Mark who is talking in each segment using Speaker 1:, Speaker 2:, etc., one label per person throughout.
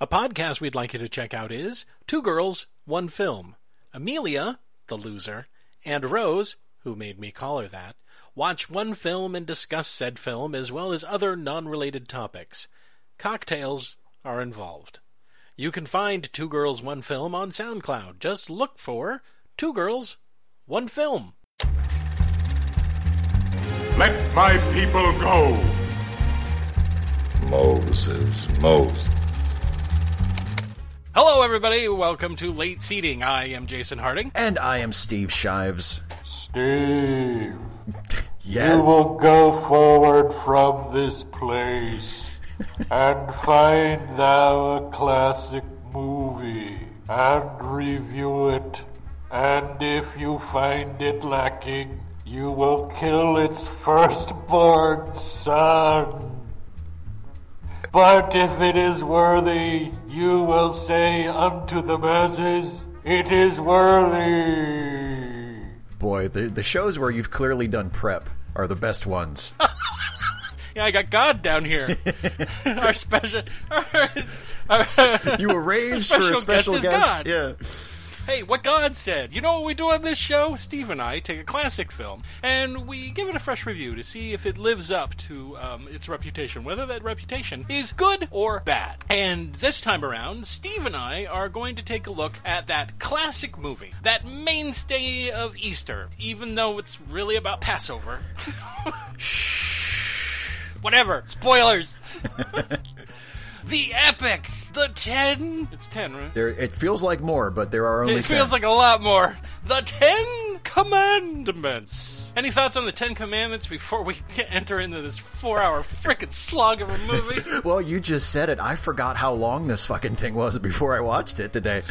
Speaker 1: A podcast we'd like you to check out is Two Girls, One Film. Amelia, the loser, and Rose, who made me call her that, watch one film and discuss said film as well as other non related topics. Cocktails are involved. You can find Two Girls, One Film on SoundCloud. Just look for Two Girls, One Film.
Speaker 2: Let my people go.
Speaker 3: Moses, Moses.
Speaker 1: Hello, everybody. Welcome to Late Seating. I am Jason Harding.
Speaker 4: And I am Steve Shives.
Speaker 5: Steve, you
Speaker 4: Yes.
Speaker 5: will go forward from this place and find thou a classic movie and review it. And if you find it lacking, you will kill its firstborn son. But if it is worthy, you will say unto the masses, It is worthy.
Speaker 4: Boy, the, the shows where you've clearly done prep are the best ones.
Speaker 1: Yeah, I got God down here. our special.
Speaker 4: You arranged
Speaker 1: Our
Speaker 4: for a
Speaker 1: special
Speaker 4: special
Speaker 1: guest is God.
Speaker 4: guest. Yeah.
Speaker 1: hey, what God said. You know what we do on this show? Steve and I take a classic film and we give it a fresh review to see if it lives up to um, its reputation, whether that reputation is good or bad. And this time around, Steve and I are going to take a look at that classic movie, that mainstay of Easter, even though it's really about Passover. Whatever, spoilers. the epic, the 10. It's 10, right?
Speaker 4: There, it feels like more, but there are only
Speaker 1: It feels
Speaker 4: 10.
Speaker 1: like a lot more. The Ten Commandments. Any thoughts on the Ten Commandments before we enter into this four-hour frickin' slog of a movie?
Speaker 4: Well, you just said it. I forgot how long this fucking thing was before I watched it today.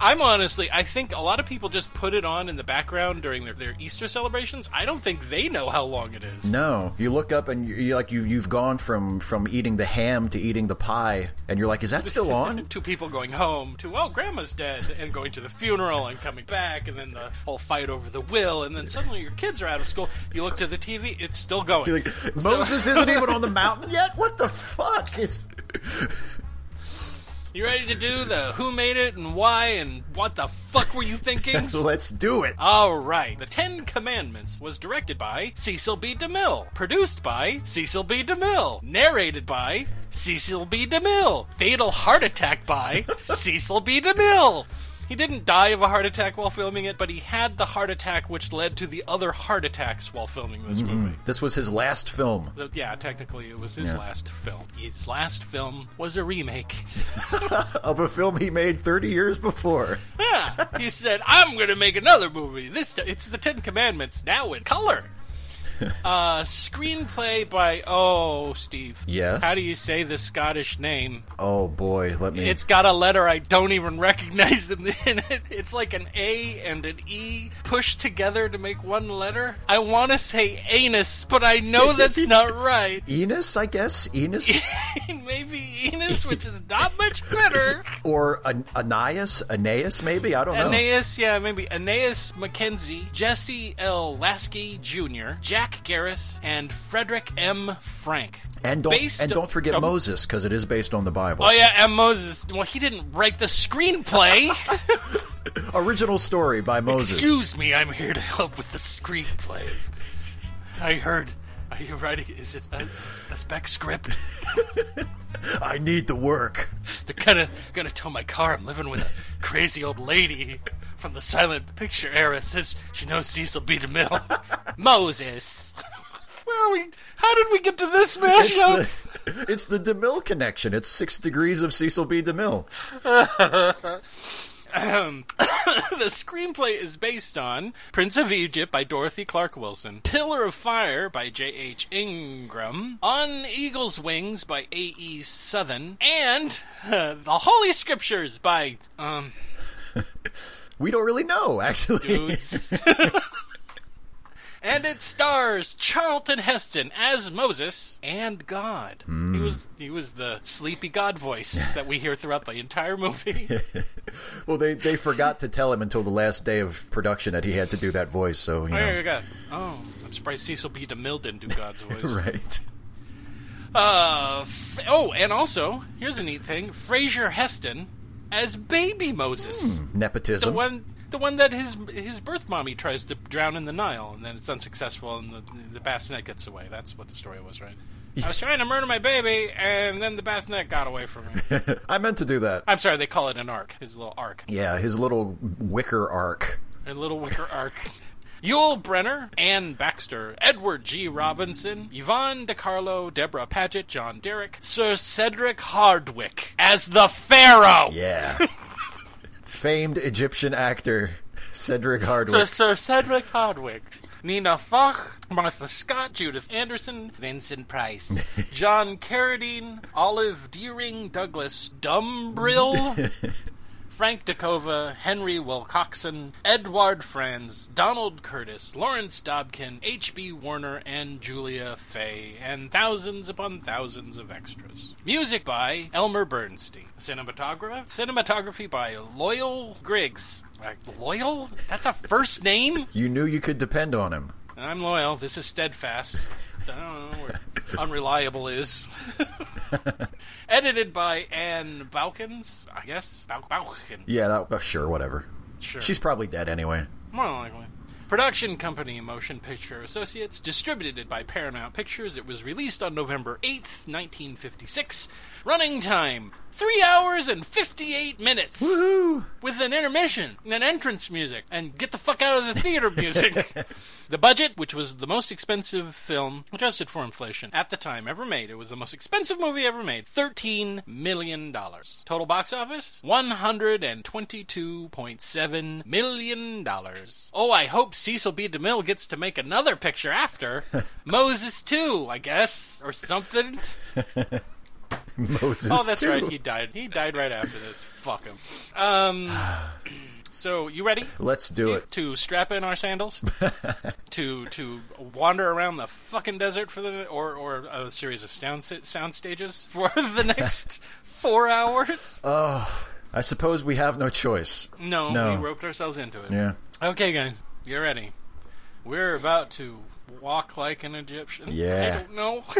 Speaker 1: I'm honestly, I think a lot of people just put it on in the background during their, their Easter celebrations. I don't think they know how long it is.
Speaker 4: No, you look up and you you like you you've gone from from eating the ham to eating the pie, and you're like, is that still on?
Speaker 1: Two people going home to oh grandma's dead and going to the funeral and coming back and then the whole fight over the will and then suddenly your kids are out of school. You look to the TV, it's still going.
Speaker 4: You're like, Moses isn't even on the mountain yet. What the fuck is?
Speaker 1: You ready to do the who made it and why and what the fuck were you thinking?
Speaker 4: Let's do it.
Speaker 1: All right. The Ten Commandments was directed by Cecil B. DeMille, produced by Cecil B. DeMille, narrated by Cecil B. DeMille, fatal heart attack by Cecil B. DeMille. He didn't die of a heart attack while filming it, but he had the heart attack which led to the other heart attacks while filming this movie.
Speaker 4: This was his last film.
Speaker 1: So, yeah, technically it was his last film. His last film was a remake.
Speaker 4: of a film he made 30 years before.
Speaker 1: Yeah. He said, "I'm going to make another movie. This t- it's the Ten Commandments now in color." Uh, screenplay by oh Steve.
Speaker 4: Yes?
Speaker 1: How do you say the Scottish name?
Speaker 4: Oh boy, let me.
Speaker 1: It's got a letter I don't even recognize in, the, in it. It's like an A and an E pushed together to make one letter. I want to say anus, but I know that's not right.
Speaker 4: Enos, I guess. Enos
Speaker 1: Maybe Enos, which is not much better.
Speaker 4: or An- Aeneas, Aeneas maybe. I don't know.
Speaker 1: Aeneas, yeah, maybe. Aeneas McKenzie, Jesse L. Lasky Jr., Jack Garris, and Frederick M. Frank.
Speaker 4: And don't
Speaker 1: Based-
Speaker 4: and don't forget
Speaker 1: um,
Speaker 4: Moses because it is based on the Bible.
Speaker 1: Oh, yeah, and Moses. Well, he didn't write the screenplay.
Speaker 4: Original story by Moses.
Speaker 1: Excuse me, I'm here to help with the screenplay. I heard. Are you writing? Is it a, a spec script?
Speaker 4: I need the work.
Speaker 1: They're gonna gonna tow my car. I'm living with a crazy old lady from the silent picture era. Says she knows Cecil B. DeMille. Moses. Where are we? How did we get to this
Speaker 4: It's
Speaker 1: mashup?
Speaker 4: the, it's the DeMille connection. It's six degrees of Cecil B. DeMille.
Speaker 1: the screenplay is based on Prince of Egypt by Dorothy Clark Wilson, Pillar of Fire by J.H. Ingram, On Eagle's Wings by A.E. Southern, and uh, The Holy Scriptures by um
Speaker 4: We don't really know, actually.
Speaker 1: dudes. and it stars Charlton Heston as Moses and God. He was he was the sleepy God voice that we hear throughout the entire movie.
Speaker 4: Well, they, they forgot to tell him until the last day of production that he had to do that voice. So you
Speaker 1: There
Speaker 4: know,
Speaker 1: you go. Oh, I'm surprised Cecil B. DeMille didn't do God's voice.
Speaker 4: right?
Speaker 1: Uh, f- oh, and also, here's a neat thing: Fraser Heston as Baby Moses,
Speaker 4: Nepotism.
Speaker 1: the one, the one that his his birth mommy tries to drown in the Nile, and then it's unsuccessful, and the the bassinet gets away. That's what the story was, right? I was trying to murder my baby, and then the bassinet got away from me.
Speaker 4: I meant to do that.
Speaker 1: I'm sorry, they call it an arc, his little arc,
Speaker 4: yeah, his little wicker arc.
Speaker 1: a little wicker arc. Yul Brenner, Ann Baxter, Edward G. Robinson, Yvonne DiCarlo, Deborah Paget, John Derrick, Sir Cedric Hardwick as the Pharaoh.
Speaker 4: Yeah. Famed Egyptian actor Cedric
Speaker 1: Sir,
Speaker 4: Hardwick.
Speaker 1: Sir Cedric Hardwick. Nina Foch, Martha Scott, Judith Anderson, Vincent Price, John Carradine, Olive Deering Douglas, Dumbrill, Frank Dakova, Henry Wilcoxon, Edward Franz, Donald Curtis, Lawrence Dobkin, H.B. Warner, and Julia Fay, and thousands upon thousands of extras. Music by Elmer Bernstein. Cinematography, cinematography by Loyal Griggs. Uh, loyal? That's a first name?
Speaker 4: you knew you could depend on him.
Speaker 1: And I'm loyal. This is steadfast. I don't know where unreliable is. Edited by Anne Balkins, I guess. Bal- Balkin.
Speaker 4: Yeah, that, uh, sure, whatever.
Speaker 1: Sure.
Speaker 4: She's probably dead anyway.
Speaker 1: More than likely. Production company Motion Picture Associates, distributed by Paramount Pictures. It was released on November 8th, 1956. Running time 3 hours and 58 minutes.
Speaker 4: Woo!
Speaker 1: With an intermission and an entrance music and get the fuck out of the theater music. the budget, which was the most expensive film adjusted for inflation at the time ever made, it was the most expensive movie ever made. $13 million. Total box office? $122.7 million. Oh, I hope Cecil B. DeMille gets to make another picture after. Moses 2, I guess, or something.
Speaker 4: Moses.
Speaker 1: Oh, that's
Speaker 4: too.
Speaker 1: right. He died. He died right after this. Fuck him. Um. So you ready?
Speaker 4: Let's do it.
Speaker 1: To strap in our sandals, to to wander around the fucking desert for the or or a series of sound sta- sound stages for the next four hours.
Speaker 4: Uh, I suppose we have no choice.
Speaker 1: no,
Speaker 4: no.
Speaker 1: we roped ourselves into it.
Speaker 4: Yeah.
Speaker 1: Okay, guys, you ready? We're about to walk like an Egyptian.
Speaker 4: Yeah.
Speaker 1: I don't know.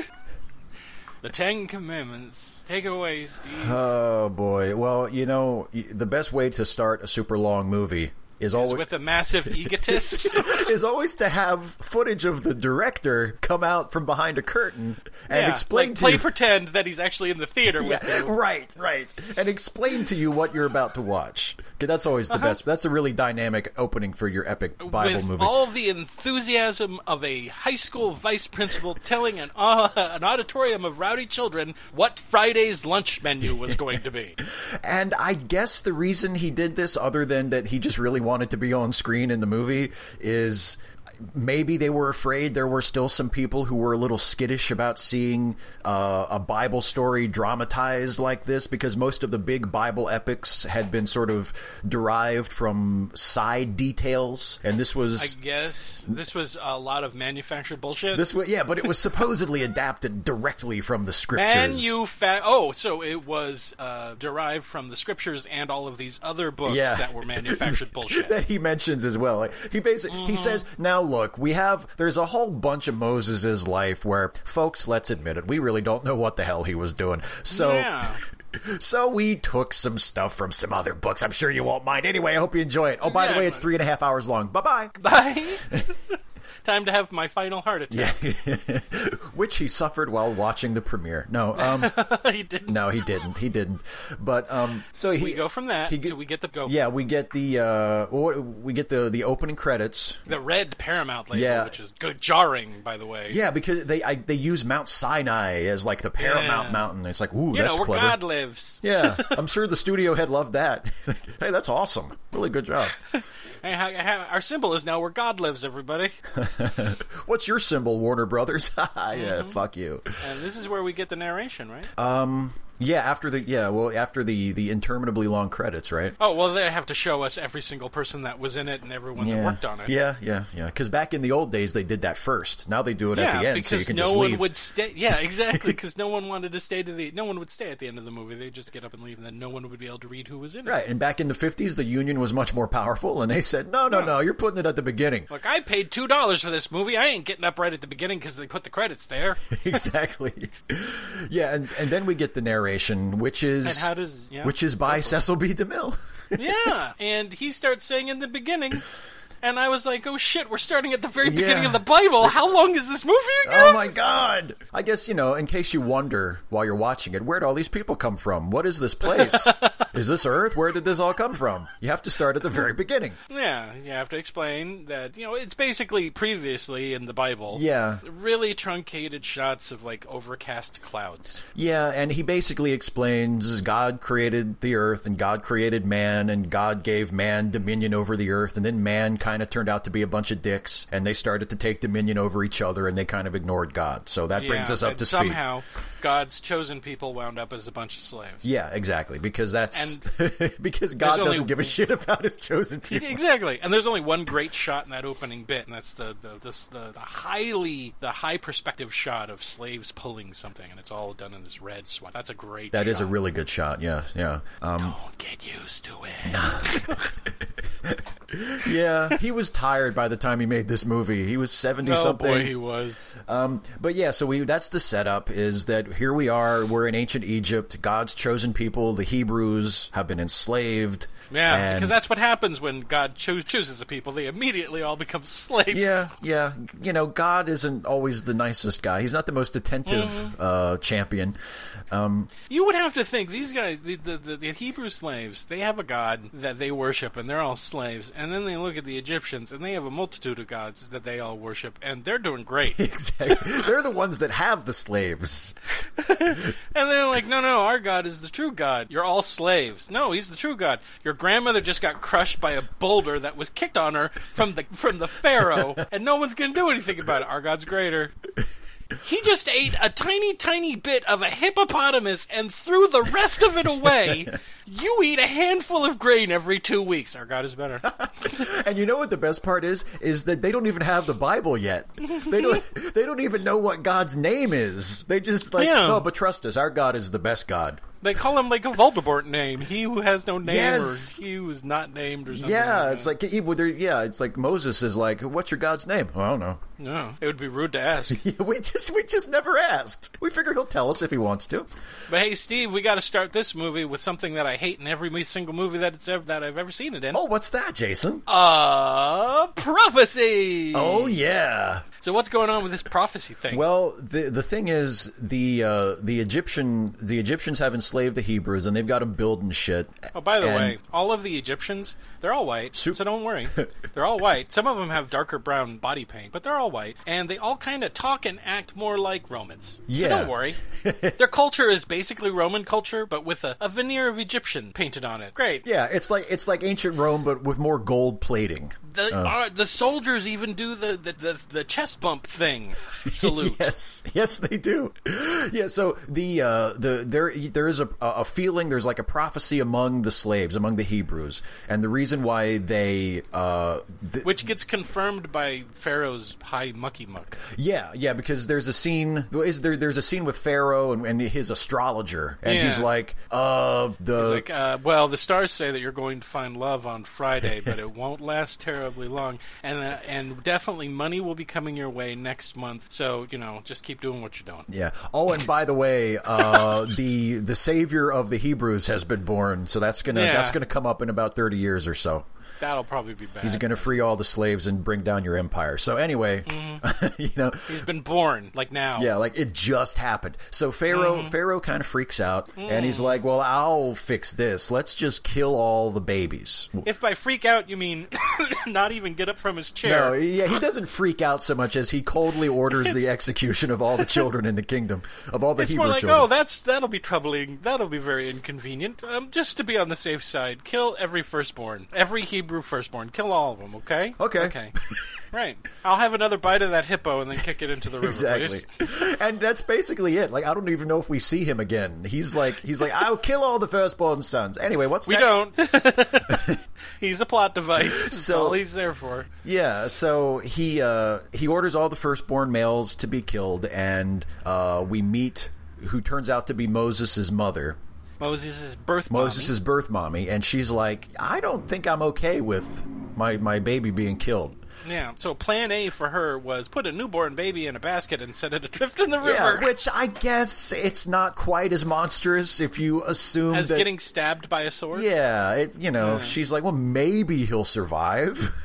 Speaker 1: the Ten Commandments. Take it away, Steve.
Speaker 4: Oh boy. Well, you know, y- the best way to start a super long movie is always
Speaker 1: with a massive egotist.
Speaker 4: is always to have footage of the director come out from behind a curtain and
Speaker 1: Yeah,
Speaker 4: explain
Speaker 1: like,
Speaker 4: to
Speaker 1: play
Speaker 4: you.
Speaker 1: pretend that he's actually in the theater with
Speaker 4: Yeah,
Speaker 1: you.
Speaker 4: right, right, and explain to you what you're about to watch. 'Kay, that's always the best. That's a really dynamic opening for your epic Bible
Speaker 1: Uh-huh. with
Speaker 4: movie.
Speaker 1: all the enthusiasm of a high school vice principal telling an uh, an auditorium of rowdy children what Friday's lunch menu was going to be.
Speaker 4: And I guess the reason he did this, other than that he just really wanted to be on screen in the movie, is maybe they were afraid there were still some people who were a little skittish about seeing uh, a Bible story dramatized like this because most of the big Bible epics had been sort of derived from side details, and this
Speaker 1: I
Speaker 4: was.
Speaker 1: guess this was a lot of manufactured bullshit.
Speaker 4: this was, yeah, but it was supposedly adapted directly from the scriptures.
Speaker 1: Manufa- oh, so it was uh, derived from the scriptures and all of these other books
Speaker 4: Yeah.
Speaker 1: that were manufactured bullshit.
Speaker 4: that he mentions as well. Like, he basically
Speaker 1: Mm-hmm.
Speaker 4: he says, "Now look, we have there's a whole bunch of Moses's life where folks, let's admit it, we really don't know what the hell he was doing." So
Speaker 1: Yeah.
Speaker 4: So we took some stuff from some other books. I'm sure you won't mind. Anyway, I hope you enjoy it. Oh, by the
Speaker 1: Yeah.
Speaker 4: way, it's three and a half hours long. Bye bye.
Speaker 1: Bye. Time to have my final heart attack.
Speaker 4: Which he suffered while watching the premiere. No, um,
Speaker 1: he didn't.
Speaker 4: no, he didn't. He didn't. But um, so he
Speaker 1: We go from that.
Speaker 4: He
Speaker 1: to
Speaker 4: get-
Speaker 1: we get the go.
Speaker 4: yeah, we get the uh, what- we get the the opening credits,
Speaker 1: The red Paramount label,
Speaker 4: Yeah.
Speaker 1: which is good jarring, by the way.
Speaker 4: Yeah, because they I, they use Mount Sinai as like the Paramount
Speaker 1: Yeah.
Speaker 4: Mountain. It's like, ooh,
Speaker 1: you know
Speaker 4: that's
Speaker 1: where
Speaker 4: clever.
Speaker 1: God lives.
Speaker 4: Yeah, I'm sure the studio head loved that. hey, that's awesome. Really good job.
Speaker 1: Hey, ha- ha- our symbol is now where God lives, everybody.
Speaker 4: What's your
Speaker 1: Mm-hmm.
Speaker 4: symbol, Warner Brothers? yeah, fuck you. Uh,
Speaker 1: And this is where we get the narration, right?
Speaker 4: Yeah, after the yeah, well, after the the interminably long credits, right?
Speaker 1: Oh well, they have to show us every single person that was in it and everyone that worked on it.
Speaker 4: Yeah, yeah, yeah. Because back in the old days, they did that first. Now they do it at the end,
Speaker 1: because
Speaker 4: so you can
Speaker 1: no
Speaker 4: just
Speaker 1: one
Speaker 4: leave.
Speaker 1: would stay. Yeah, exactly, because no one wanted to stay to the. No one would stay at the end of the movie. They just get up and leave, and then no one would be able to read who was in it.
Speaker 4: Right, and back in the fifties, the union was much more powerful, and they said, "No, no, no, you're putting it at the beginning."
Speaker 1: Like I paid two dollars for this movie. I ain't getting up right at the beginning because they put the credits there.
Speaker 4: exactly. Yeah, and and then we get the narration, which is
Speaker 1: And how does- yeah.
Speaker 4: which is by Cecil B. DeMille.
Speaker 1: yeah, and he starts saying in the beginning. And I was like, "Oh shit! We're starting at the very
Speaker 4: Yeah.
Speaker 1: beginning of the Bible. How long is this movie again?"
Speaker 4: oh my god! I guess you know. In case you wonder while you're watching it, where'd all these people come from? What is this place? is this Earth? Where did this all come from? You have to start at the very beginning.
Speaker 1: Yeah, you have to explain that, you know, it's basically previously in the Bible.
Speaker 4: Yeah.
Speaker 1: Really truncated shots of like overcast clouds.
Speaker 4: Yeah, and he basically explains God created the earth and God created man and God gave man dominion over the earth and then man kind of turned out to be a bunch of dicks and they started to take dominion over each other and they kind of ignored God. So that brings
Speaker 1: Yeah,
Speaker 4: us up
Speaker 1: and
Speaker 4: to speed.
Speaker 1: somehow God's chosen people wound up as a bunch of slaves.
Speaker 4: Yeah, exactly, because that's because God
Speaker 1: only-
Speaker 4: doesn't give a shit about his chosen people.
Speaker 1: Exactly, and there's only one great shot in that opening bit, and that's the the, this, the the highly the high perspective shot of slaves pulling something, and it's all done in this red sweat. That's a great.
Speaker 4: That is a
Speaker 1: shot.
Speaker 4: really good shot. Yeah, yeah. Um,
Speaker 1: Don't get used to it.
Speaker 4: yeah, he was tired by the time he made this movie. He was 70
Speaker 1: Oh
Speaker 4: something.
Speaker 1: boy, he was.
Speaker 4: But yeah, so we that's the setup is that here we are, we're in ancient Egypt, God's chosen people, the Hebrews have been enslaved.
Speaker 1: Yeah,
Speaker 4: and-
Speaker 1: because that's what happens when God cho- chooses a people. They immediately all become slaves.
Speaker 4: yeah, yeah. You know, God isn't always the nicest guy. He's not the most attentive
Speaker 1: Mm-hmm.
Speaker 4: uh, champion. Um,
Speaker 1: You would have to think these guys, the, the, the, the Hebrew slaves, they have a god that they worship and they're all slaves. And then they look at the Egyptians and they have a multitude of gods that they all worship and they're doing great. and
Speaker 4: exactly. They're the ones that have the slaves.
Speaker 1: they're like, no, no, our God is the true God. You're all slaves. No, he's the true God. Your grandmother just got crushed by a boulder that was kicked on her from the, from the Pharaoh and no one's going to do anything about it. Our God's greater. He just ate a tiny, tiny bit of a hippopotamus and threw the rest of it away. you eat a handful of grain every two weeks. Our God is better.
Speaker 4: And you know what the best part is? Is that they don't even have the Bible yet. They don't. they don't even know what God's name is. They just like
Speaker 1: Yeah.
Speaker 4: no, but trust us, our God is the best God.
Speaker 1: they call him like a Voldemort name. He who has no name
Speaker 4: Yes.
Speaker 1: or he who is not named or something.
Speaker 4: Yeah,
Speaker 1: that.
Speaker 4: it's like even there- yeah, it's like Moses is like, "What's your God's name?" Well, I don't know.
Speaker 1: No, it would be rude to ask.
Speaker 4: we just we just never asked. We figure he'll tell us if he wants to.
Speaker 1: but hey, Steve, we got to start this movie with something that I hate in every mo- single movie that it's ever, that I've ever seen it in.
Speaker 4: Oh, what's that, Jason?
Speaker 1: Uh, prophecy.
Speaker 4: oh yeah.
Speaker 1: So what's going on with this prophecy thing?
Speaker 4: Well, the the thing is the uh, the Egyptian the Egyptians have enslaved the Hebrews and they've got them building shit.
Speaker 1: Oh, by the
Speaker 4: And-
Speaker 1: way, all of the Egyptians, they're all white, so don't worry. They're all white. Some of them have darker brown body paint, but they're all white. And they all kind of talk and act more like Romans. So
Speaker 4: Yeah.
Speaker 1: don't worry. Their culture is basically Roman culture, but with a, a veneer of Egyptian painted on it. Great.
Speaker 4: Yeah, it's like it's like ancient Rome, but with more gold plating.
Speaker 1: The, uh, the soldiers even do the, the, the, the chest bump thing salute.
Speaker 4: Yes, yes, they do. Yeah, so the uh, the there there is a a feeling there's like a prophecy among the slaves among the Hebrews, and the reason why they uh, th-
Speaker 1: Which gets confirmed by Pharaoh's high mucky muck.
Speaker 4: yeah yeah because there's a scene is there there's a scene with Pharaoh and, and his astrologer, and he's
Speaker 1: Yeah.
Speaker 4: like uh the
Speaker 1: It's like, uh, well, the stars say that you're going to find love on Friday, but it won't last terribly long, and uh, and definitely money will be coming your way next month. So you know, just keep doing what you're doing.
Speaker 4: yeah. Oh, and by the way, uh, the the savior of the Hebrews has been born, so that's gonna
Speaker 1: Yeah.
Speaker 4: that's gonna come up in about thirty years or so.
Speaker 1: That'll probably be bad.
Speaker 4: He's going to free all the slaves and bring down your empire. So anyway,
Speaker 1: Mm-hmm.
Speaker 4: you know,
Speaker 1: He's been born like now.
Speaker 4: yeah, like it just happened. So Pharaoh,
Speaker 1: Mm-hmm.
Speaker 4: Pharaoh kind of freaks out, and
Speaker 1: Mm.
Speaker 4: he's like, "Well, I'll fix this. Let's just kill all the babies."
Speaker 1: If by freak out you mean not even get up from his chair.
Speaker 4: No, yeah, he doesn't freak out so much as he coldly orders the execution of all the children in the kingdom, of all the
Speaker 1: it's
Speaker 4: Hebrew
Speaker 1: more like,
Speaker 4: children.
Speaker 1: oh, that's that'll be troubling. That'll be very inconvenient. Um, just to be on the safe side, kill every firstborn, every Hebrew firstborn, kill all of them. Okay.
Speaker 4: Okay.
Speaker 1: Okay. right. I'll have another bite of that hippo and then kick it into the river.
Speaker 4: exactly.
Speaker 1: Please.
Speaker 4: and that's basically it. Like I don't even know if we see him again. He's like he's like I'll kill all the firstborn sons. Anyway, what's
Speaker 1: We
Speaker 4: next?
Speaker 1: don't. he's a plot device. That's
Speaker 4: So-
Speaker 1: all he's there for.
Speaker 4: Yeah, so he uh, he orders all the firstborn males to be killed, and uh, we meet who turns out to be Moses' mother,
Speaker 1: Moses' birth.
Speaker 4: Moses' birth mommy, and she's like, I don't think I'm okay with my my baby being killed.
Speaker 1: mommy. Yeah. So plan A for her was put a newborn baby in a basket and set it adrift in the river.
Speaker 4: Yeah, which I guess it's not quite as monstrous if you assume
Speaker 1: as
Speaker 4: that.
Speaker 1: getting stabbed by a sword.
Speaker 4: yeah, it, you know, she's like, well, maybe he'll survive.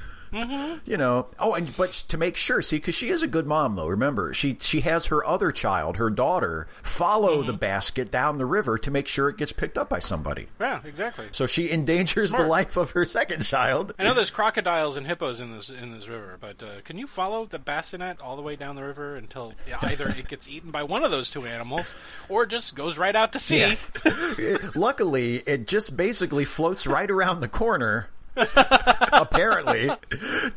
Speaker 4: You know, oh, and but to make sure, see, because she is a good mom, though. Remember, she she has her other child, her daughter, follow the basket down the river to make sure it gets picked up by somebody.
Speaker 1: Yeah. Exactly.
Speaker 4: So she endangers the
Speaker 1: Smart.
Speaker 4: life of her second child.
Speaker 1: I know there's crocodiles and hippos in this in this river, but uh, can you follow the bassinet all the way down the river until either it gets eaten by one of those two animals, or just goes right out to sea?
Speaker 4: Luckily, it just basically floats right around the corner. apparently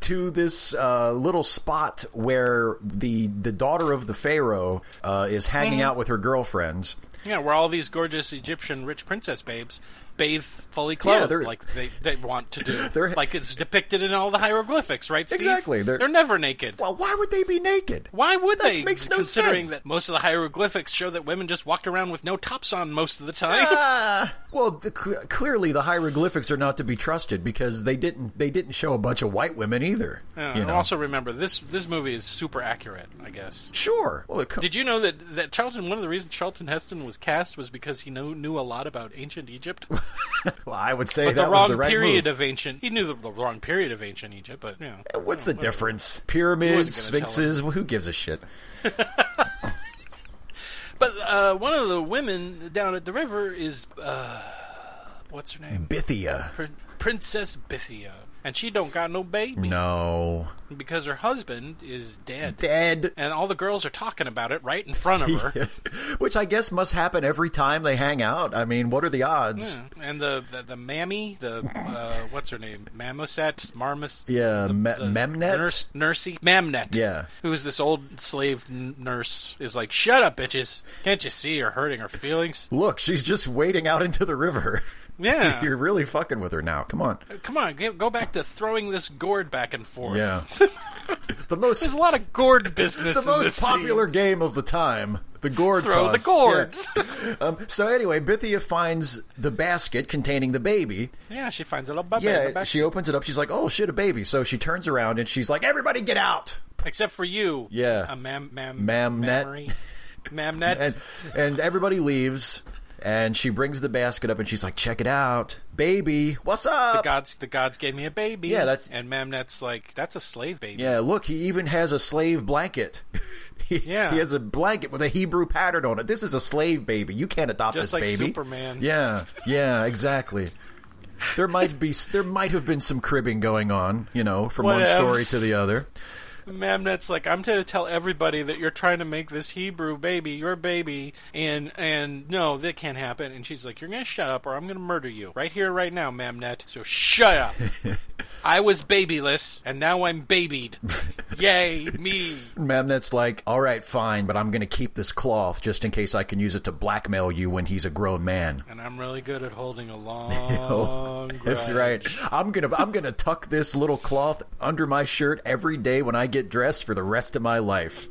Speaker 4: to this uh, little spot where the the daughter of the pharaoh uh, is
Speaker 1: Mm-hmm.
Speaker 4: hanging out with her girlfriends
Speaker 1: Yeah, where all these gorgeous Egyptian rich princess babes bathe fully clothed,
Speaker 4: they're-
Speaker 1: like they, they want to do,
Speaker 4: They're-
Speaker 1: like it's depicted in all the hieroglyphics, right? Steve?
Speaker 4: Exactly, they're-
Speaker 1: They're, never naked.
Speaker 4: well why would they be naked
Speaker 1: Why would
Speaker 4: That
Speaker 1: they?
Speaker 4: makes no
Speaker 1: considering
Speaker 4: sense.
Speaker 1: that most of the hieroglyphics show that women just walked around with no tops on most of the time.
Speaker 4: Ah, well, the, cl- clearly the hieroglyphics are not to be trusted because they didn't they didn't show a bunch of white women either.
Speaker 1: Yeah,
Speaker 4: you
Speaker 1: Uh, and
Speaker 4: know?
Speaker 1: also remember this this movie is super accurate, I guess.
Speaker 4: sure. Well, it co-
Speaker 1: Did you know that, that Charlton, one of the reasons Charlton Heston was cast was because he know, knew a lot about ancient Egypt? But
Speaker 4: well, I would say
Speaker 1: the
Speaker 4: that
Speaker 1: wrong
Speaker 4: was the right
Speaker 1: period
Speaker 4: move. Oh.
Speaker 1: of ancient. He knew the, the wrong period of ancient Egypt, but, you know.
Speaker 4: What's the
Speaker 1: you know, whatever.
Speaker 4: difference? Pyramids,
Speaker 1: Who wasn't gonna tell
Speaker 4: sphinxes. Who gives a shit?
Speaker 1: But uh, one of the women down at the river is. Uh, what's her
Speaker 4: Hmm.
Speaker 1: name?
Speaker 4: Bithia.
Speaker 1: Prin- Princess Bithia. And she don't got no baby
Speaker 4: No,
Speaker 1: because her husband is dead.
Speaker 4: dead.
Speaker 1: And all the girls are talking about it right in front of her.
Speaker 4: Which I guess must happen every time they hang out. I mean, what are the odds?
Speaker 1: And the, the the mammy, the uh, what's her name, Mamoset, Marmos,
Speaker 4: Yeah, me-
Speaker 1: the
Speaker 4: Memnet.
Speaker 1: nurse, nursey, Mamnet.
Speaker 4: Yeah.
Speaker 1: who's this old slave n- nurse? Is like, shut up, bitches! Can't you see you're hurting her feelings?
Speaker 4: Look, she's just wading out into the river.
Speaker 1: Yeah,
Speaker 4: You're really fucking with her now. Come on.
Speaker 1: come on, g- go back to throwing this gourd back and forth.
Speaker 4: Yeah. the most
Speaker 1: there's a lot of gourd business.
Speaker 4: the
Speaker 1: in this
Speaker 4: most
Speaker 1: scene.
Speaker 4: popular game of the time. The gourd
Speaker 1: Throw the
Speaker 4: toss.
Speaker 1: gourd.
Speaker 4: Yeah. um, so anyway, Bithia finds the basket containing the baby.
Speaker 1: Yeah, she finds a little bubba in the
Speaker 4: Yeah,
Speaker 1: back.
Speaker 4: she opens it up. She's like, "Oh shit, a baby!" So she turns around and she's like, "Everybody, get out!"
Speaker 1: Except for you.
Speaker 4: Yeah.
Speaker 1: a mam mam
Speaker 4: Mamnet.
Speaker 1: mammary- Mamnet.
Speaker 4: And and everybody leaves. And she brings the basket up and she's like, "Check it out, baby. What's
Speaker 1: the
Speaker 4: up?"
Speaker 1: gods the gods gave me a baby.
Speaker 4: Yeah, that's-
Speaker 1: and Mamnet's like that's a slave baby.
Speaker 4: yeah, look, he even has a slave blanket. He-
Speaker 1: Yeah.
Speaker 4: he has a blanket with a Hebrew pattern on it. This is a slave baby. You can't adopt
Speaker 1: Just
Speaker 4: this
Speaker 1: like
Speaker 4: baby.
Speaker 1: Superman.
Speaker 4: Yeah, yeah, exactly. There might be there might have been some cribbing going on, you know, from one
Speaker 1: Whatevs.
Speaker 4: story to the other.
Speaker 1: Mamnet's like I'm going to tell everybody that you're trying to make this Hebrew baby your baby, and and no, that can't happen. And she's like, you're going to shut up, or I'm going to murder you right here, right now, Mamnet. So shut up. I was babyless, and now I'm babied. Yay me!
Speaker 4: Mamnet's like, "All right, fine, but I'm going to keep this cloth just in case I can use it to blackmail you when he's a grown man."
Speaker 1: And I'm really good at holding a long.
Speaker 4: Oh, That's
Speaker 1: grudge.
Speaker 4: right. I'm going to I'm going to tuck this little cloth under my shirt every day when I get dressed for the rest of my life.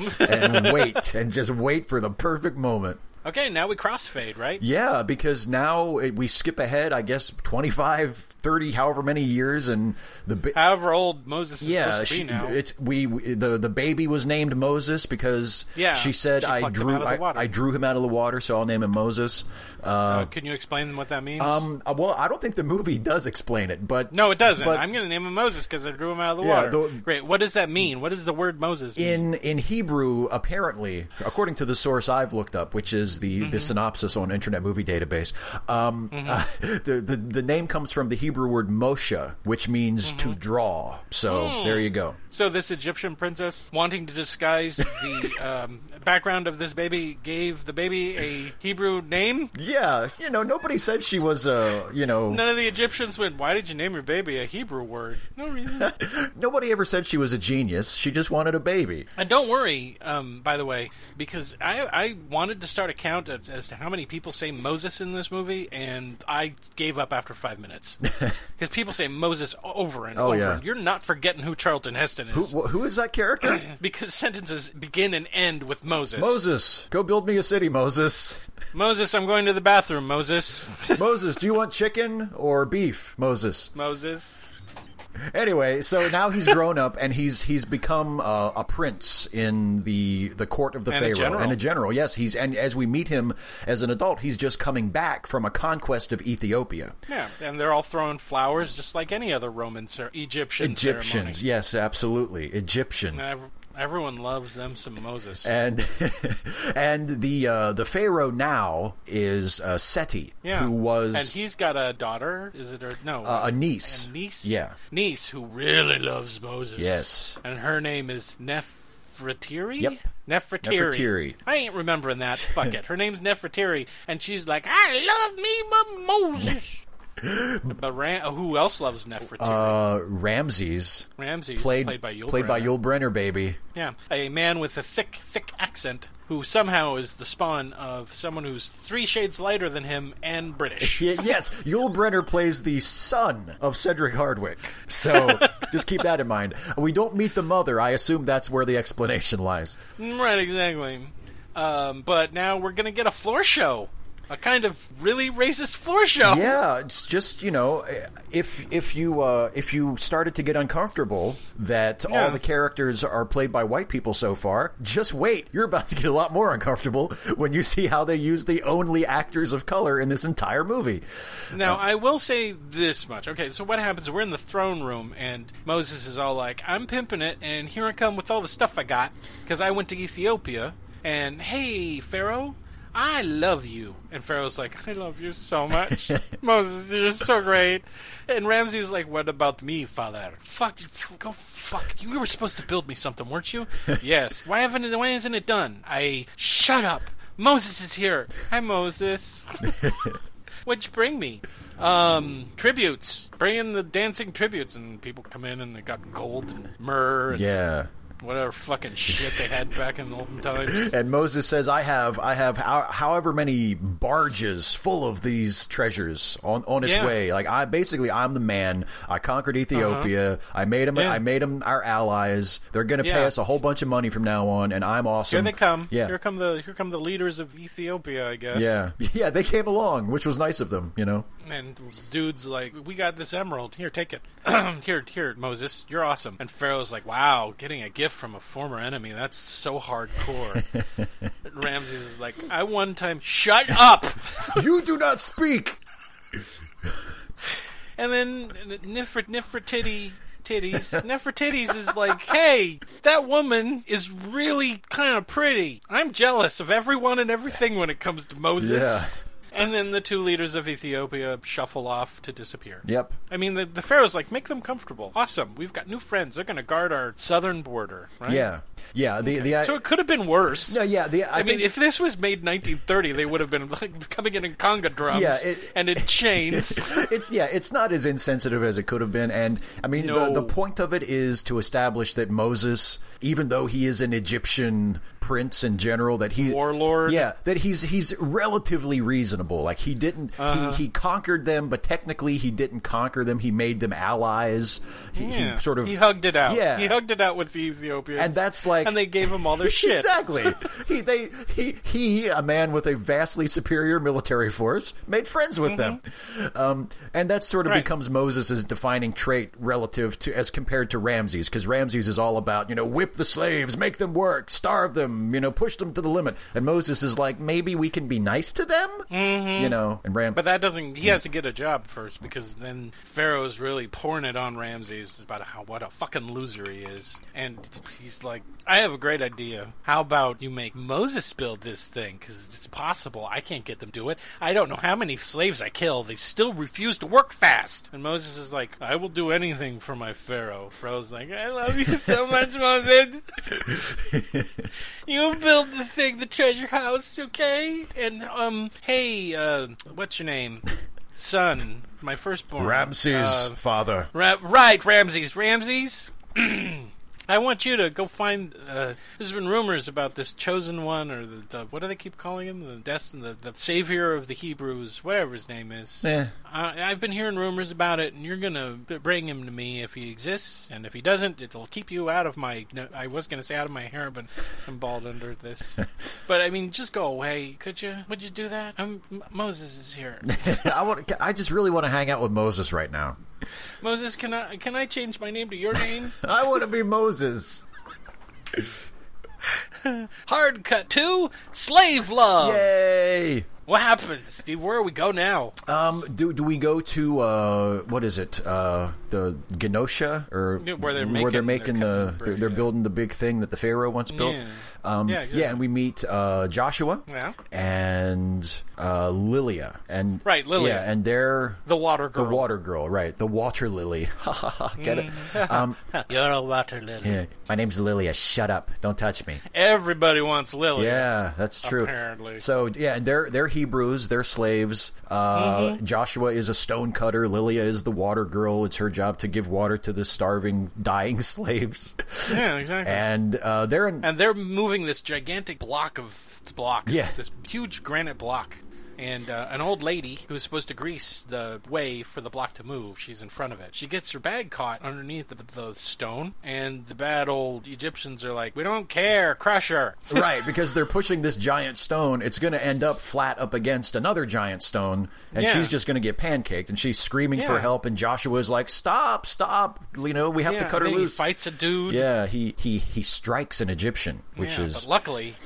Speaker 4: and wait and just wait for the perfect moment.
Speaker 1: Okay, now we crossfade, right?
Speaker 4: Yeah, because now it, we skip ahead, I guess 25, 30, however many years and the bi-
Speaker 1: However old Moses is
Speaker 4: yeah,
Speaker 1: supposed to
Speaker 4: she,
Speaker 1: be now.
Speaker 4: it's we we- the the baby was named Moses because
Speaker 1: Yeah,
Speaker 4: she said
Speaker 1: she
Speaker 4: I
Speaker 1: plucked him
Speaker 4: drew
Speaker 1: out of the water."
Speaker 4: I, I drew him out of the water, so I'll name him Moses. Uh,
Speaker 1: Uh, Can you explain what that means?
Speaker 4: um, uh, well, I don't think the movie does explain it, but
Speaker 1: no, it doesn't.
Speaker 4: but-
Speaker 1: I'm going to name him Moses because I drew him out of the
Speaker 4: Yeah,
Speaker 1: water.
Speaker 4: the-
Speaker 1: Great. What does that mean? What does the word Moses mean?
Speaker 4: in in Hebrew, apparently, according to the source I've looked up, which is is the, the synopsis on Internet Movie Database. Um, uh, the, the the name comes from the Hebrew word Moshe, which means to draw. So there you go.
Speaker 1: So this Egyptian princess, wanting to disguise the um, background of this baby, gave the baby a Hebrew name.
Speaker 4: Yeah, you know, nobody said she was a you know
Speaker 1: None of the Egyptians went. Why did you name your baby a Hebrew word? No reason.
Speaker 4: nobody ever said she was a genius. She just wanted a baby.
Speaker 1: and don't worry, um, by the way, because I, I wanted to start a count as, as to how many people say Moses in this movie, and I gave up after five minutes because people say Moses over and over.
Speaker 4: Oh, yeah.
Speaker 1: And you're not forgetting who Charlton Heston
Speaker 4: Who,
Speaker 1: is
Speaker 4: wh- who is that character?
Speaker 1: because sentences begin and end with Moses.
Speaker 4: Moses, go build me a city, Moses.
Speaker 1: Moses, I'm going to the bathroom. Moses,
Speaker 4: Moses, do you want chicken or beef, Moses?
Speaker 1: Moses.
Speaker 4: Anyway, so now he's grown up and he's he's become uh, a prince in the the court of the
Speaker 1: And a
Speaker 4: pharaoh
Speaker 1: general.
Speaker 4: and a general. Yes, he's and as we meet him as an adult, he's just coming back from a conquest of Ethiopia.
Speaker 1: Yeah, and they're all throwing flowers just like any other Roman cer- Egyptian
Speaker 4: Egyptians,
Speaker 1: ceremony.
Speaker 4: yes, absolutely,
Speaker 1: And
Speaker 4: Egyptian.
Speaker 1: ev- everyone loves them some Moses.
Speaker 4: and and the uh, the pharaoh now is uh, Seti,
Speaker 1: yeah,
Speaker 4: who was
Speaker 1: and he's got a daughter. Is it or no?
Speaker 4: uh, a niece.
Speaker 1: a niece.
Speaker 4: yeah.
Speaker 1: niece who really loves Moses.
Speaker 4: Yes.
Speaker 1: and her name is Nefertiri.
Speaker 4: Yep.
Speaker 1: Nefertiri.
Speaker 4: Nefertiri.
Speaker 1: I ain't remembering that. Fuck it. Her name's Nefertiri, and she's like, "I love me, my Moses." but Ram- who else loves Nefertiri?
Speaker 4: Uh, Ramses,
Speaker 1: Ramses,
Speaker 4: played
Speaker 1: by Yul
Speaker 4: played by
Speaker 1: Brynner.
Speaker 4: Yul Brynner, baby.
Speaker 1: Yeah, a man with a thick, thick accent who somehow is the spawn of someone who's three shades lighter than him and British.
Speaker 4: Y- yes, Yul Brynner plays the son of Cedric Hardwick. So just keep that in mind. We don't meet the mother. I assume that's where the explanation lies.
Speaker 1: right, exactly. Um, but now we're going to get a floor show. A kind of really racist floor show.
Speaker 4: Yeah, it's just you know, if if you uh, if you started to get uncomfortable that
Speaker 1: Yeah.
Speaker 4: all the characters are played by white people so far, just wait. You're about to get a lot more uncomfortable when you see how they use the only actors of color in this entire movie.
Speaker 1: Now, I will say this much. Okay, so what happens? We're in the throne room, and Moses is all like, I'm pimping it, and here I come with all the stuff I got, because I went to Ethiopia, and hey, Pharaoh, I love you. And Pharaoh's like, I love you so much. Moses, you're so great. And Ramses like, What about me, father? Fuck, you- f- go fuck. You were supposed to build me something, weren't you? yes. Why haven't it, why isn't it done? I, shut up. Moses is here. Hi, Moses. What'd you bring me? Um, tributes. Bring in the dancing tributes, and people come in and they got gold and myrrh and
Speaker 4: Yeah.
Speaker 1: whatever fucking shit they had back in the olden times.
Speaker 4: And Moses says, "I have, I have, how, however many barges full of these treasures on on its
Speaker 1: Yeah. Uh-huh.
Speaker 4: way. Like I basically, I'm the man. I conquered Ethiopia. I made them.
Speaker 1: Yeah.
Speaker 4: I made 'em our allies. They're going to pay
Speaker 1: Yeah.
Speaker 4: us a whole bunch of money from now on, and I'm awesome.
Speaker 1: Here they come.
Speaker 4: Yeah,
Speaker 1: Here come the here come the leaders of Ethiopia, I guess.
Speaker 4: yeah, yeah. They came along, which was nice of them. You know,
Speaker 1: And dudes like, we got this emerald. Here, take it. here, here, Moses, you're awesome. And Pharaoh's like, wow, getting a gift from a former enemy, that's so hardcore. And Ramses is like, I one time shut up.
Speaker 4: you do not speak.
Speaker 1: And then Nifrit Nifrititty titties. Nefertitties is like, hey, that woman is really kind of pretty. I'm jealous of everyone and everything when it comes to Moses.
Speaker 4: Yeah.
Speaker 1: And then the two leaders of Ethiopia shuffle off to disappear.
Speaker 4: Yep.
Speaker 1: I mean, the, the pharaoh's like, make them comfortable. Awesome. We've got new friends. They're going to guard our southern border, right?
Speaker 4: Yeah, yeah. The the
Speaker 1: So it could have been worse.
Speaker 4: no, yeah. The I,
Speaker 1: I mean,
Speaker 4: think-
Speaker 1: if this was made 1930, they would have been like coming in in conga drums
Speaker 4: Yeah, it-
Speaker 1: and in chains.
Speaker 4: it's yeah, it's not as insensitive as it could have been, and I mean
Speaker 1: No.
Speaker 4: the, the point of it is to establish that Moses, even though he is an Egyptian prince in general, that he
Speaker 1: Warlord.
Speaker 4: yeah, that he's he's relatively reasonable. Like he didn't
Speaker 1: Uh-huh.
Speaker 4: he, he conquered them, but technically he didn't conquer them. He made them allies. He, he
Speaker 1: Yeah.
Speaker 4: sort of
Speaker 1: he hugged it out.
Speaker 4: Yeah,
Speaker 1: he hugged it out with the Ethiopians,
Speaker 4: And that's like-
Speaker 1: and they gave him all their shit.
Speaker 4: Exactly. he they he he a man with a vastly superior military force made friends with them, um, and that sort of
Speaker 1: Mm-hmm. Right.
Speaker 4: becomes Moses' defining trait relative to as compared to Ramses, because Ramses is all about you know whip the slaves, make them work, starve them, you know push them to the limit, and Moses is like maybe we can be nice to them, you know, and Ram.
Speaker 1: Mm-hmm. But that doesn't. He has to get a job first because then Pharaoh's really pouring it on Ramses about how what a fucking loser he is, and he's like, I have a great idea. How about you make Moses build this thing? Because it's possible. I can't get them to do it. I don't know how many slaves I kill. They still refuse to work fast. And Moses is like, I will do anything for my Pharaoh. Pharaoh's like, I love you so much, Moses. you build the thing, the treasure house, okay? And, um, hey, uh, what's your name? Son, my firstborn.
Speaker 4: Ramses,
Speaker 1: Uh,
Speaker 4: father.
Speaker 1: Ra- right, Ramses. Ramses, I want you to go find. Uh, there's been rumors about this chosen one, or the, the what do they keep calling him? The destin, the, the savior of the Hebrews, whatever his name is.
Speaker 4: Eh.
Speaker 1: Uh, I've been hearing rumors about it, and you're gonna b- bring him to me if he exists, and if he doesn't, it'll keep you out of my. No, I was gonna say out of my hair, but I'm bald under this. But I mean, just go away, could you? Would you do that? I'm, M- Moses is here.
Speaker 4: I want. I just really want to hang out with Moses right now.
Speaker 1: Moses, can I can I change my name to your name?
Speaker 4: I want to be Moses.
Speaker 1: Hard cut to slave love.
Speaker 4: Yay!
Speaker 1: What happens, Steve? Where do we go now?
Speaker 4: Um, do do we go to uh, what is it? Uh, the Genosha or
Speaker 1: Yeah, where they're
Speaker 4: where they're
Speaker 1: making- they're cutting
Speaker 4: making the
Speaker 1: the
Speaker 4: they're,
Speaker 1: bread,
Speaker 4: they're
Speaker 1: yeah.
Speaker 4: building the big thing that the Pharaoh once built.
Speaker 1: Yeah.
Speaker 4: Um,
Speaker 1: Yeah,
Speaker 4: yeah,
Speaker 1: exactly.
Speaker 4: and we meet uh, Joshua
Speaker 1: Yeah.
Speaker 4: and uh, Lilia and
Speaker 1: Right, Lilia.
Speaker 4: yeah, and they're
Speaker 1: The water
Speaker 4: the
Speaker 1: girl.
Speaker 4: water girl, right? The water lily. Ha ha ha! Get
Speaker 1: Mm-hmm.
Speaker 4: it? Um,
Speaker 1: You're a water lily.
Speaker 4: yeah, my name's Lilia. Shut up! Don't touch me.
Speaker 1: Everybody wants Lily.
Speaker 4: Yeah, that's true.
Speaker 1: Apparently.
Speaker 4: So yeah, and they're they're Hebrews, they're slaves. Uh, Joshua is a stone cutter. Lilia is the water girl. It's her job to give water to the starving, dying slaves.
Speaker 1: Yeah, exactly. And,
Speaker 4: and uh, they're in,
Speaker 1: they're moving this gigantic block of block.
Speaker 4: Yeah.
Speaker 1: This huge granite block. And uh, an old lady who's supposed to grease the way for the block to move, she's in front of it. She gets her bag caught underneath the, the stone, and the bad old Egyptians are like, "We don't care, crush her."
Speaker 4: right because they're pushing this giant stone. It's going to end up flat up against another giant stone, and
Speaker 1: Yeah.
Speaker 4: she's just going to get pancaked. And she's screaming for
Speaker 1: Yeah.
Speaker 4: help. And Joshua is like, "Stop! Stop! You know, we have to
Speaker 1: Yeah,
Speaker 4: cut her
Speaker 1: and then he
Speaker 4: loose."
Speaker 1: fights a dude.
Speaker 4: yeah, he he he strikes an Egyptian, which
Speaker 1: Yeah,
Speaker 4: is
Speaker 1: But luckily,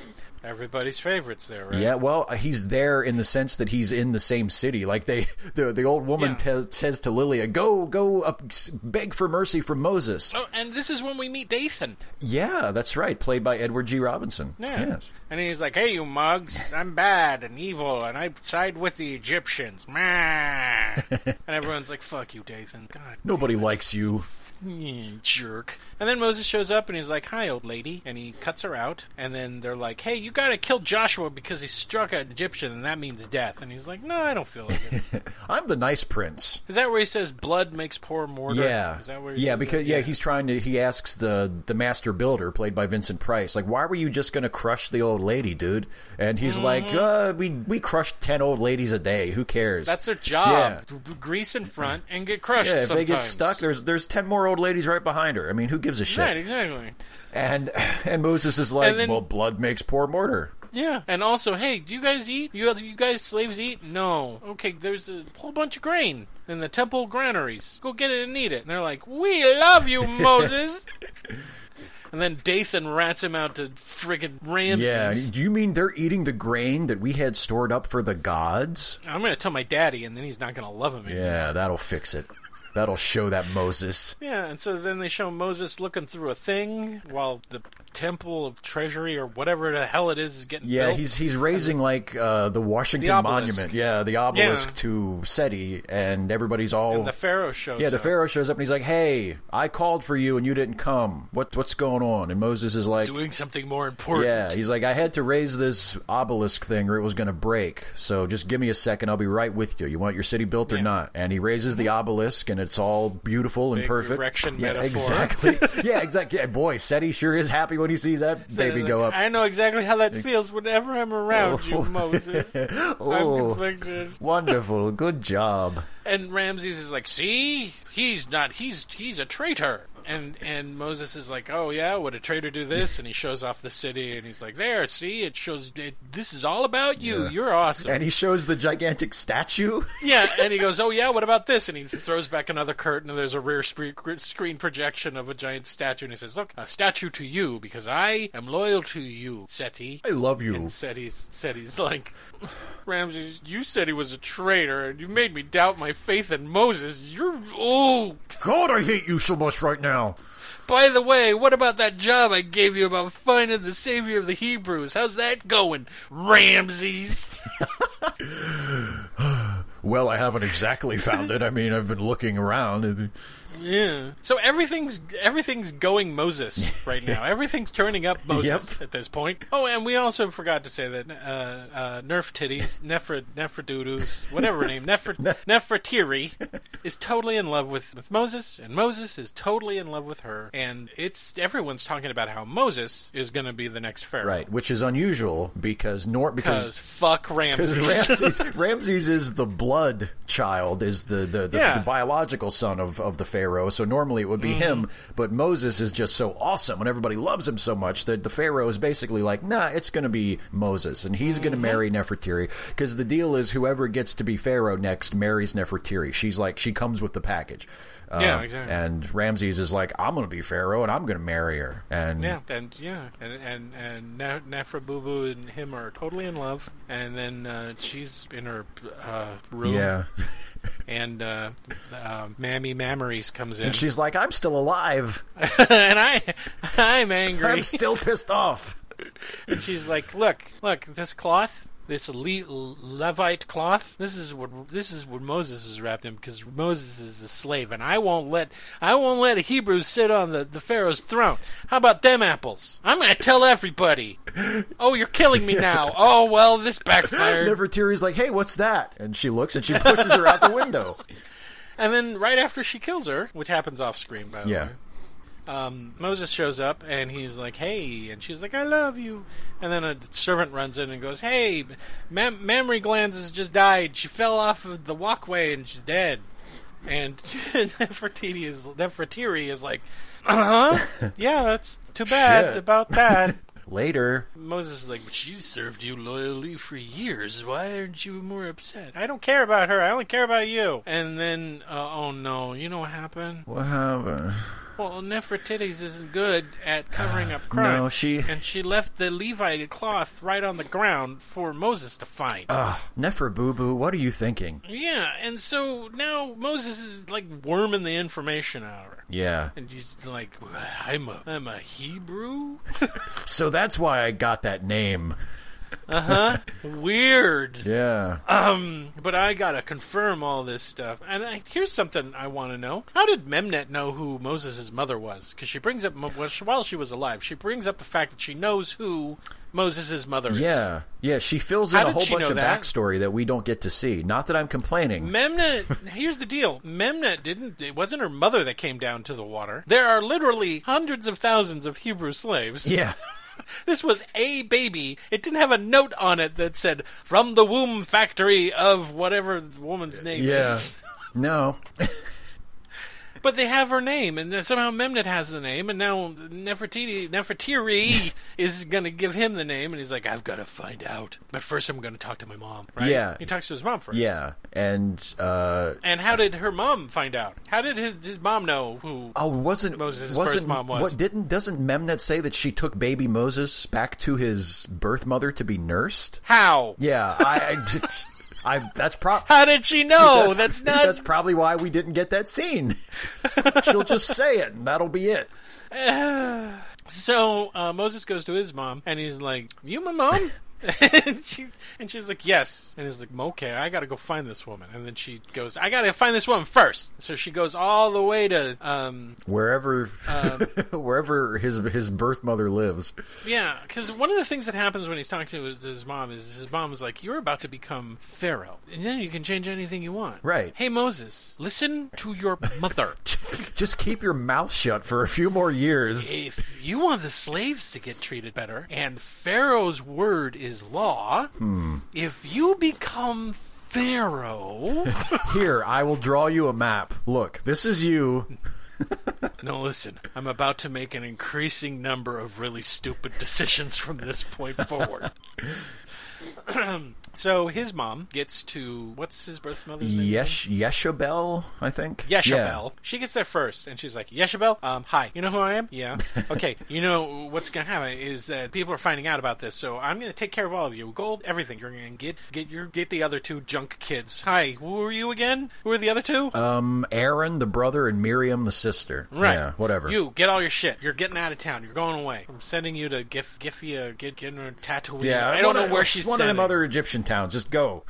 Speaker 1: everybody's favorites there, right?
Speaker 4: Yeah, well, he's there in the sense that he's in the same city. Like they, the the old woman
Speaker 1: Yeah.
Speaker 4: te- says to Lilia, "Go, go, up, s- beg for mercy from Moses."
Speaker 1: Oh, and this is when we meet Dathan.
Speaker 4: Yeah, that's right, played by Edward G. Robinson.
Speaker 1: Yeah.
Speaker 4: Yes.
Speaker 1: And he's like, "Hey, you mugs! I'm bad and evil, and I side with the Egyptians." Meh." and everyone's like, "Fuck you, Dathan! God,
Speaker 4: Nobody likes you.
Speaker 1: you jerk!" And then Moses shows up, and he's like, "Hi, old lady," and he cuts her out. And then they're like, "Hey, you gotta kill Joshua because he struck an Egyptian, and that means death." And he's like, "No, I don't feel like it."
Speaker 4: I'm the nice prince.
Speaker 1: is that where he says, "Blood makes poor mortar"?
Speaker 4: Yeah.
Speaker 1: Is that where? He
Speaker 4: Yeah,
Speaker 1: says
Speaker 4: because
Speaker 1: that?
Speaker 4: yeah, he's trying to he asks the the master builder played by Vincent Price, like, "Why were you just going to crush the old lady, dude?" And he's like, uh, we we crushed 10 old ladies a day. Who cares?"
Speaker 1: Mm-hmm. That's their job. Grease in front and get crushed.
Speaker 4: yeah, if they get
Speaker 1: sometimes.
Speaker 4: stuck, there's there's ten more old ladies right behind her. I mean, who gives a shit?
Speaker 1: Right, exactly.
Speaker 4: And and Moses is like,
Speaker 1: And then-
Speaker 4: well, blood makes poor mortar.
Speaker 1: Yeah, and also, hey, do you guys eat? You you guys slaves eat? No. Okay, there's a whole bunch of grain in the temple granaries. Go get it and eat it. And they're like, we love you, Moses. and then Dathan rats him out to friggin'
Speaker 4: Yeah,
Speaker 1: Ramses.
Speaker 4: you mean they're eating the grain that we had stored up for the gods?
Speaker 1: I'm gonna tell my daddy, and then he's not gonna love him. anymore.
Speaker 4: Yeah, that'll fix it. That'll show that Moses.
Speaker 1: Yeah, and so then they show Moses looking through a thing while the temple of treasury or whatever the hell it is is getting
Speaker 4: Yeah,
Speaker 1: built.
Speaker 4: he's he's raising like uh, the Washington
Speaker 1: The obelisk.
Speaker 4: Monument. Yeah, the obelisk
Speaker 1: Yeah.
Speaker 4: to Seti, and everybody's all
Speaker 1: and the pharaoh shows.
Speaker 4: Yeah, the
Speaker 1: up.
Speaker 4: Pharaoh shows up and he's like, "Hey, I called for you and you didn't come. What what's going on?" And Moses is like,
Speaker 1: doing something more important.
Speaker 4: Yeah, he's like, I had to raise this obelisk thing or it was going to break. So just give me a second. I'll be right with you. You want your city built or not? And he raises the obelisk and it's all beautiful and
Speaker 1: Big
Speaker 4: perfect.
Speaker 1: erection
Speaker 4: yeah,
Speaker 1: metaphor.
Speaker 4: Exactly. yeah, exactly. Yeah, boy, Seti sure is happy when he sees that baby
Speaker 1: Like,
Speaker 4: go up.
Speaker 1: I know exactly how that feels whenever I'm around you, Moses. I'm
Speaker 4: oh,
Speaker 1: conflicted.
Speaker 4: wonderful. Good job.
Speaker 1: And Ramses is like, "See, he's not. He's he's a traitor." And and Moses is like, "Oh yeah, would a traitor do this?" And he shows off the city, and he's like, "There, see, it shows. It, this is all about you. You're awesome."
Speaker 4: And he shows the gigantic statue.
Speaker 1: yeah. And he goes, "Oh yeah, what about this?" And he throws back another curtain, and there's a rear spre- screen projection of a giant statue, and he says, "Look, a statue to you, because I am loyal to you, Seti."
Speaker 4: I love you.
Speaker 1: and said he's said he's like Ramses, you said he was a traitor and you made me doubt my faith in Moses. You're oh
Speaker 4: God, I hate you so much right now.
Speaker 1: By the way, what about that job I gave you about finding the savior of the Hebrews? How's that going, Ramses?
Speaker 4: Well, I haven't exactly found it. I mean, I've been looking around.
Speaker 1: Yeah. So everything's everything's going Moses right now. everything's turning up Moses
Speaker 4: Yep.
Speaker 1: at this point. Oh, and we also forgot to say that uh, uh, Nerf Titties, Nefra Nefredudus, whatever her name, Nefra Nefertiri, is totally in love with, with Moses, and Moses is totally in love with her. And it's everyone's talking about how Moses is going to be the next pharaoh.
Speaker 4: Right, which is unusual because nor
Speaker 1: Because
Speaker 4: because
Speaker 1: fuck
Speaker 4: because
Speaker 1: Ramses.
Speaker 4: Ramses, Ramses is the blood child, is the the, the,
Speaker 1: Yeah.
Speaker 4: the biological son of, of the pharaoh. So normally it would be
Speaker 1: Mm.
Speaker 4: him, but Moses is just so awesome, and everybody loves him so much that the pharaoh is basically like, nah, it's going to be Moses, and he's going
Speaker 1: Mm-hmm.
Speaker 4: to marry Nefertiri because the deal is whoever gets to be pharaoh next marries Nefertiri. She's like she comes with the package. Uh,
Speaker 1: Yeah, exactly.
Speaker 4: And Ramses is like, I'm going to be pharaoh, and I'm going to marry her. And
Speaker 1: Yeah, and yeah, and and and Na- Nafra Boo Boo and him are totally in love, and then uh, she's in her uh, room,
Speaker 4: yeah.
Speaker 1: and uh, uh, Mammy Mammaries comes in, and,
Speaker 4: She's like, I'm still alive.
Speaker 1: I, I'm angry.
Speaker 4: I'm still pissed off.
Speaker 1: And she's like, "Look, look, this cloth." This Le- Levite cloth. This is what this is what Moses was wrapped in because Moses is a slave, and I won't let I won't let a Hebrew sit on the, the Pharaoh's throne. How about them apples? I'm gonna tell everybody. Oh, you're killing me now. Oh well, this backfired.
Speaker 4: Nefertiti's like, hey, what's that? And she looks and she pushes her out the window.
Speaker 1: And then right after she kills her, which happens off screen by the
Speaker 4: Yeah.
Speaker 1: way, um, Moses shows up and he's like, "Hey," and she's like, "I love you." And then a servant runs in and goes, "Hey, mam- mammary glands has just died. She fell off of the walkway and she's dead." And Nefertiti is Nefertiri is like, "Uh huh, yeah, that's too bad
Speaker 4: Shit.
Speaker 1: about that."
Speaker 4: Later,
Speaker 1: Moses is like, but she served you loyally for years. Why aren't you more upset? I don't care about her. I only care about you. And then, uh, oh no, you know what happened?
Speaker 4: what happened?
Speaker 1: Well, Nefertiti's isn't good at covering up crimes.
Speaker 4: she-
Speaker 1: And she left the Levite cloth right on the ground for Moses to find.
Speaker 4: Ugh, Nefer Boo Boo, what are you thinking?
Speaker 1: yeah, and so now Moses is like worming the information out of her.
Speaker 4: Yeah.
Speaker 1: And he's like, I'm a, I'm a Hebrew?
Speaker 4: So that's why I got that name.
Speaker 1: Weird.
Speaker 4: Yeah.
Speaker 1: Um, but I gotta confirm all this stuff. And I, here's something I want to know: How did Memnet know who Moses' mother was? Because she brings up Mo- well, she- while she was alive, she brings up the fact that she knows who Moses' mother is.
Speaker 4: Yeah. Yeah, she fills
Speaker 1: How
Speaker 4: in a
Speaker 1: did
Speaker 4: whole
Speaker 1: she
Speaker 4: bunch
Speaker 1: know
Speaker 4: of
Speaker 1: that?
Speaker 4: backstory that we don't get to see. Not that I'm complaining.
Speaker 1: Memnet. here's the deal: Memnet didn't. It wasn't her mother that came down to the water. There are literally hundreds of thousands of Hebrew slaves.
Speaker 4: yeah.
Speaker 1: This was a baby. It didn't have a note on it that said "from the womb factory of whatever the woman's name
Speaker 4: Yeah.
Speaker 1: is."
Speaker 4: No.
Speaker 1: But they have her name, and then somehow Memnet has the name, and now Nefertiti, Nefertiri is going to give him the name, and he's like, I've got to find out. But first, I'm going to talk to my mom, right?
Speaker 4: Yeah.
Speaker 1: He talks to his mom first.
Speaker 4: Yeah. And, uh,.
Speaker 1: And how did her mom find out? How did his, his mom know who?
Speaker 4: Oh, wasn't
Speaker 1: Moses'
Speaker 4: wasn't
Speaker 1: birth mom was.
Speaker 4: what didn't doesn't Memnet say that she took baby Moses back to his birth mother to be nursed?
Speaker 1: How?
Speaker 4: Yeah, I, I, just- I that's pro-
Speaker 1: How did she know? Oh, That's, not.
Speaker 4: That's probably why we didn't get that scene. She'll just say it, and that'll be it.
Speaker 1: So uh, Moses goes to his mom, and he's like, "You my mom?" and, she, and she's like, "Yes." And he's like, "Okay, I gotta go find this woman." And then she goes, "I gotta find this woman first. So she goes all the way to, um,
Speaker 4: Wherever, wherever his his birth mother lives.
Speaker 1: yeah, because one of the things that happens when he's talking to his, to his mom is his mom is like, "You're about to become pharaoh, and then you can change anything you want."
Speaker 4: Right.
Speaker 1: Hey Moses, listen to your mother.
Speaker 4: Just keep your mouth shut for a few more years.
Speaker 1: if you want the slaves to get treated better, and Pharaoh's word is law, if you become Pharaoh.
Speaker 4: Here, I will draw you a map. Look, this is you.
Speaker 1: no, listen, I'm about to make an increasing number of really stupid decisions from this point forward. So his mom gets to what's his birth mother's name?
Speaker 4: Yesh Yeshabel, I think.
Speaker 1: Yeshabel. She gets there first, and she's like, Yeshabel, um, hi. You know who I am? Yeah. Okay. you know what's gonna happen is that people are finding out about this, so I'm gonna take care of all of you. Gold, everything. You're gonna get get your get the other two junk kids. Hi. Who are you again? Who are the other two?
Speaker 4: Yeah. Um, Aaron, the brother, and Miriam, the sister.
Speaker 1: Right.
Speaker 4: Yeah, whatever.
Speaker 1: You get all your shit. You're getting out of town. You're going away. I'm sending you to Gif Gifia, get get her Tatooine.
Speaker 4: yeah,
Speaker 1: I don't
Speaker 4: one
Speaker 1: know
Speaker 4: of-
Speaker 1: where she's
Speaker 4: one of them
Speaker 1: sending.
Speaker 4: other Egyptian towns. Just go.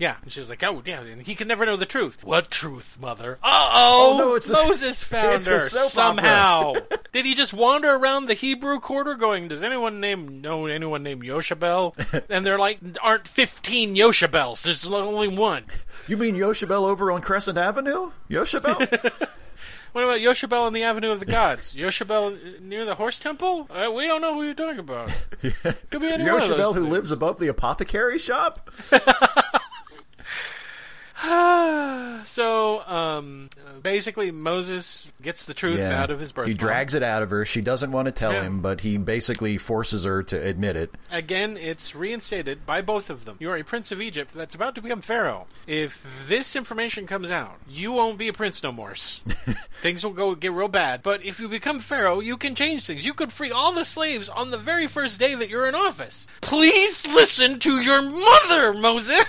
Speaker 1: Yeah, and she's like, oh yeah, and he can never know the truth. What truth, mother? Uh oh,
Speaker 4: Oh, no, it's a-
Speaker 1: Moses found
Speaker 4: it's a
Speaker 1: her
Speaker 4: soap
Speaker 1: somehow. Did he just wander around the Hebrew quarter going, does anyone name know anyone named Yoshabel? and they're like, aren't fifteen Yoshabels? There's only one.
Speaker 4: You mean Yoshabel over on Crescent Avenue? Yoshabel?
Speaker 1: What about Yoshabel on the Avenue of the Gods? Yoshabel near the horse temple? Uh, we don't know who you're talking about. Could be any one of
Speaker 4: Yoshabel
Speaker 1: those
Speaker 4: who
Speaker 1: things.
Speaker 4: lives above the apothecary shop?
Speaker 1: So, um, basically, Moses gets the truth out of his birth.
Speaker 4: He
Speaker 1: mom.
Speaker 4: drags it out of her. She doesn't want to tell
Speaker 1: Yeah.
Speaker 4: him, but he basically forces her to admit it.
Speaker 1: Again, it's reinstated by both of them. You are a prince of Egypt that's about to become pharaoh. If this information comes out, you won't be a prince no more. things will go get real bad. But if you become pharaoh, you can change things. You could free all the slaves on the very first day that you're in office. Please listen to your mother, Moses.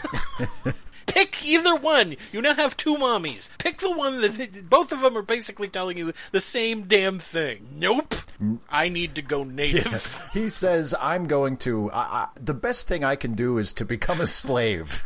Speaker 1: Pick either one. You now have two mommies. Pick the one that both of them are basically telling you the same damn thing. Nope. I need to go native.
Speaker 4: He says, "I'm going to. I, I, the best thing I can do is to become a slave."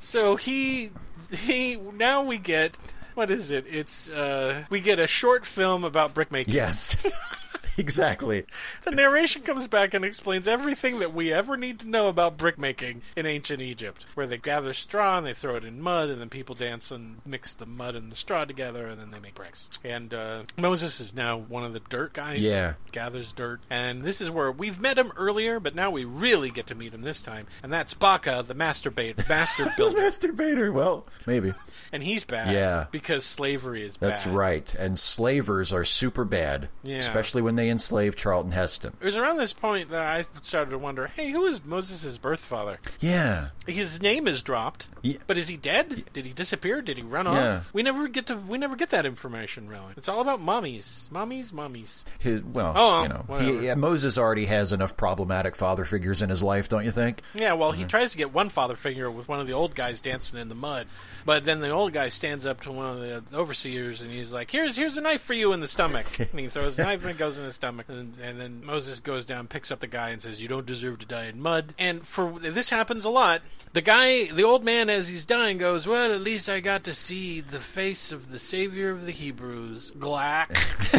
Speaker 1: So he he now we get what is it? It's uh we get a short film about brickmaking.
Speaker 4: yes, exactly.
Speaker 1: The narration comes back and explains everything that we ever need to know about brickmaking in ancient Egypt, where they gather straw and they throw it in mud, and then people dance and mix the mud and the straw together, and then they make bricks. And uh, Moses is now one of the dirt guys.
Speaker 4: Yeah.
Speaker 1: gathers dirt, and this is where we've met him earlier, but now we really get to meet him this time, and that's Baka, the masturbate master builder.
Speaker 4: Masturbator. Well, maybe
Speaker 1: and he's bad.
Speaker 4: Yeah.
Speaker 1: because slavery is bad.
Speaker 4: that's right. And slavers are super bad,
Speaker 1: Yeah.
Speaker 4: especially when they enslave Charlton Heston.
Speaker 1: It was around this point that I started to wonder, hey, who is Moses' birth father?
Speaker 4: Yeah,
Speaker 1: His name is dropped,
Speaker 4: Ye-
Speaker 1: but is he dead? Did he disappear? Did he run
Speaker 4: Yeah.
Speaker 1: off? We never get to we never get that information really. It's all about mommies, mommies, mommies.
Speaker 4: his well,
Speaker 1: Oh,
Speaker 4: you know, he-
Speaker 1: whatever.
Speaker 4: yeah, Moses already has enough problematic father figures in his life, don't you think?
Speaker 1: Yeah, well, he tries to get one father figure with one of the old guys dancing in the mud, but then the old guy stands up to one of the overseers and he's like, "Here's here's a knife for you in the stomach." and he throws a knife and it goes in his stomach, and, and then Moses goes down, picks up the guy, and says, "You don't deserve to die in mud." And for this happens a lot. The guy, the old man, as he's dying, goes, "Well, at least I got to see the face of the Savior of the Hebrews, Glack."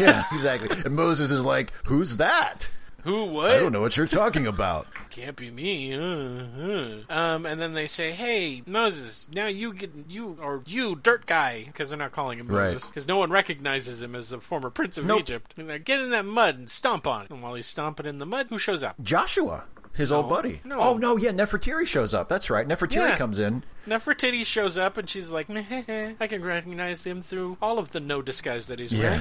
Speaker 4: yeah, exactly. And Moses is like, "Who's that?
Speaker 1: Who? What?
Speaker 4: I don't know what you're talking about."
Speaker 1: can't be me. Uh, uh. Um, and then they say, "Hey, Moses, now you get you or you dirt guy," because they're not calling him
Speaker 4: Right.
Speaker 1: Moses because no one recognizes him as the former prince of
Speaker 4: Nope.
Speaker 1: Egypt. And they're get in that mud and stomp on it. And while he's stomping in the mud, who shows up?
Speaker 4: Joshua, his old buddy.
Speaker 1: no.
Speaker 4: Oh no, yeah, Nefertiti shows up. That's right. Nefertiti
Speaker 1: Yeah.
Speaker 4: comes in.
Speaker 1: Nefertiti shows up, and she's like, "Meh, "I can recognize him through all of the no disguise that he's wearing."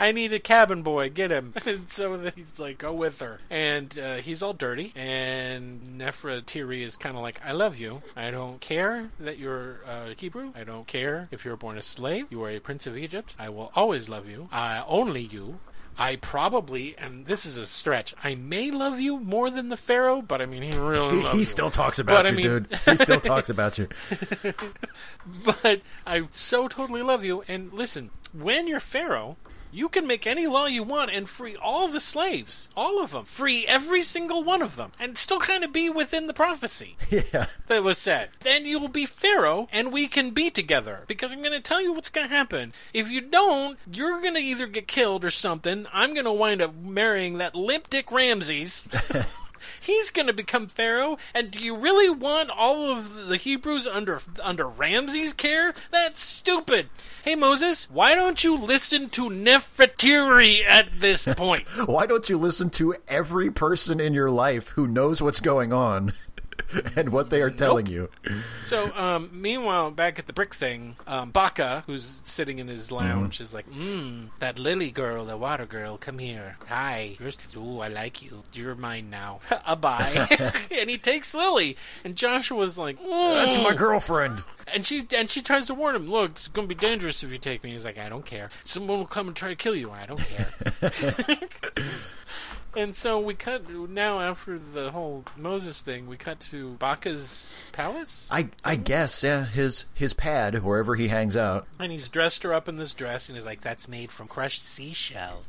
Speaker 1: I need a cabin boy. Get him. And so then he's like, go with her. And uh, he's all dirty. And Nefertiri is kind of like, I love you. I don't care that you're uh, Hebrew. I don't care if you're born a slave. You are a prince of Egypt. I will always love you. I only you. I probably, and this is a stretch, I may love you more than the Pharaoh, but I mean, he really
Speaker 4: He,
Speaker 1: loves
Speaker 4: he
Speaker 1: you.
Speaker 4: still talks
Speaker 1: But
Speaker 4: about
Speaker 1: I
Speaker 4: you,
Speaker 1: mean-
Speaker 4: dude. He still talks about you.
Speaker 1: but I so totally love you. And listen, when you're Pharaoh, you can make any law you want and free all the slaves, all of them, free every single one of them, and still kind of be within the prophecy
Speaker 4: Yeah.
Speaker 1: that was said. Then you will be Pharaoh, and we can be together. Because I'm going to tell you what's going to happen. If you don't, you're going to either get killed or something. I'm going to wind up marrying that limp dick Ramses. He's going to become Pharaoh, and do you really want all of the Hebrews under under Ramses' care? That's stupid. Hey Moses, why don't you listen to Nefertiti at this point?
Speaker 4: Why don't you listen to every person in your life who knows what's going on? and what they are telling you.
Speaker 1: So, um, meanwhile, back at the brick thing, um, Baka, who's sitting in his lounge, is like, mm, that Lily girl, the water girl, come here. Hi. You're, s- ooh, I like you. You're mine now. a bye. and he takes Lily. And Joshua's like, mm.
Speaker 4: That's my girlfriend.
Speaker 1: And she and she tries to warn him. Look, it's gonna be dangerous if you take me. He's like, I don't care. Someone will come and try to kill you. I don't care. and so we cut now after the whole Moses thing. We cut to Baka's palace,
Speaker 4: I I guess yeah. His his pad wherever he hangs out.
Speaker 1: and he's dressed her up in this dress, and he's like, "That's made from crushed seashells."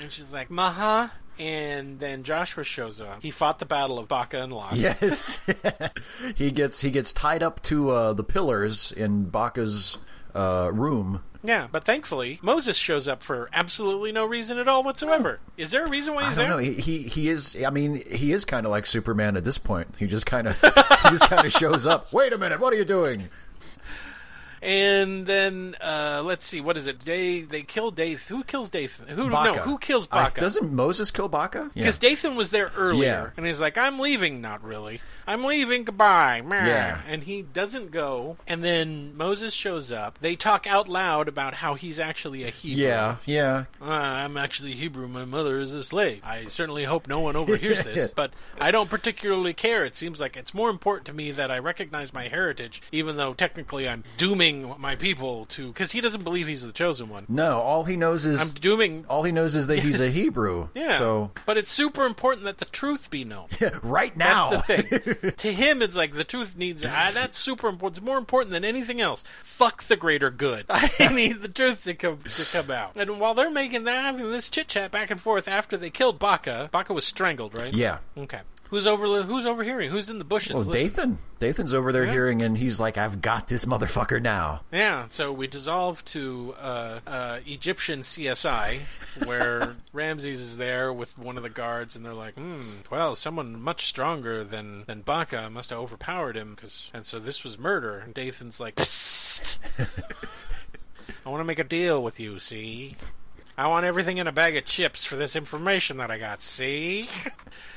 Speaker 1: and she's like, "Maha." And then Joshua shows up. He fought the battle of Baka and Lhasa.
Speaker 4: Yes, he gets he gets tied up to uh, the pillars in Baka's uh, room.
Speaker 1: Yeah, but thankfully Moses shows up for absolutely no reason at all whatsoever. Is there a reason why
Speaker 4: Oh. I
Speaker 1: he's
Speaker 4: don't
Speaker 1: there?
Speaker 4: know. He, he he is. I mean, he is kind of like Superman at this point. He just kind of he just kind of shows up. Wait a minute, what are you doing?
Speaker 1: And then uh, let's see, what is it? Day they kill Dathan. Who kills Dathan? Who
Speaker 4: Baka.
Speaker 1: no? Who kills
Speaker 4: I-
Speaker 1: Baka?
Speaker 4: doesn't Moses kill Baka? Yeah.
Speaker 1: Because Dathan was there earlier,
Speaker 4: Yeah.
Speaker 1: and he's like, "I'm leaving." Not really. I'm leaving. Goodbye. Meh."
Speaker 4: Yeah.
Speaker 1: And he doesn't go. And then Moses shows up. They talk out loud about how he's actually a Hebrew.
Speaker 4: Yeah, yeah.
Speaker 1: Uh, I'm actually Hebrew. My mother is a slave. I certainly hope no one overhears this, but I don't particularly care. It seems like it's more important to me that I recognize my heritage, even though technically I'm dooming my people to. Because he doesn't believe he's the chosen one.
Speaker 4: No, all he knows is
Speaker 1: I'm dooming.
Speaker 4: all he knows is that he's a Hebrew.
Speaker 1: Yeah.
Speaker 4: So
Speaker 1: But it's super important that the truth be known.
Speaker 4: right
Speaker 1: That's
Speaker 4: now,
Speaker 1: the thing. to him, it's like the truth needs. ah, that's super important. It's more important than anything else. Fuck the greater good. I need the truth to come to come out. And while they're making, they're having this chit chat back and forth after they killed Baka. Baka was strangled, right?
Speaker 4: yeah.
Speaker 1: Okay. Who's over? Who's overhearing? Who's in the bushes?
Speaker 4: Oh,
Speaker 1: listening?
Speaker 4: Dathan. Dathan's over there hearing, and he's like, "I've got this motherfucker now."
Speaker 1: Yeah, so we dissolve to uh, uh, Egyptian CSI, where Ramses is there with one of the guards, and they're like, hmm, well, someone much stronger than, than Baka must have overpowered him, 'cause- and so this was murder. And Dathan's like, "Psst. I want to make a deal with you, see? I want everything in a bag of chips for this information that I got, see?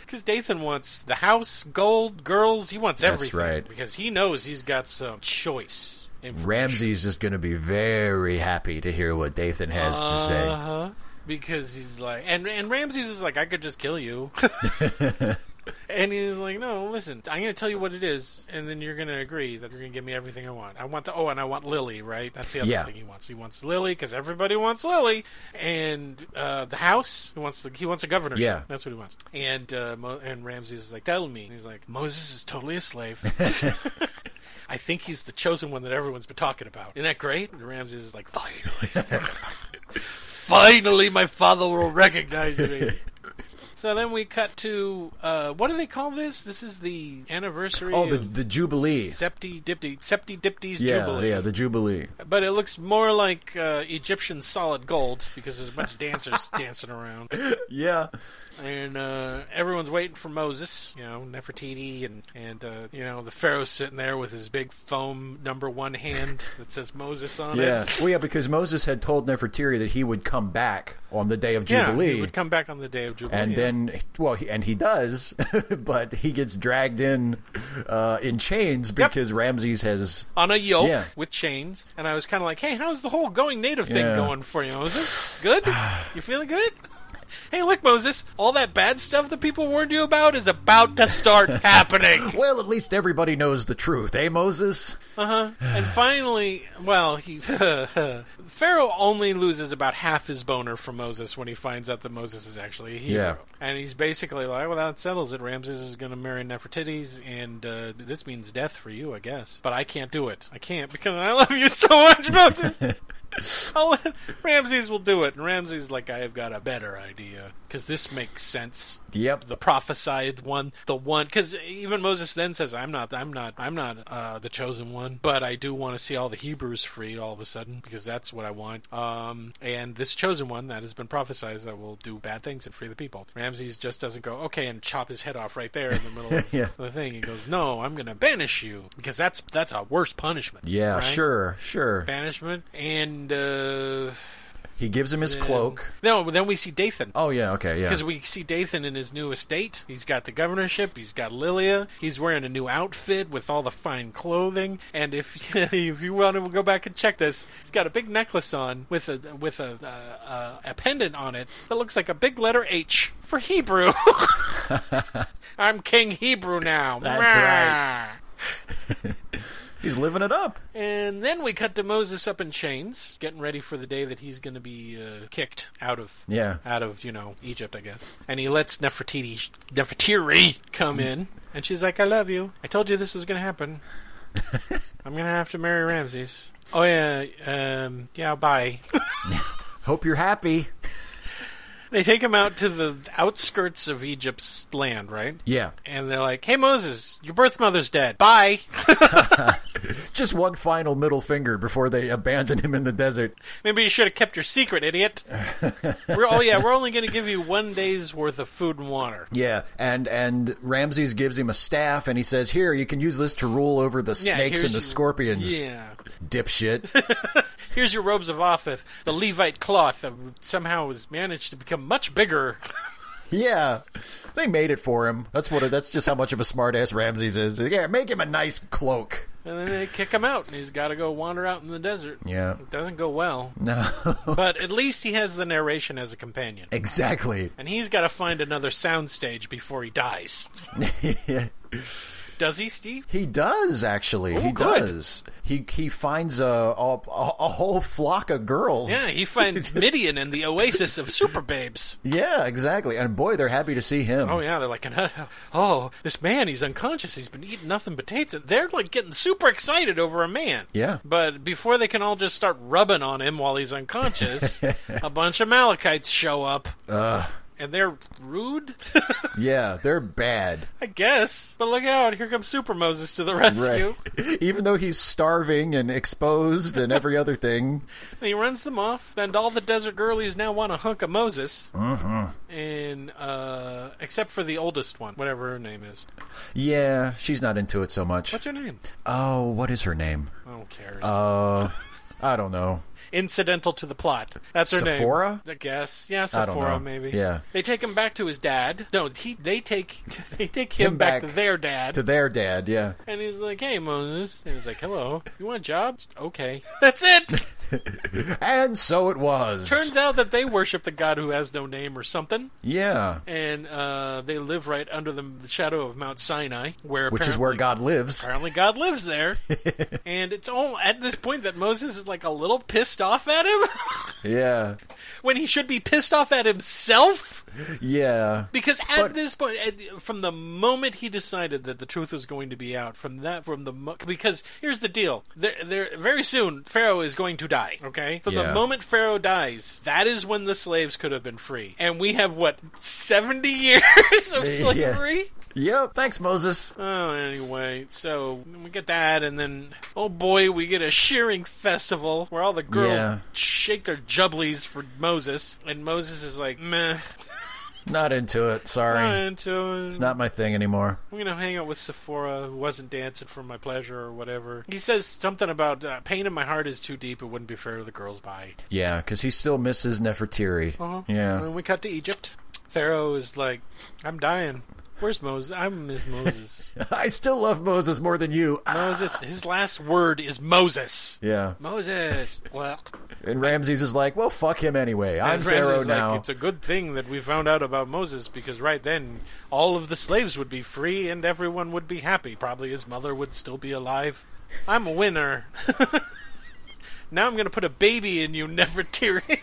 Speaker 1: Because Dathan wants the house, gold, girls, he wants
Speaker 4: That's
Speaker 1: everything.
Speaker 4: right.
Speaker 1: Because he knows he's got some choice. information.
Speaker 4: Ramses is going to be very happy to hear what Dathan has to say.
Speaker 1: Uh-huh. Because he's like and and Ramses is like, I could just kill you. and he's like, No, listen, I'm gonna tell you what it is, and then you're gonna agree that you're gonna give me everything I want. I want the oh, and I want Lily, right? That's the other
Speaker 4: Yeah.
Speaker 1: thing he wants. He wants Lily because everybody wants Lily, and uh, the house. He wants the he wants a governor.
Speaker 4: Yeah.
Speaker 1: that's what he wants. And uh, Mo- and Ramses is like, that'll me. And he's like, Moses is totally a slave. I think he's the chosen one that everyone's been talking about. Isn't that great? And Ramses is like, finally, finally, my father will recognize me. So then we cut to uh, what do they call this? This is the anniversary.
Speaker 4: Oh, the
Speaker 1: of
Speaker 4: the Jubilee.
Speaker 1: Septi Dipti Septi Dipti's
Speaker 4: Yeah,
Speaker 1: Jubilee.
Speaker 4: yeah, the Jubilee.
Speaker 1: But it looks more like uh, Egyptian solid gold because there's a bunch of dancers dancing around,
Speaker 4: Yeah.
Speaker 1: and uh, everyone's waiting for Moses. You know, Nefertiti, and and uh, you know the Pharaoh's sitting there with his big foam number one hand that says Moses on
Speaker 4: Yeah.
Speaker 1: it.
Speaker 4: Well, yeah, because Moses had told Nefertiti that he would come back on the day of Jubilee.
Speaker 1: Yeah, he would come back on the day of Jubilee.
Speaker 4: and then, well, he, and he does, but he gets dragged in uh, in chains because Ramses has.
Speaker 1: on a yoke
Speaker 4: Yeah.
Speaker 1: with chains, and I was kind of like, "Hey, how's the whole going native thing
Speaker 4: Yeah.
Speaker 1: going for you, Moses? Good? you feeling good?" Hey, look, Moses, all that bad stuff that people warned you about is about to start happening.
Speaker 4: Well, at least everybody knows the truth, eh, Moses?
Speaker 1: And finally, well, he Pharaoh only loses about half his boner from Moses when he finds out that Moses is actually a hero,
Speaker 4: Yeah.
Speaker 1: and he's basically like, "Well, that settles it. Ramses is going to marry Nefertiti's, and uh, this means death for you, I guess. But I can't do it. I can't because I love you so much, Moses." I'll let- Ramses will do it, and Ramses like, "I have got a better idea because this makes sense."
Speaker 4: Yep.
Speaker 1: the prophesied one, the one, because even Moses then says, "I'm not, I'm not, I'm not uh, the chosen one, but I do want to see all the Hebrews free all of a sudden because that's what I want." Um, and this chosen one that has been prophesied that will do bad things and free the people. Ramses just doesn't go okay and chop his head off right there in the middle of
Speaker 4: Yeah.
Speaker 1: the thing. He goes, "No, I'm going to banish you because that's that's a worse punishment."
Speaker 4: yeah,
Speaker 1: right?
Speaker 4: sure, sure.
Speaker 1: banishment and uh
Speaker 4: He gives him his cloak.
Speaker 1: No, then we see Dathan.
Speaker 4: Oh yeah, okay, yeah.
Speaker 1: Because we see Dathan in his new estate. He's got the governorship. He's got Lilia. He's wearing a new outfit with all the fine clothing. And if if you want to go back and check this, he's got a big necklace on with a with a uh, a pendant on it that looks like a big letter H for Hebrew. I'm King Hebrew now.
Speaker 4: That's right. He's living it up.
Speaker 1: And then we cut to Moses up in chains, getting ready for the day that he's going to be uh, kicked out of
Speaker 4: Yeah.
Speaker 1: out of you know Egypt, I guess. And he lets Nefertiti Nefertiri come in, and she's like, "I love you. I told you this was going to happen. I'm going to have to marry Ramses." Oh yeah, um, yeah. Bye.
Speaker 4: Hope you're happy.
Speaker 1: they take him out to the outskirts of Egypt's land, right?
Speaker 4: Yeah.
Speaker 1: And they're like, "Hey Moses, your birth mother's dead. Bye."
Speaker 4: Just one final middle finger before they abandon him in the desert.
Speaker 1: Maybe you should have kept your secret, idiot. we're, oh yeah, we're only going to give you one day's worth of food and water.
Speaker 4: Yeah, and and Ramses gives him a staff and he says, "Here, you can use this to rule over the
Speaker 1: Yeah,
Speaker 4: snakes
Speaker 1: here's
Speaker 4: and the
Speaker 1: your-
Speaker 4: scorpions."
Speaker 1: Yeah,
Speaker 4: Dipshit.
Speaker 1: here's your robes of office, the Levite cloth that somehow has managed to become much bigger.
Speaker 4: yeah. They made it for him. That's what that's just how much of a smartass Ramses is. Yeah, make him a nice cloak.
Speaker 1: And then they kick him out, and he's got to go wander out in the desert.
Speaker 4: Yeah.
Speaker 1: It doesn't go well,
Speaker 4: No.
Speaker 1: but at least he has the narration as a companion.
Speaker 4: exactly.
Speaker 1: And he's got to find another soundstage before he dies. Does he, Steve?
Speaker 4: He does actually. he
Speaker 1: Oh, good.
Speaker 4: does. He he finds a, a a whole flock of girls.
Speaker 1: Yeah, he finds Midian in the oasis of super babes.
Speaker 4: Yeah, exactly. And boy, they're happy to see him.
Speaker 1: Oh yeah, they're like, oh, this man, he's unconscious. He's been eating nothing but dates. And They're like getting super excited over a man.
Speaker 4: Yeah.
Speaker 1: But before they can all just start rubbing on him while he's unconscious, a bunch of Malachites show up. And they're rude,
Speaker 4: Yeah, they're bad.
Speaker 1: I guess. But look out! Here comes Super Moses to the rescue,
Speaker 4: Even though he's starving and exposed and every other thing.
Speaker 1: and he runs them off. And all the desert girlies now want a hunk of Moses, mm-hmm.
Speaker 4: Uh-huh.
Speaker 1: and uh, except for the oldest one, whatever her name is.
Speaker 4: Yeah, she's not into it so much.
Speaker 1: What's her name?
Speaker 4: oh, what is her name?
Speaker 1: I don't care.
Speaker 4: Uh, I don't know.
Speaker 1: incidental to the plot. That's her name.
Speaker 4: Sephora?
Speaker 1: I guess. Yeah,
Speaker 4: don't know.
Speaker 1: Sephora maybe.
Speaker 4: Yeah.
Speaker 1: They take him back to his dad. No, he, they take they take him,
Speaker 4: Him
Speaker 1: back,
Speaker 4: back
Speaker 1: to their dad.
Speaker 4: To their dad, yeah.
Speaker 1: and he's like, "Hey, Moses." And he's like, "Hello. You want a job?" Okay. That's it.
Speaker 4: And so it was.
Speaker 1: Turns out that they worship the god who has no name or something,
Speaker 4: yeah,
Speaker 1: and uh, they live right under the, the shadow of Mount Sinai, where
Speaker 4: which is where
Speaker 1: apparently-
Speaker 4: God lives.
Speaker 1: Apparently, God lives there, and it's all at this point that Moses is like a little pissed off at him
Speaker 4: Yeah,
Speaker 1: when he should be pissed off at himself.
Speaker 4: yeah.
Speaker 1: Because at this point, at, from the moment he decided that the truth was going to be out, from that, from the mo- because here's the deal: there, there, very soon Pharaoh is going to die. Okay, from
Speaker 4: Yeah.
Speaker 1: the moment Pharaoh dies, that is when the slaves could have been free, and we have what seventy years of slavery.
Speaker 4: Yep. Thanks, Moses.
Speaker 1: Oh, anyway, so we get that, and then oh boy, we get a shearing festival where all the girls
Speaker 4: Yeah.
Speaker 1: shake their jubblies for Moses, and Moses is like, meh,
Speaker 4: Not into it. Sorry.
Speaker 1: into it.
Speaker 4: It's not my thing anymore.
Speaker 1: I'm gonna hang out with Sephora, who wasn't dancing for my pleasure or whatever. He says something about uh, pain in my heart is too deep. It wouldn't be fair to the girls. Bye.
Speaker 4: Yeah, because he still misses Nefertiri.
Speaker 1: And
Speaker 4: Yeah.
Speaker 1: then we cut to Egypt. Pharaoh is like, "I'm dying. Where's Moses? I miss Moses.
Speaker 4: I still love Moses more than you. Ah.
Speaker 1: Moses. His last word is Moses.
Speaker 4: Yeah.
Speaker 1: Moses. Well,
Speaker 4: And Ramses is like, well, fuck him anyway. I'm
Speaker 1: and Ramses
Speaker 4: Pharaoh
Speaker 1: is
Speaker 4: now.
Speaker 1: Like, it's a good thing that we found out about Moses because right then all of the slaves would be free and everyone would be happy. Probably his mother would still be alive. I'm a winner. now I'm going to put a baby in you, Nefertiri.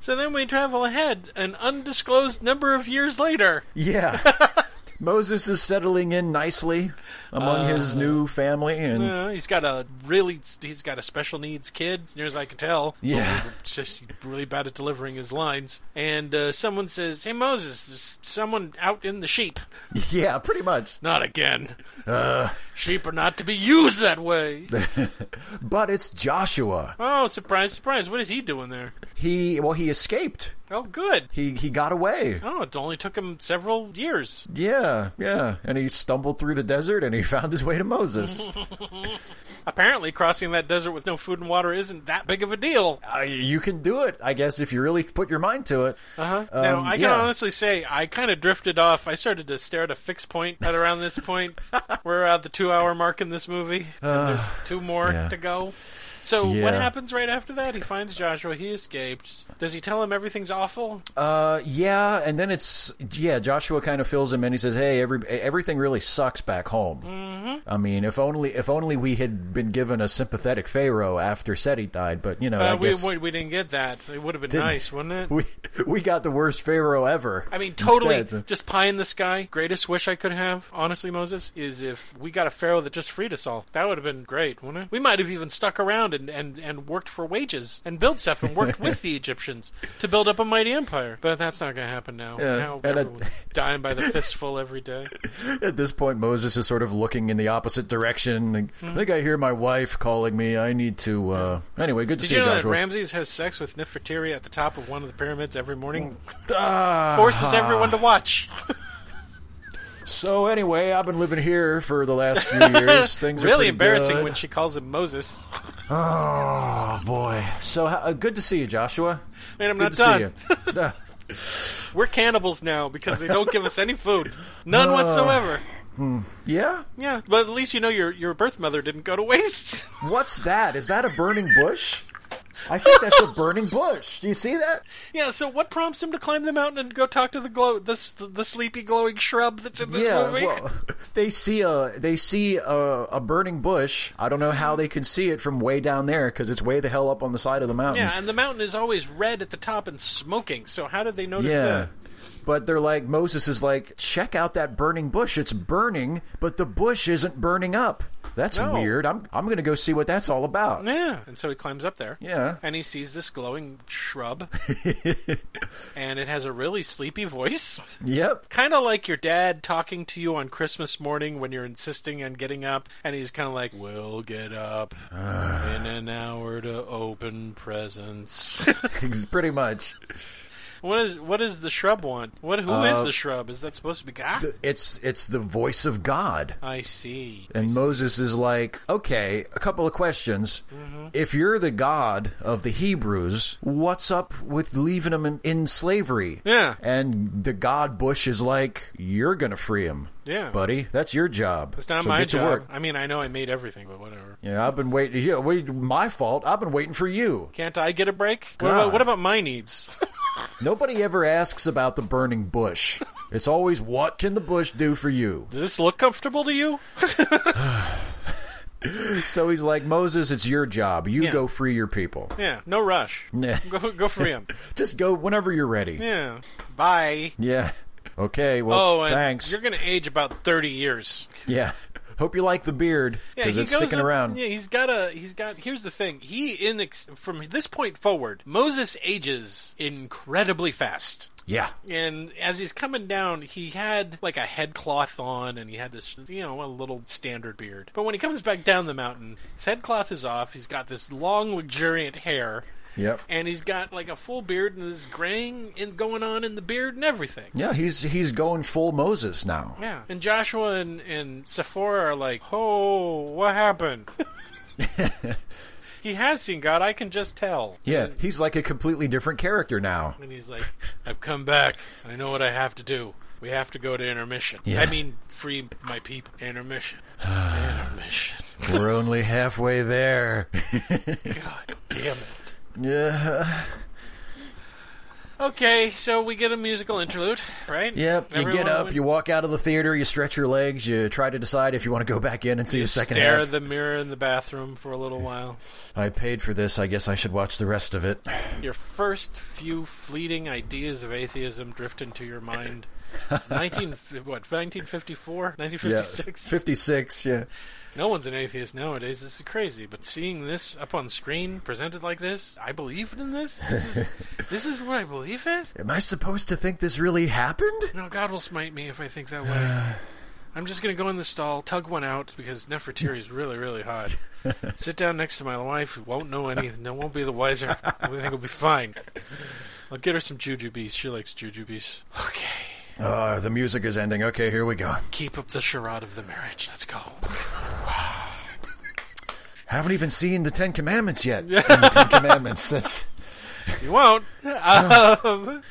Speaker 1: so then we travel ahead an undisclosed number of years later.
Speaker 4: yeah. Moses is settling in nicely among his new family, and
Speaker 1: Uh, he's got a really he's got a special needs kid, as near as I can tell.
Speaker 4: Yeah.
Speaker 1: Well, he's just really bad at delivering his lines. And uh, someone says, "Hey Moses, there's someone out in the sheep."
Speaker 4: yeah, pretty much.
Speaker 1: Not again.
Speaker 4: Uh,
Speaker 1: Sheep are not to be used that way.
Speaker 4: But it's Joshua.
Speaker 1: oh, surprise, surprise! What is he doing there?
Speaker 4: He well, he escaped.
Speaker 1: Oh, good.
Speaker 4: He he got away.
Speaker 1: Oh, it only took him several years.
Speaker 4: Yeah, yeah. And he stumbled through the desert, and he found his way to Moses.
Speaker 1: Apparently, crossing that desert with no food and water isn't that big of a deal.
Speaker 4: Uh, you can do it, I guess, if you really put your mind to it. Uh-huh.
Speaker 1: now, I can honestly say I kind of drifted off. I started to stare at a fixed point at around this point. We're at the two hour mark in this movie, and there's two more
Speaker 4: yeah.
Speaker 1: to go. So,
Speaker 4: Yeah.
Speaker 1: what happens right after that? He finds Joshua, he escapes. Does he tell him everything's awful?
Speaker 4: Uh, yeah, and then it's yeah. Joshua kind of fills him, and he says, "Hey, every everything really sucks back home.
Speaker 1: Mm-hmm.
Speaker 4: I mean, if only if only we had been given a sympathetic Pharaoh after Seti died, but you know,
Speaker 1: Uh,
Speaker 4: I
Speaker 1: we,
Speaker 4: guess
Speaker 1: we, we didn't get that. It would have been nice, wouldn't it?
Speaker 4: we we got the worst Pharaoh ever.
Speaker 1: I mean, totally.
Speaker 4: instead. uh,
Speaker 1: Just pie in the sky. Greatest wish I could have, honestly, Moses, is if we got a pharaoh that just freed us all. That would have been great, wouldn't it? We might have even stuck around and, and, and worked for wages and built stuff and worked with the Egyptians to build up a mighty empire. But that's not going to happen now.
Speaker 4: Yeah,
Speaker 1: Now
Speaker 4: and I-
Speaker 1: everyone's dying by the fistful every day.
Speaker 4: At this point, Moses is sort of looking in the opposite direction. Like,
Speaker 1: Hmm.
Speaker 4: I think I hear my wife calling me. I need to. Uh... Anyway, good to
Speaker 1: Did
Speaker 4: see
Speaker 1: you
Speaker 4: you,
Speaker 1: know that
Speaker 4: Joshua.
Speaker 1: Ramses has sex with Nefertiti at the top of one of the pyramids every morning?
Speaker 4: Ah.
Speaker 1: Forces everyone to watch.
Speaker 4: So anyway, I've been living here for the last few years. Things are
Speaker 1: really
Speaker 4: pretty
Speaker 1: embarrassing
Speaker 4: good.
Speaker 1: when she calls him Moses.
Speaker 4: Oh boy! So uh, good to see you, Joshua.
Speaker 1: Man, I'm
Speaker 4: Good
Speaker 1: not
Speaker 4: to
Speaker 1: done.
Speaker 4: see you. Uh,
Speaker 1: We're cannibals now because they don't give us any food. None
Speaker 4: No.
Speaker 1: whatsoever.
Speaker 4: yeah.
Speaker 1: Yeah, but at least you know your, your birth mother didn't go to waste.
Speaker 4: What's that? Is that a burning bush? I think that's a burning bush. Do you see that?
Speaker 1: yeah, so what prompts him to climb the mountain and go talk to the glow this the sleepy glowing shrub that's in this
Speaker 4: yeah.
Speaker 1: movie?
Speaker 4: Well, um, they see a they see a, a burning bush. I don't know how they can see it from way down there because it's way the hell up on the side of the mountain.
Speaker 1: yeah, and the mountain is always red at the top and smoking. So how did they notice
Speaker 4: Yeah.
Speaker 1: that?
Speaker 4: But they're like Moses is like, check out that burning bush. It's burning, but the bush isn't burning up. That's
Speaker 1: No.
Speaker 4: weird. I'm I'm gonna go see what that's all about.
Speaker 1: Yeah, and so he climbs up there.
Speaker 4: Yeah.
Speaker 1: and he sees this glowing shrub, and it has a really sleepy voice.
Speaker 4: Yep.
Speaker 1: kind of like your dad talking to you on Christmas morning when you're insisting on getting up, and he's kind of like, "We'll get up in an hour to open presents."
Speaker 4: Ex- pretty much.
Speaker 1: what is what does the shrub want? What who is the shrub? Is that supposed to be God?
Speaker 4: It's it's Uh, the voice of God.
Speaker 1: I see.
Speaker 4: And Moses is like, okay, a couple of questions.
Speaker 1: Mm-hmm.
Speaker 4: If you're the God of the Hebrews, what's up with leaving them in, in slavery?
Speaker 1: Yeah.
Speaker 4: And the God Bush is like, you're going to free them.
Speaker 1: Yeah.
Speaker 4: Buddy, that's your job.
Speaker 1: It's not
Speaker 4: So
Speaker 1: my
Speaker 4: get To
Speaker 1: job.
Speaker 4: work.
Speaker 1: I mean, I know I made everything, but whatever.
Speaker 4: Yeah, I've been waiting. Yeah, wait, my fault. I've been waiting for you.
Speaker 1: Can't I get a break? What about,
Speaker 4: God.
Speaker 1: what about my needs?
Speaker 4: Nobody ever asks about the burning bush. it's always, what can the bush do for you?
Speaker 1: Does this look comfortable to you?
Speaker 4: So he's like, Moses, it's your job. You
Speaker 1: Yeah.
Speaker 4: go free your people.
Speaker 1: Yeah, no rush.
Speaker 4: Yeah.
Speaker 1: Go go free him.
Speaker 4: Just go whenever you're ready.
Speaker 1: Yeah. Bye.
Speaker 4: Yeah. Okay. Well,
Speaker 1: Oh, and
Speaker 4: thanks.
Speaker 1: you're gonna age about thirty years.
Speaker 4: Yeah. Hope you like the beard because it's sticking
Speaker 1: up-
Speaker 4: around.
Speaker 1: Yeah, he's got a. He's got. Here's the thing. He in ex- from this point forward, Moses ages incredibly fast.
Speaker 4: Yeah.
Speaker 1: And as he's coming down, he had like a head cloth on, and he had this, you know, a little standard beard. But when he comes back down the mountain, his head cloth is off. He's got this long, luxuriant hair.
Speaker 4: Yep.
Speaker 1: And he's got like a full beard and this graying in, going on in the beard and everything.
Speaker 4: Yeah. He's he's going full Moses now.
Speaker 1: Yeah. And Joshua and, and Sephora are like, oh, what happened? he has seen God. I can just tell.
Speaker 4: Yeah. He's like a completely different character now.
Speaker 1: And he's like, I've come back. I know what I have to do. We have to go to intermission.
Speaker 4: Yeah.
Speaker 1: I mean, free my people. Intermission. intermission.
Speaker 4: We're only halfway there.
Speaker 1: God damn it.
Speaker 4: yeah.
Speaker 1: Okay, so we get a musical interlude, right?
Speaker 4: Yep. You get
Speaker 1: Everyone
Speaker 4: up.
Speaker 1: would
Speaker 4: You walk out of the theater. You stretch your legs. You try to decide if you want to go back in and see a second
Speaker 1: Stare
Speaker 4: half.
Speaker 1: at the mirror in the bathroom for a little while.
Speaker 4: I paid for this. I guess I should watch the rest of it.
Speaker 1: Your first few fleeting ideas of atheism drift into your mind. It's 19, what, 1954? 1956?
Speaker 4: Fifty-six. Yeah.
Speaker 1: No one's an atheist nowadays. This is crazy. But seeing this up on screen, presented like this, I believed in this? This is, this is what I believe in?
Speaker 4: Am I supposed to think this really happened?
Speaker 1: No, God will smite me if I think that way. I'm just going to go in the stall, tug one out, because Nefertiti is really, really hot. Sit down next to my wife, who won't know anything, no, won't be the wiser. Everything will be fine. I'll get her some jujubes. She likes jujubes. Okay.
Speaker 4: Uh, the music is ending. Okay, here we go.
Speaker 1: Keep up the charade of the marriage. Let's go.
Speaker 4: haven't even seen the Ten Commandments yet. And the Ten Commandments. That's
Speaker 1: You won't. Um,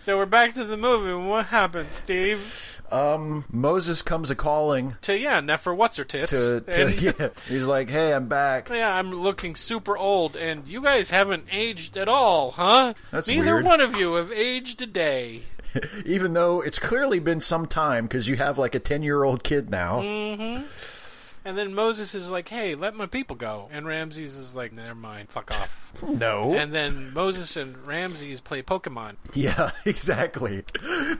Speaker 1: so we're back to the movie. What happened, Steve?
Speaker 4: Moses comes a calling
Speaker 1: To yeah, Nefer what's her tits?
Speaker 4: to, to
Speaker 1: and,
Speaker 4: yeah. He's like, "Hey, I'm back."
Speaker 1: yeah, I'm looking super old, and you guys haven't aged at all, huh?
Speaker 4: That's
Speaker 1: Neither
Speaker 4: weird.
Speaker 1: one of you have aged a day.
Speaker 4: Even though it's clearly been some time because you have like a ten-year-old kid now.
Speaker 1: Mm. And then Moses is like, "Hey, let my people go," and Ramses is like, "Never mind, fuck off."
Speaker 4: No.
Speaker 1: and then Moses and Ramses play Pokemon.
Speaker 4: Yeah, exactly.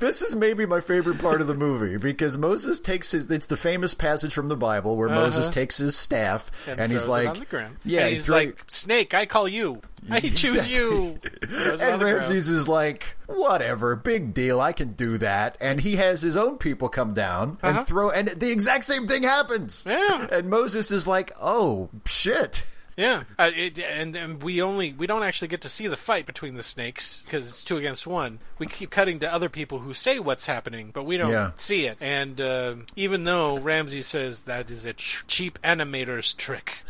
Speaker 4: This is maybe my favorite part of the movie because Moses takes his. It's the famous passage from the Bible where Moses takes his staff and,
Speaker 1: Uh-huh. And,
Speaker 4: he's
Speaker 1: throws it
Speaker 4: like,
Speaker 1: on the ground.
Speaker 4: "Yeah."
Speaker 1: and
Speaker 4: he
Speaker 1: he's
Speaker 4: throw-
Speaker 1: like, "Snake, I call you. I choose you." Throws it on
Speaker 4: and
Speaker 1: the ground.
Speaker 4: Ramses is like, "Whatever, big deal. I can do that." And he has his own people come down and throw, and the exact same thing happens.
Speaker 1: Uh-huh. Yeah.
Speaker 4: And Moses is like, "Oh shit."
Speaker 1: Yeah, uh, it, and, and we only we don't actually get to see the fight between the snakes because it's two against one. We keep cutting to other people who say what's happening, but we don't
Speaker 4: Yeah.
Speaker 1: see it. And uh, even though Ramsey says that is a ch- cheap animator's trick,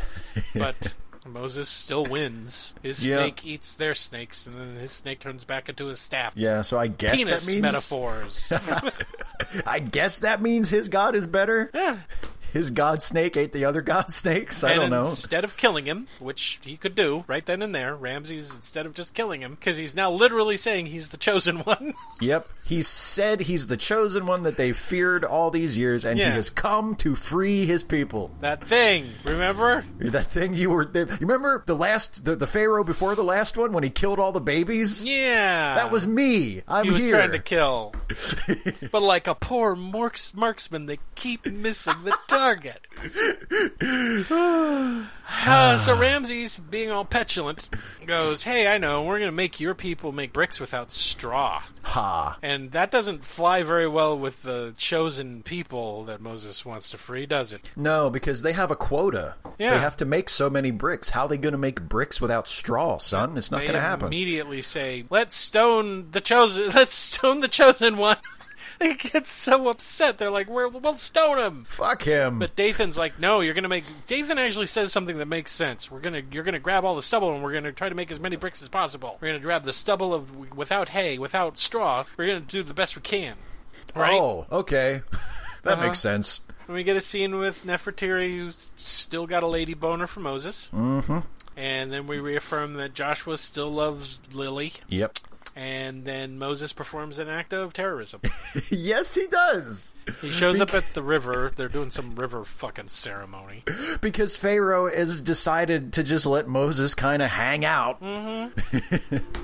Speaker 1: but Moses still wins. His
Speaker 4: Yeah.
Speaker 1: snake eats their snakes, and then his snake turns back into his staff.
Speaker 4: Yeah, so I guess
Speaker 1: Penis
Speaker 4: that means
Speaker 1: metaphors.
Speaker 4: I guess that means his god is better.
Speaker 1: Yeah.
Speaker 4: His god snake ate the other god snakes. I don't
Speaker 1: and
Speaker 4: know.
Speaker 1: Instead of killing him, which he could do right then and there, Ramses instead of just killing him because he's now literally saying he's the chosen one.
Speaker 4: Yep. He said he's the chosen one that they feared all these years, and
Speaker 1: Yeah.
Speaker 4: he has come to free his people.
Speaker 1: that thing, remember?
Speaker 4: That thing you were. You remember the last. The, the Pharaoh before the last one when he killed all the babies?
Speaker 1: Yeah.
Speaker 4: That was me. I'm
Speaker 1: he was
Speaker 4: here.
Speaker 1: trying to kill. but like a poor marks- marksman, they keep missing the target. Uh, so Ramses, being all petulant, goes, "Hey, I know. We're going to make your people make bricks without straw."
Speaker 4: ha.
Speaker 1: And that doesn't fly very well with the chosen people that Moses wants to free, does it?
Speaker 4: No, because they have a quota.
Speaker 1: Yeah.
Speaker 4: They have to make so many bricks. How are they going to make bricks without straw, son? It's not
Speaker 1: they
Speaker 4: going to happen.
Speaker 1: immediately say, "Let's stone the chosen. Let's stone the chosen one." they get so upset. They're like, We're, "We'll stone him."
Speaker 4: Fuck him.
Speaker 1: But Dathan's like, "No, you're gonna make." Dathan actually says something that makes sense. We're gonna, you're gonna grab all the stubble, and we're gonna try to make as many bricks as possible. We're gonna grab the stubble of without hay, without straw. We're gonna do the best we can. Right? Uh-huh.
Speaker 4: Oh, okay. that makes sense.
Speaker 1: And we get a scene with Nefertiti, who's still got a lady boner for Moses. Mm-hmm. And then we reaffirm that Joshua still loves Lily.
Speaker 4: Yep.
Speaker 1: and then Moses performs an act of terrorism.
Speaker 4: yes, he does.
Speaker 1: He shows up at the river. They're doing some river fucking ceremony.
Speaker 4: because Pharaoh has decided to just let Moses kind of hang out.
Speaker 1: Mm-hmm.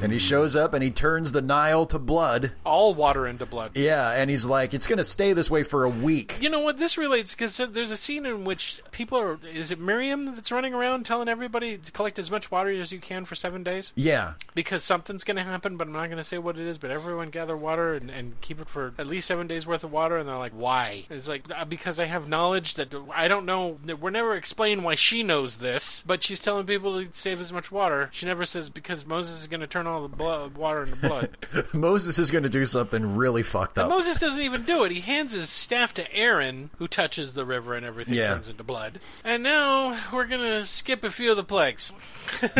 Speaker 4: and he shows up and he turns the Nile to blood.
Speaker 1: All water into blood.
Speaker 4: Yeah, and he's like, it's going to stay this way for a week.
Speaker 1: You know what? This relates because there's a scene in which people are. Is it Miriam that's running around telling everybody to collect as much water as you can for seven days?
Speaker 4: Yeah.
Speaker 1: Because something's going to happen, but I'm not going to say what it is. But everyone gather water and, and keep it for at least seven days worth of water. And they're like, why? And it's like, "Uh, because I have knowledge that I don't know. We're never explained why she knows this, but she's telling people to save as much water. She never says, because Moses is going to turn all the blood, water into blood.
Speaker 4: Moses is going to do something really fucked up.
Speaker 1: Moses doesn't even do it. He hands his staff to Aaron, who touches the river and everything
Speaker 4: Yeah.
Speaker 1: turns into blood. And now we're going to skip a few of the plagues.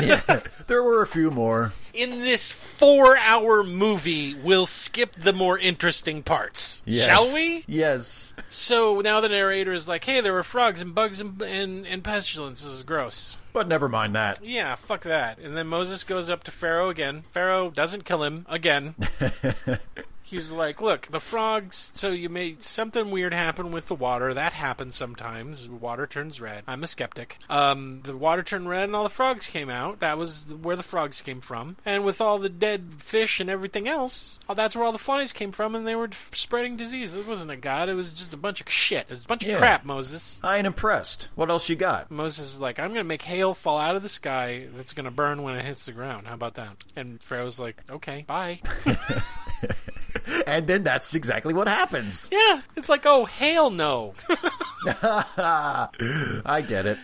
Speaker 4: yeah. There were a few more.
Speaker 1: in this four hour movie, we'll skip the more interesting parts.
Speaker 4: Yes.
Speaker 1: Shall we?
Speaker 4: Yes.
Speaker 1: So now the narrator is like, hey, there were frogs and bugs and, and, and pestilence. This is gross.
Speaker 4: But never mind that.
Speaker 1: Yeah, fuck that. And then Moses goes up to Pharaoh again. Pharaoh doesn't kill him again. He's like, look, the frogs. So you made something weird happen with the water. That happens sometimes. Water turns red. I'm a skeptic. Um, the water turned red, and all the frogs came out. That was where the frogs came from. And with all the dead fish and everything else, oh, that's where all the flies came from, and they were f- spreading disease. It wasn't a god. It was just a bunch of shit. It was a bunch
Speaker 4: Yeah.
Speaker 1: of crap, Moses.
Speaker 4: I ain't impressed. What else you got?
Speaker 1: Moses is like, I'm going to make hail fall out of the sky that's going to burn when it hits the ground. How about that? And Pharaoh's like, okay, bye.
Speaker 4: And then that's exactly what happens.
Speaker 1: yeah, it's like, oh, hail no. Uh.
Speaker 4: I get it.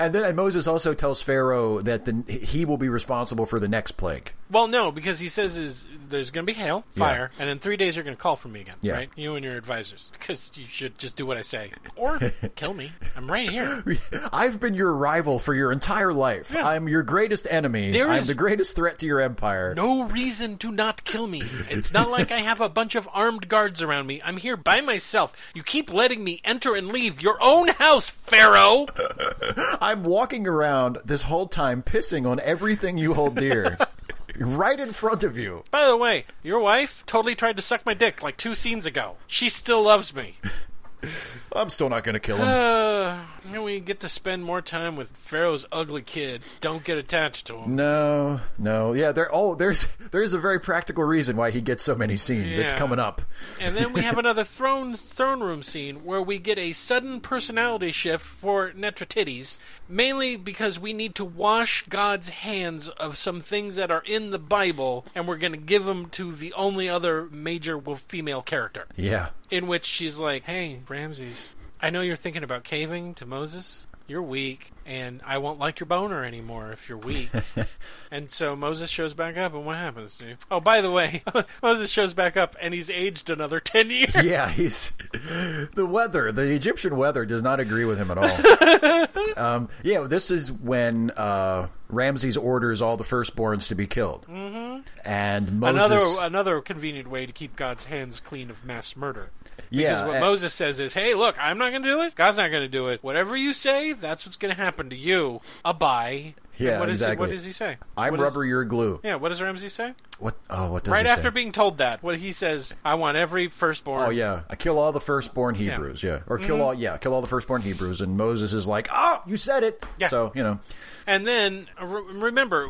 Speaker 4: and then and Moses also tells Pharaoh that the, he will be responsible for the next plague.
Speaker 1: Well, no, because he says is there's going to be hail, fire, and in three days you're going to call for me again,
Speaker 4: Yeah.
Speaker 1: right? You and your advisors, because you should just do what I say or kill me. I'm right here.
Speaker 4: I've been your rival for your entire life.
Speaker 1: Yeah.
Speaker 4: I'm your greatest enemy.
Speaker 1: There
Speaker 4: I'm
Speaker 1: is-
Speaker 4: the greatest threat to your empire.
Speaker 1: No reason to not kill me. It's not like I have a bunch of armed guards around me. I'm here by myself. You keep letting me enter and leave your own house, Pharaoh.
Speaker 4: I'm walking around this whole time pissing on everything you hold dear. right in front of you.
Speaker 1: By the way, your wife totally tried to suck my dick like two scenes ago. She still loves me.
Speaker 4: I'm still not going to kill him.
Speaker 1: Uh, you know, we get to spend more time with Pharaoh's ugly kid. Don't get attached to him.
Speaker 4: No, no, yeah. There, oh, there's there's a very practical reason why he gets so many scenes. It's
Speaker 1: Yeah.
Speaker 4: coming up.
Speaker 1: And then we have another throne throne room scene where we get a sudden personality shift for Netra Titties, mainly because we need to wash God's hands of some things that are in the Bible, and we're going to give them to the only other major wo- female character.
Speaker 4: Yeah,
Speaker 1: in which she's like, "Hey, Ramses, I know you're thinking about caving to Moses. You're weak, and I won't like your boner anymore if you're weak." and so Moses shows back up, and what happens to you? Oh, by the way, Moses shows back up, and he's aged another ten years.
Speaker 4: yeah. He's the weather. The Egyptian weather does not agree with him at all. um, yeah, this is when uh, Ramses orders all the firstborns to be killed, mm-hmm. and
Speaker 1: Another
Speaker 4: Moses.
Speaker 1: another convenient way to keep God's hands clean of mass murder. Because
Speaker 4: yeah, eh.
Speaker 1: what
Speaker 4: a-
Speaker 1: Moses says is, "Hey, look, I'm not going to do it. God's not going to do it. Whatever you say, that's what's going to happen to you. Abai." And
Speaker 4: Yeah,
Speaker 1: what is he-
Speaker 4: exactly.
Speaker 1: what does he say?
Speaker 4: I'm
Speaker 1: What is-
Speaker 4: rubber, you're glue.
Speaker 1: yeah. What does Ramsey say?
Speaker 4: What? Oh, what does
Speaker 1: right
Speaker 4: he say?
Speaker 1: after being told that, what he says, I want every firstborn.
Speaker 4: Oh yeah, I kill all the firstborn Hebrews. Yeah, or
Speaker 1: Mm-hmm.
Speaker 4: kill all yeah, kill all the firstborn Hebrews. And Moses is like, oh, you said it.
Speaker 1: Yeah.
Speaker 4: So you know,
Speaker 1: And then uh, re- remember,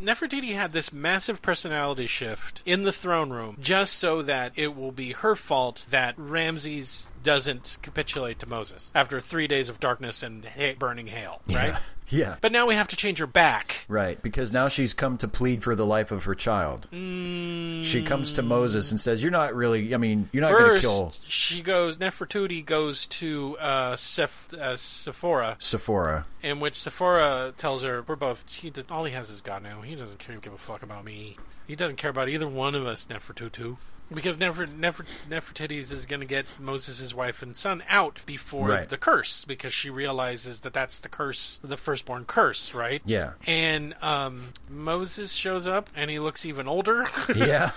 Speaker 1: Nefertiti had this massive personality shift in the throne room, just so that it will be her fault that Ramses doesn't capitulate to Moses after three days of darkness and ha- burning hail. Right.
Speaker 4: yeah,
Speaker 1: But now we have to change her back.
Speaker 4: right, because now she's come to plead for the life of her child. She comes to Moses and says, "You're not really. I mean, you're not going to
Speaker 1: Mm. First,
Speaker 4: kill
Speaker 1: she goes. Nefertiti goes to uh, Seph- uh, Sephora,
Speaker 4: Sephora."
Speaker 1: in which Sephora tells her, "We're both. He, did- all he has is God now. He doesn't care, give a fuck about me. He doesn't care about either one of us, Nefertutu." Because Nefer, Nefer, Nefertiti's is going to get Moses' wife and son out before
Speaker 4: Right.
Speaker 1: the curse, because she realizes that that's the curse, the firstborn curse, right?
Speaker 4: Yeah.
Speaker 1: And um, Moses shows up, and he looks even older.
Speaker 4: Yeah.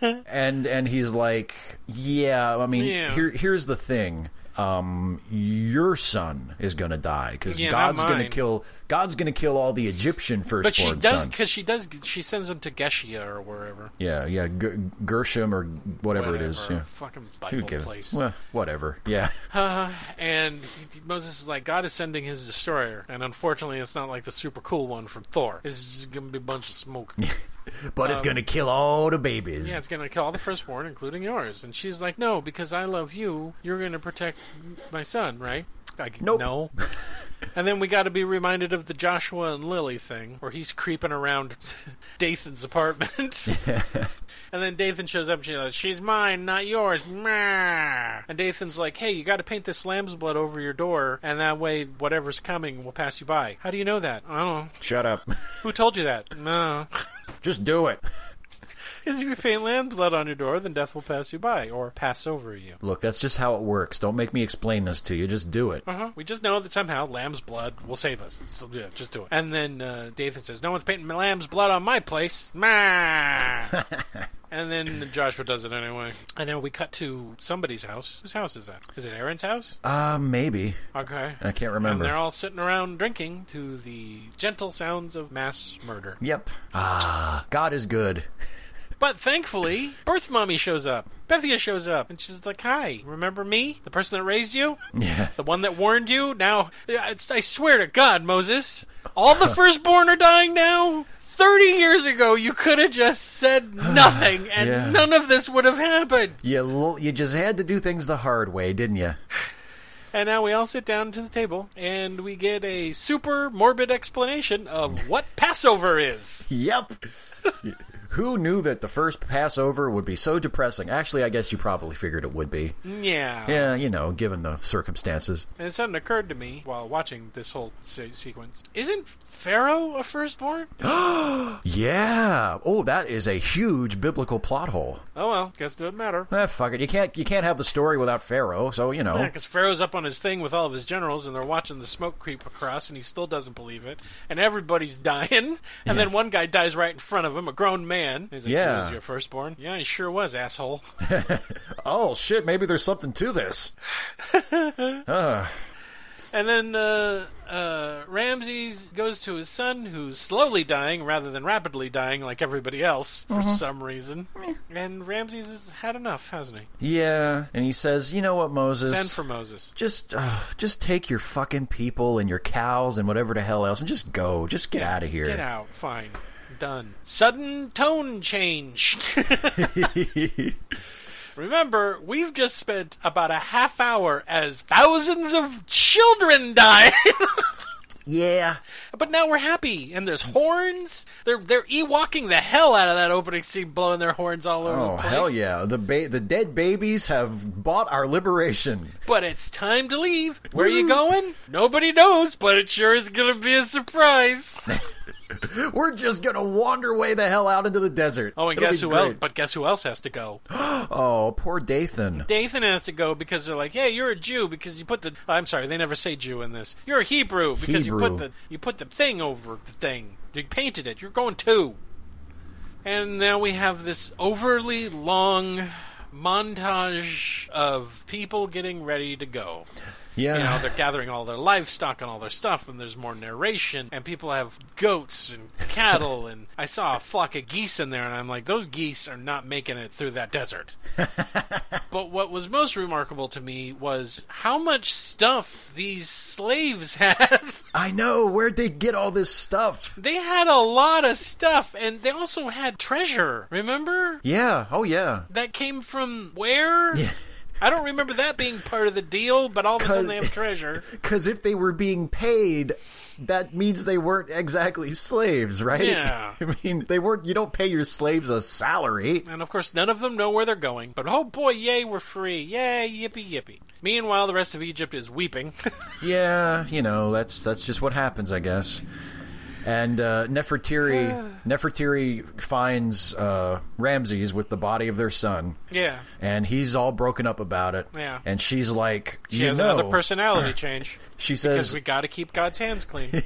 Speaker 4: and and he's like, yeah. I mean,
Speaker 1: Yeah.
Speaker 4: here here's the thing. Um, your son is gonna die because
Speaker 1: Yeah, not
Speaker 4: God's gonna
Speaker 1: mine.
Speaker 4: kill. God's gonna kill all the Egyptian firstborn
Speaker 1: but she does,
Speaker 4: sons.
Speaker 1: because she does, she sends him to Geshia or wherever.
Speaker 4: Yeah, yeah, G- Gershom or whatever, it is. Yeah.
Speaker 1: Fucking
Speaker 4: Who
Speaker 1: Bible
Speaker 4: gives-
Speaker 1: place.
Speaker 4: Well, whatever. Yeah.
Speaker 1: And he- Moses is like, God is sending his destroyer, and unfortunately, it's not like the super cool one from Thor. It's just gonna be a bunch of smoke.
Speaker 4: but it's going to kill all the babies.
Speaker 1: yeah, it's gonna kill all the firstborn, including yours. And she's like, No, because I love you. You're gonna protect my son, right? Like,
Speaker 4: Nope.
Speaker 1: No. and then we got to be reminded of the Joshua and Lily thing, where he's creeping around Dathan's apartment. And then Dathan shows up and she's like, She's mine, not yours. Meh. And Dathan's like, Hey, you got to paint this lamb's blood over your door, and that way whatever's coming will pass you by. How do you know that? I don't know.
Speaker 4: Shut up.
Speaker 1: Who told you that? No.
Speaker 4: Just do it.
Speaker 1: Because if you paint lamb's blood on your door, then death will pass you by, or pass over you.
Speaker 4: Look, that's just how it works. Don't make me explain this to you. Just do it.
Speaker 1: Uh-huh. We just know that somehow lamb's blood will save us. So, yeah, just do it. And then uh, Dathan says, "No one's painting lamb's blood on my place." Meh. and then Joshua does it anyway. And then we cut to somebody's house. Whose house is that? Is it Aaron's house?
Speaker 4: Uh, maybe.
Speaker 1: Okay.
Speaker 4: I can't
Speaker 1: And
Speaker 4: remember.
Speaker 1: they're all sitting around drinking to the gentle sounds of mass murder.
Speaker 4: Yep. Ah, God is good.
Speaker 1: But thankfully, Birth Mommy shows up. Bethia shows up, and she's like, "Hi, remember me? The person that raised you?"
Speaker 4: Yeah.
Speaker 1: The one that warned you? Now, I I swear to God, Moses, all the firstborn are dying now? 30 years ago, you could have just said nothing, and
Speaker 4: Yeah.
Speaker 1: none of this would have happened.
Speaker 4: You, l- you just had to do things the hard way, didn't you?
Speaker 1: And now we all sit down to the table, and we get a super morbid explanation of what Passover is.
Speaker 4: Yep. Who knew that the first Passover would be so depressing? Actually, I guess you probably figured it would be.
Speaker 1: Yeah.
Speaker 4: Yeah, you know, given the circumstances.
Speaker 1: And something occurred to me while watching this whole se- sequence. Isn't Pharaoh a firstborn?
Speaker 4: Yeah. Oh, that is a huge biblical plot hole.
Speaker 1: Oh well, guess it doesn't matter.
Speaker 4: Eh, fuck it. You can't you can't have the story without Pharaoh. So you know.
Speaker 1: Because Pharaoh's up on his thing with all of his generals, and they're watching the smoke creep across, and he still doesn't believe it. And everybody's dying, and then one guy dies right in front of him, a grown man. He's like,
Speaker 4: Yeah.
Speaker 1: "He was your firstborn." Yeah, he sure was, asshole.
Speaker 4: Oh shit. Maybe there's something to this.
Speaker 1: and then uh, uh, Ramses goes to his son, who's slowly dying rather than rapidly dying, like everybody else for some reason. And Ramses has had enough, hasn't he?
Speaker 4: Yeah. And he says, you know what, Moses.
Speaker 1: Send for Moses.
Speaker 4: just uh, just take your fucking people and your cows and whatever the hell else and just go. Just get out of here.
Speaker 1: Get out. Fine. Done. Sudden tone change. Remember, we've just spent about a half hour as thousands of children die.
Speaker 4: Yeah.
Speaker 1: but now we're happy, and there's horns. They're they're ewoking the hell out of that opening scene, blowing their horns all over the
Speaker 4: Oh
Speaker 1: place.
Speaker 4: hell yeah. The ba- the dead babies have bought our liberation.
Speaker 1: But it's time to leave. Where are you going? Nobody knows, but it sure is gonna be a surprise.
Speaker 4: We're just gonna wander way the hell out into the desert.
Speaker 1: Oh, and
Speaker 4: It'll
Speaker 1: guess
Speaker 4: be
Speaker 1: who else?
Speaker 4: great.
Speaker 1: But guess who else has to go?
Speaker 4: Oh, poor Dathan.
Speaker 1: Dathan has to go because they're like, "Hey, you're a Jew because you put the." I'm sorry, they never say Jew in this. You're a Hebrew because you
Speaker 4: Hebrew.
Speaker 1: put the you put the thing over the thing. You painted it. You're going too. And now we have this overly long montage of people getting ready to go.
Speaker 4: Yeah.
Speaker 1: You know, they're gathering all their livestock and all their stuff, and there's more narration, and people have goats and cattle, and I saw a flock of geese in there, and I'm like, those geese are not making it through that desert. but what was most remarkable to me was how much stuff these slaves had.
Speaker 4: I know. Where'd they get all this stuff?
Speaker 1: they had a lot of stuff, and they also had treasure, remember?
Speaker 4: Yeah. Oh yeah.
Speaker 1: That came from where?
Speaker 4: Yeah.
Speaker 1: I don't remember that being part of the deal, but all of a sudden
Speaker 4: Cause-
Speaker 1: they have treasure.
Speaker 4: Because if they were being paid, that means they weren't exactly slaves, right?
Speaker 1: Yeah.
Speaker 4: I mean, they weren't. You don't pay your slaves a salary.
Speaker 1: And of course, none of them know where they're going. But oh boy, yay, we're free. Yay, yippee, yippee. Meanwhile, the rest of Egypt is weeping.
Speaker 4: Yeah. You know, that's that's just what happens, I guess. And uh, Nefertiti, Nefertiti finds uh, Ramses with the body of their son,
Speaker 1: yeah.
Speaker 4: and he's all broken up about it.
Speaker 1: Yeah.
Speaker 4: And she's like,
Speaker 1: She
Speaker 4: you
Speaker 1: has
Speaker 4: know,
Speaker 1: another personality change.
Speaker 4: She
Speaker 1: Because
Speaker 4: says,
Speaker 1: we gotta keep God's hands clean.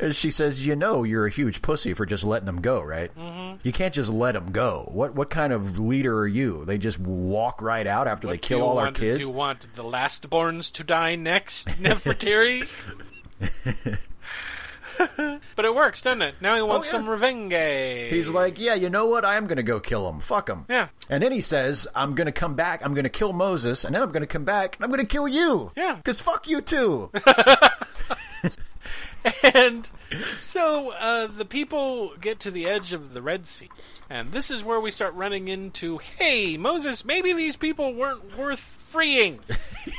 Speaker 4: And she says, "You know, you're a huge pussy for just letting them go, right? Mm-hmm. You can't just let them go. What what kind of leader are you? They just walk right out after they
Speaker 1: Do
Speaker 4: kill
Speaker 1: you
Speaker 4: all our
Speaker 1: want- Do
Speaker 4: kids.
Speaker 1: you want the lastborns to die next, Nefertiti? but it works, doesn't it? Now he wants
Speaker 4: Oh, yeah.
Speaker 1: some revenge.
Speaker 4: He's like, yeah, you know what? I'm gonna go kill them. Fuck them.
Speaker 1: Yeah.
Speaker 4: And then he says, I'm gonna come back. I'm gonna kill Moses, and then I'm gonna come back. and I'm gonna kill you.
Speaker 1: Yeah.
Speaker 4: Cause fuck you too.
Speaker 1: and so uh, the people get to the edge of the Red Sea, and this is where we start running into hey, Moses, maybe these people weren't worth freeing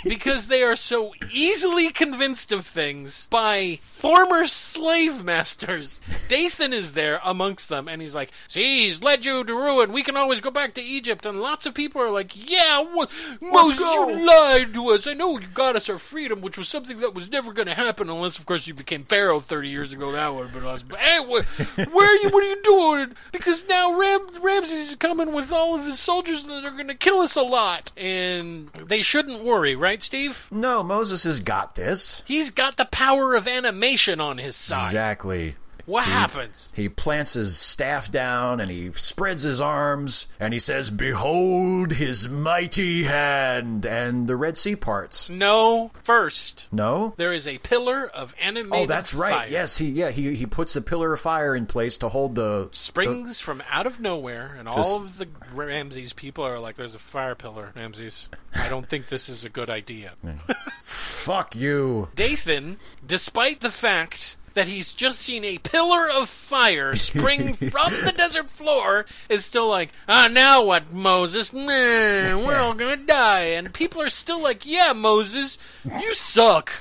Speaker 1: because they are so easily convinced of things by former slave masters. Dathan is there amongst them, and he's like, see, he's led you to ruin. We can always go back to Egypt. And lots of people are like, yeah, wha- Moses,
Speaker 4: go."
Speaker 1: you lied to us. I know you got us our freedom, which was something that was never going to happen unless, of course, you became Pharaoh 30 years ago. That would have been us. But hey, wha- where are you? What are you doing? Because now Ram- Ramses is coming with all of his soldiers and they're going to kill us a lot. And they shouldn't worry, right, Steve?
Speaker 4: no, Moses has got this.
Speaker 1: He's got the power of animation on his side.
Speaker 4: Exactly.
Speaker 1: What happens?
Speaker 4: He plants his staff down and he spreads his arms and he says, Behold his mighty hand. And the Red Sea parts.
Speaker 1: No, first.
Speaker 4: No?
Speaker 1: There is a pillar of animated
Speaker 4: Oh, that's right.
Speaker 1: fire.
Speaker 4: Yes, he yeah he he puts a pillar of fire in place to hold the
Speaker 1: springs from out of nowhere, and
Speaker 4: Just-
Speaker 1: all of the Ramses people are like, "There's a fire pillar, Ramses. I don't think this is a good idea."
Speaker 4: fuck you.
Speaker 1: Dathan, despite the fact that he's just seen a pillar of fire spring from the desert floor, is still like, "Ah, now what, Moses? Man, we're all gonna die." And people are still like, "Yeah, Moses, you suck."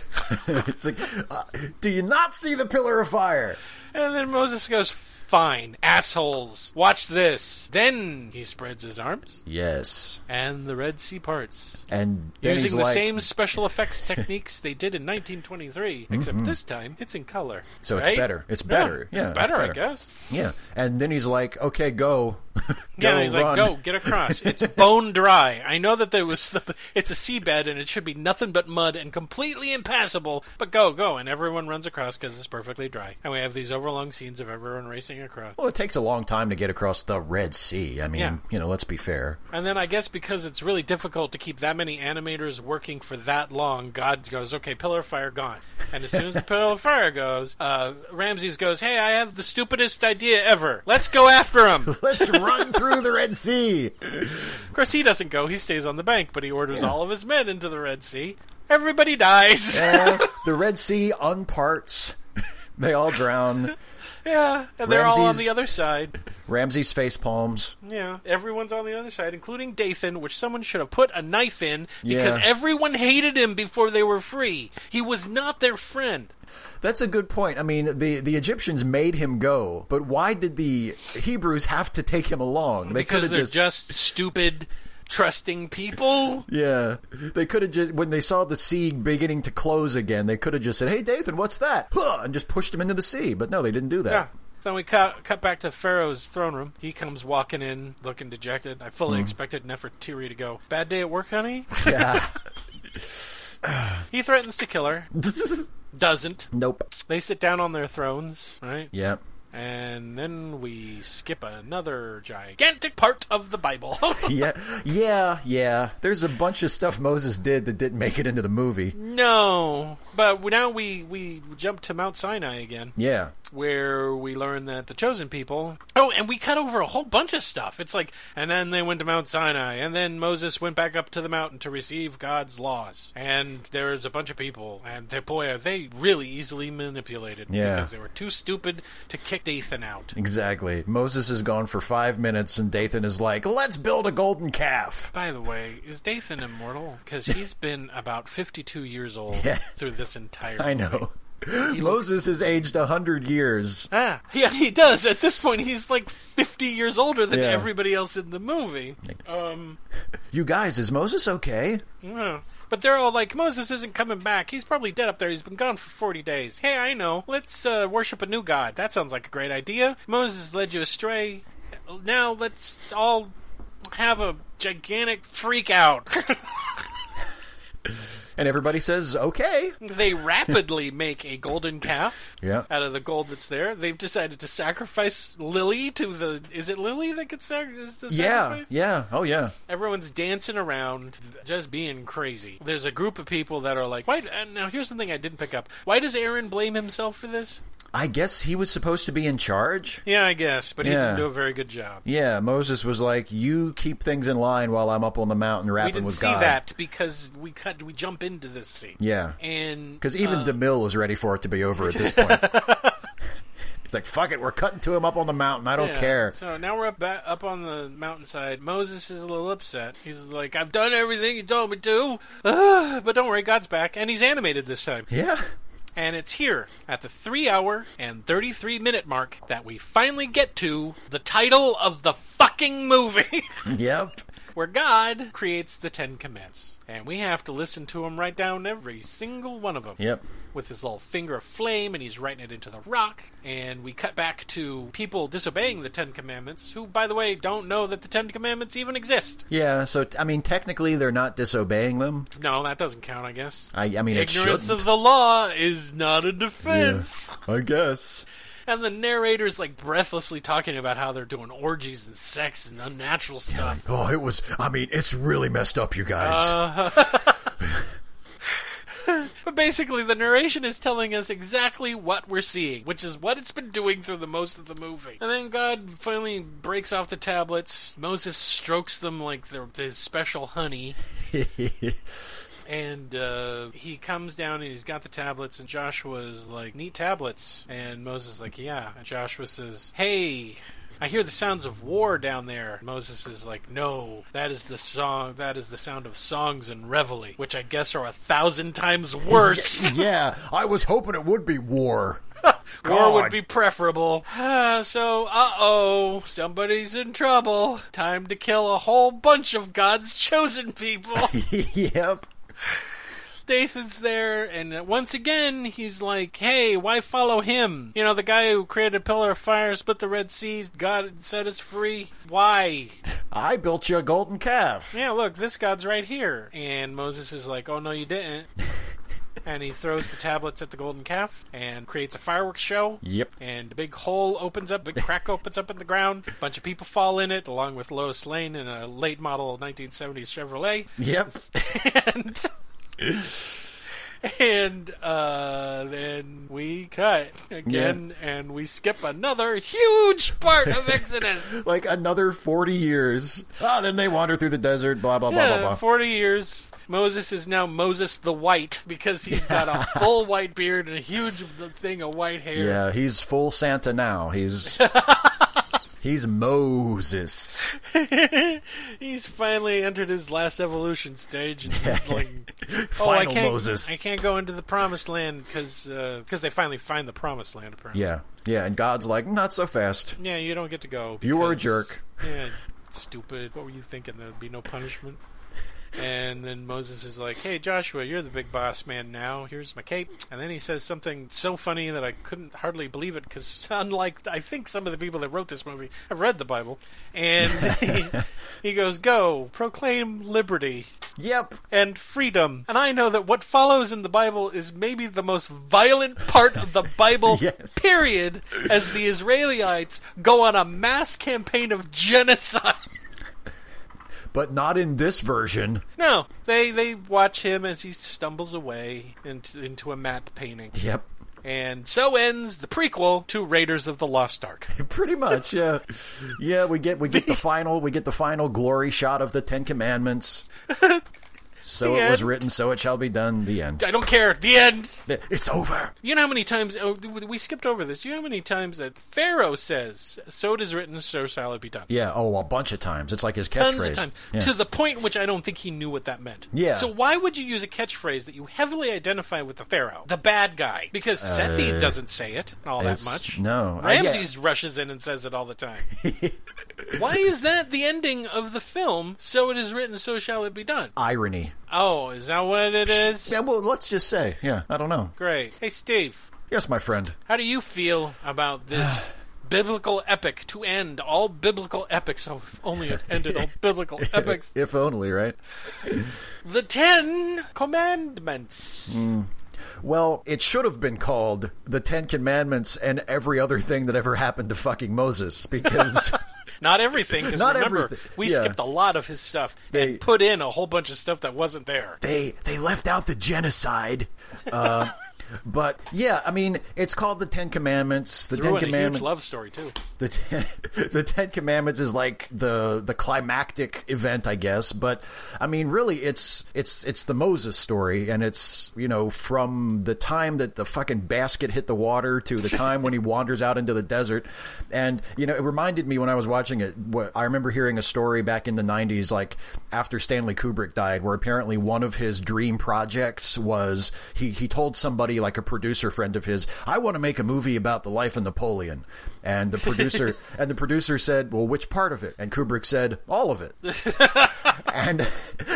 Speaker 4: It's like, uh, do you not see the pillar of fire?
Speaker 1: And then Moses goes. Fine, assholes. Watch this. Then he spreads his arms,
Speaker 4: Yes.
Speaker 1: and the Red Sea parts.
Speaker 4: And then he's
Speaker 1: Using the
Speaker 4: like,
Speaker 1: same special effects techniques they did in 1923, except this time it's in color.
Speaker 4: Mm-hmm. So it's
Speaker 1: right?
Speaker 4: better. It's better. Yeah,
Speaker 1: it's
Speaker 4: it's
Speaker 1: better, I
Speaker 4: better.
Speaker 1: guess.
Speaker 4: Yeah. And then he's like, okay, go. go
Speaker 1: yeah, he's like,
Speaker 4: run.
Speaker 1: go get across. It's bone dry. I know that there was the, it's a seabed and it should be nothing but mud and completely impassable. But go, go, and everyone runs across because it's perfectly dry. And we have these overlong scenes of everyone racing across.
Speaker 4: Well, it takes a long time to get across the Red Sea. I mean,
Speaker 1: Yeah.
Speaker 4: you know, let's be fair.
Speaker 1: And then I guess because it's really difficult to keep that many animators working for that long, God goes, okay, Pillar of Fire gone. And as soon as the Pillar of Fire goes, uh, Ramses goes, hey, I have the stupidest idea ever. Let's go after him. of
Speaker 4: Let's run through the Red Sea.
Speaker 1: course, he doesn't go. He stays on the bank, but he orders all of his men into the Red Sea. Everybody dies. Yeah.
Speaker 4: Uh, the Red Sea unparts. They all drown.
Speaker 1: And they're all on
Speaker 4: Ramses-
Speaker 1: the other side.
Speaker 4: Ramses face palms.
Speaker 1: Yeah. Everyone's on the other side, including Dathan, which someone should have put a knife in because
Speaker 4: Yeah.
Speaker 1: everyone hated him before they were free. He was not their friend.
Speaker 4: That's a good point. I mean, the, the Egyptians made him go, but why did the Hebrews have to take him along? They could
Speaker 1: because
Speaker 4: have
Speaker 1: they're
Speaker 4: just,
Speaker 1: just... stupid, trusting people.
Speaker 4: yeah. They could have just when they saw the sea beginning to close again, they could have just said, "Hey, Dathan, what's that?" Huh, and just pushed him into the sea. But no, they didn't do that.
Speaker 1: Then we cut, cut back to Pharaoh's throne room. He comes walking in, looking dejected. I
Speaker 4: Mm-hmm.
Speaker 1: fully expected Nefertiti to go, Bad day at work, honey?
Speaker 4: Yeah.
Speaker 1: He threatens to kill her. Doesn't.
Speaker 4: nope.
Speaker 1: They sit down on their thrones, right?
Speaker 4: Yeah.
Speaker 1: And then we skip another gigantic part of the Bible.
Speaker 4: Yeah. Yeah. Yeah. There's a bunch of stuff Moses did that didn't make it into the movie.
Speaker 1: no. But now we, we jump to Mount Sinai again.
Speaker 4: Yeah.
Speaker 1: where we learn that the chosen people oh and we cut over a whole bunch of stuff it's like and then they went to mount sinai and then moses went back up to the mountain to receive god's laws and there's a bunch of people and they, boy are they really easily manipulated
Speaker 4: Yeah.
Speaker 1: because they were too stupid to kick dathan out
Speaker 4: Exactly. Moses is gone for five minutes, and Dathan is like, "Let's build a golden calf."
Speaker 1: by the way is dathan immortal because he's been about 52 years old
Speaker 4: Yeah.
Speaker 1: through this entire
Speaker 4: I know. Moses has aged a hundred years.
Speaker 1: Ah, yeah, he does. At this point, he's like 50 years older than
Speaker 4: Yeah.
Speaker 1: everybody else in the movie. Um,
Speaker 4: You guys, is Moses okay?
Speaker 1: Yeah. Hmm. But they're all like, Moses isn't coming back. He's probably dead up there. He's been gone for 40 days. Hey, I know. Let's uh, worship a new god. That sounds like a great idea. Moses led you astray. Now let's all have a gigantic freak out.
Speaker 4: And everybody says, "Okay."
Speaker 1: they rapidly make a golden calf
Speaker 4: Yeah.
Speaker 1: out of the gold that's there. They've decided to sacrifice Lily to the. Is it Lily that gets sac- is the
Speaker 4: Yeah.
Speaker 1: sacrifice?
Speaker 4: Yeah. Oh yeah.
Speaker 1: Everyone's dancing around, just being crazy. There's a group of people that are like, "Why?" And now here's the thing I didn't pick up. Why does Aaron blame himself for this?
Speaker 4: I guess he was supposed to be in charge.
Speaker 1: Yeah, I guess, but he
Speaker 4: Yeah.
Speaker 1: didn't do a very good job.
Speaker 4: Yeah, Moses was like, "You keep things in line while I'm up on the mountain
Speaker 1: We
Speaker 4: rapping
Speaker 1: didn't
Speaker 4: with
Speaker 1: see
Speaker 4: God."
Speaker 1: that because we cut, we jump into this scene.
Speaker 4: Yeah,
Speaker 1: and
Speaker 4: because even DeMille is ready for it to be over at this point. He's like, "Fuck it, we're cutting to him up on the mountain. I don't
Speaker 1: Yeah,
Speaker 4: care."
Speaker 1: So now we're up ba- up on the mountainside. Moses is a little upset. He's like, "I've done everything you told me to, Ugh, but don't worry, God's back, and he's animated this time."
Speaker 4: yeah,
Speaker 1: And it's here at the 3 hour and 33 minute mark that we finally get to the title of the fucking movie
Speaker 4: yep.
Speaker 1: where God creates the 10 commandments. And we have to listen to him write down every single one of them.
Speaker 4: Yep.
Speaker 1: With his little finger of flame and he's writing it into the rock and we cut back to people disobeying the 10 commandments who by the way don't know that the 10 commandments even exist.
Speaker 4: Yeah, so t- I mean, technically, they're not disobeying them.
Speaker 1: No, that doesn't count, I guess.
Speaker 4: I, I mean, it
Speaker 1: Ignorance
Speaker 4: shouldn't.
Speaker 1: of the law is not a defense.
Speaker 4: I guess.
Speaker 1: And the narrator's like breathlessly talking about how they're doing orgies and sex and unnatural stuff.
Speaker 4: Oh, it was. I mean, it's really messed up, you guys.
Speaker 1: Uh, But basically, the narration is telling us exactly what we're seeing, which is what it's been doing through the most of the movie. And then God finally breaks off the tablets. Moses strokes them like they're his special honey. And uh, he comes down and he's got the tablets, and Joshua's like, neat tablets. And Moses is like, yeah. And Joshua says, hey, I hear the sounds of war down there. Moses is like, No, that is the song. That is the sound of songs and reveille, which I guess are a thousand times worse.
Speaker 4: yeah, I was hoping it would be war.
Speaker 1: War
Speaker 4: God.
Speaker 1: would be preferable. Ah, so, uh oh, somebody's in trouble. Time to kill a whole bunch of God's chosen people.
Speaker 4: yep.
Speaker 1: Dathan's there, and once again, he's like, hey, why follow him? You know, the guy who created a pillar of fire, split the Red Sea, God set us free. Why?
Speaker 4: I built you a golden calf.
Speaker 1: Yeah, look, this God's right here. And Moses is like, oh, no, you didn't. and he throws the tablets at the golden calf and creates a fireworks show.
Speaker 4: Yep.
Speaker 1: And a big hole opens up, big crack opens up in the ground. A bunch of people fall in it, along with Lois Lane in a late model 1970s Chevrolet.
Speaker 4: Yep.
Speaker 1: and and uh, then we cut again, and we skip another huge part of Exodus.
Speaker 4: Like another 40 years. Ah, then they wander through the desert, blah, blah, blah,
Speaker 1: Yeah,
Speaker 4: blah, blah.
Speaker 1: Uh, Forty years. Moses is now Moses the White because he's got a full white beard and a huge thing of white hair.
Speaker 4: Yeah, he's full Santa now. He's. He's Moses.
Speaker 1: he's finally entered his last evolution stage, and he's like, "Oh, I
Speaker 4: Final
Speaker 1: can't,
Speaker 4: Moses."
Speaker 1: I can't go into the promised land because they finally find the promised land. Apparently,
Speaker 4: Yeah. Yeah, and God's like, not so fast.
Speaker 1: yeah, you don't get to go.
Speaker 4: You were a
Speaker 1: because-
Speaker 4: jerk.
Speaker 1: Yeah, stupid. What were you thinking? There'd be no punishment. And then Moses is like, "Hey Joshua, you're the big boss man now. Here's my cape." And then he says something so funny that I couldn't hardly believe it because, unlike I think some of the people that wrote this movie, I've read the Bible, and he, he goes, "Go proclaim liberty
Speaker 4: Yep.
Speaker 1: and freedom." And I know that what follows in the Bible is maybe the most violent part of the Bible.
Speaker 4: Yes.
Speaker 1: Period. As the Israelites go on a mass campaign of genocide.
Speaker 4: But not in this version.
Speaker 1: No, they they watch him as he stumbles away into, into a matte painting,
Speaker 4: Yep.
Speaker 1: and so ends the prequel to Raiders of the Lost Ark.
Speaker 4: Pretty much, yeah. Yeah, we get we get the final we get the final glory shot of the Ten Commandments. So
Speaker 1: The
Speaker 4: it was
Speaker 1: end.
Speaker 4: written, so it shall be done. The end.
Speaker 1: I don't care. The end.
Speaker 4: It's over.
Speaker 1: You know how many times oh, we skipped over this? You know how many times that Pharaoh says, "So it is written, so shall it be done."
Speaker 4: Yeah. Oh, a bunch of times. It's like his
Speaker 1: Tons
Speaker 4: catchphrase.
Speaker 1: of time
Speaker 4: Yeah.
Speaker 1: to the point in which I don't think he knew what that meant.
Speaker 4: Yeah.
Speaker 1: So why would you use a catchphrase that you heavily identify with the pharaoh, the bad guy? Because Sethi doesn't say it all that
Speaker 4: Uh, it's-
Speaker 1: much.
Speaker 4: no. Uh, yeah.
Speaker 1: Ramses rushes in and says it all the time. why is that the ending of the film? So it is written, so shall it be done.
Speaker 4: Irony.
Speaker 1: Oh, is that what it is?
Speaker 4: Yeah. Well, let's just say. Yeah. I don't know.
Speaker 1: Great. Hey, Steve,
Speaker 4: Yes, my friend.
Speaker 1: how do you feel about this? Biblical epic to end all biblical epics. Oh, if only it ended all biblical epics.
Speaker 4: If only, right?
Speaker 1: The Ten Commandments.
Speaker 4: Mm. Well, it should have been called the Ten Commandments and every other thing that ever happened to fucking Moses, because
Speaker 1: Not everything, because
Speaker 4: Not
Speaker 1: remember,
Speaker 4: everything,
Speaker 1: we
Speaker 4: yeah.
Speaker 1: skipped a lot of his stuff
Speaker 4: They-
Speaker 1: and put in a whole bunch of stuff that wasn't there.
Speaker 4: they they left out the genocide. Uh, but yeah, I mean, it's called the Ten Commandments. The
Speaker 1: Threw
Speaker 4: Ten
Speaker 1: in a huge
Speaker 4: Commandments.
Speaker 1: love story, too.
Speaker 4: the ten, the Ten Commandments is like the the climactic event, I guess. But I mean, really, it's it's it's the Moses story, and it's you know from the time that the fucking basket hit the water to the time when he wanders out into the desert, and you know it reminded me when I was watching it. What I remember hearing a story back in the '90s, like after Stanley Kubrick died, where apparently one of his dream projects was he he told somebody like a producer friend of his, I want to make a movie about the life of Napoleon, and the producer and the producer said, well, which part of it? And Kubrick said, all of it. and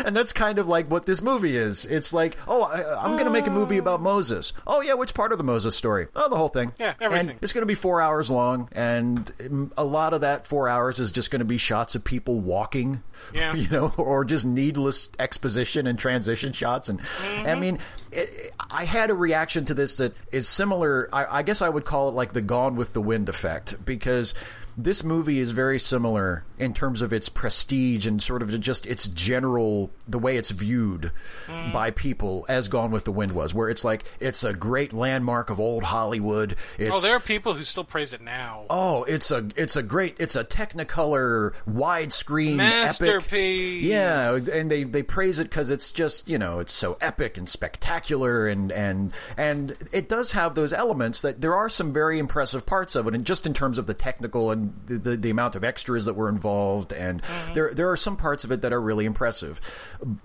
Speaker 4: and that's kind of like what this movie is. It's like, oh, I, I'm going to make a movie about Moses. Oh yeah, which part of the Moses story? Oh, the whole thing.
Speaker 1: Yeah, everything.
Speaker 4: And it's going to be four hours long, and mm, a lot of that four hours is just going to be shots of people walking.
Speaker 1: Yeah.
Speaker 4: you know, or just needless exposition and transition shots. And
Speaker 1: Mm-hmm.
Speaker 4: I mean, it, I had a reaction to this that is similar. I, I guess I would call it like the Gone with the Wind effect because. This movie is very similar in terms of its prestige and sort of just its general the way it's viewed
Speaker 1: Mm-hmm.
Speaker 4: by people as Gone with the Wind was, where it's like it's a great landmark of old Hollywood. It's
Speaker 1: Oh, there are people who still praise it now.
Speaker 4: oh, it's a it's a great it's a Technicolor widescreen Epic.
Speaker 1: Masterpiece.
Speaker 4: Yeah, and they they praise it because it's just you know it's so epic and spectacular and and and it does have those elements that there are some very impressive parts of it, and just in terms of the technical and um, the, the the amount of extras that were involved, and there there are some parts of it that are really impressive.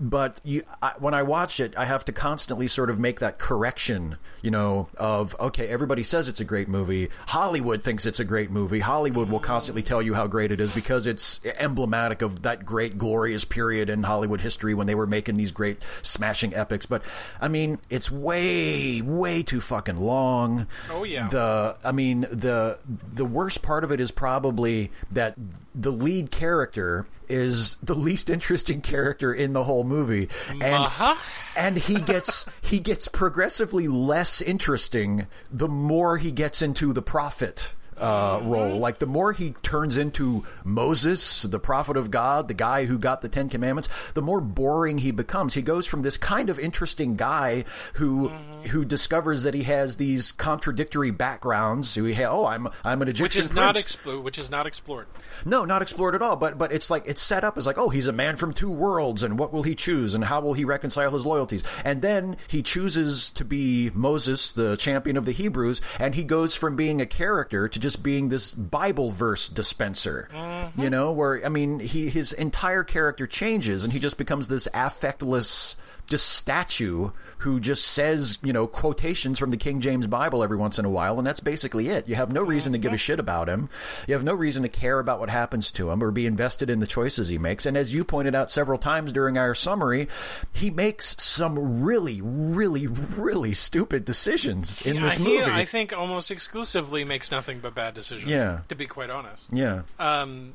Speaker 4: But you, I, when I watch it, I have to constantly sort of make that correction, you know, of okay, everybody says it's a great movie. Hollywood thinks it's a great movie. Hollywood will constantly tell you how great it is because it's emblematic of that great glorious period in Hollywood history when they were making these great smashing epics. But I mean, it's way way too fucking long.
Speaker 6: Oh, yeah.
Speaker 4: The I mean the the worst part of it is probably that the lead character is the least interesting character in the whole movie and
Speaker 6: Uh-huh.
Speaker 4: and he gets he gets progressively less interesting the more he gets into the prophet uh,
Speaker 6: Mm-hmm.
Speaker 4: role like the more he turns into Moses the prophet of God the guy who got the 10 commandments the more boring he becomes he goes from this kind of interesting guy who
Speaker 6: Mm-hmm.
Speaker 4: who discovers that he has these contradictory backgrounds who he ha- oh I'm I'm an Egyptian
Speaker 6: which is not
Speaker 4: prince.
Speaker 6: explored. Which is not explored.
Speaker 4: No, not explored at all. But but it's like it's set up as like, oh, he's a man from two worlds, and what will he choose, and how will he reconcile his loyalties? And then he chooses to be Moses, the champion of the Hebrews, and he goes from being a character to just being this Bible verse dispenser. You know, where I mean, he his entire character changes, and he just becomes this affectless. Just statue who just says, you know, quotations from the King James Bible every once in a while, and that's basically it. You have no reason to
Speaker 6: Mm-hmm.
Speaker 4: give a shit about him. You have no reason to care about what happens to him or be invested in the choices he makes. And as you pointed out several times during our summary, he makes some really, really, really stupid decisions in
Speaker 6: Yeah,
Speaker 4: this
Speaker 6: he,
Speaker 4: movie.
Speaker 6: I think almost exclusively makes nothing but bad decisions.
Speaker 4: Yeah.
Speaker 6: To be quite honest.
Speaker 4: yeah.
Speaker 6: Um,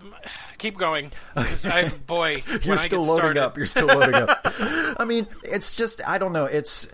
Speaker 6: keep going. 'cause I, boy,
Speaker 4: You're
Speaker 6: when
Speaker 4: still
Speaker 6: I get
Speaker 4: loading
Speaker 6: started,
Speaker 4: up. You're still loading up. I mean, it's just I don't know. It's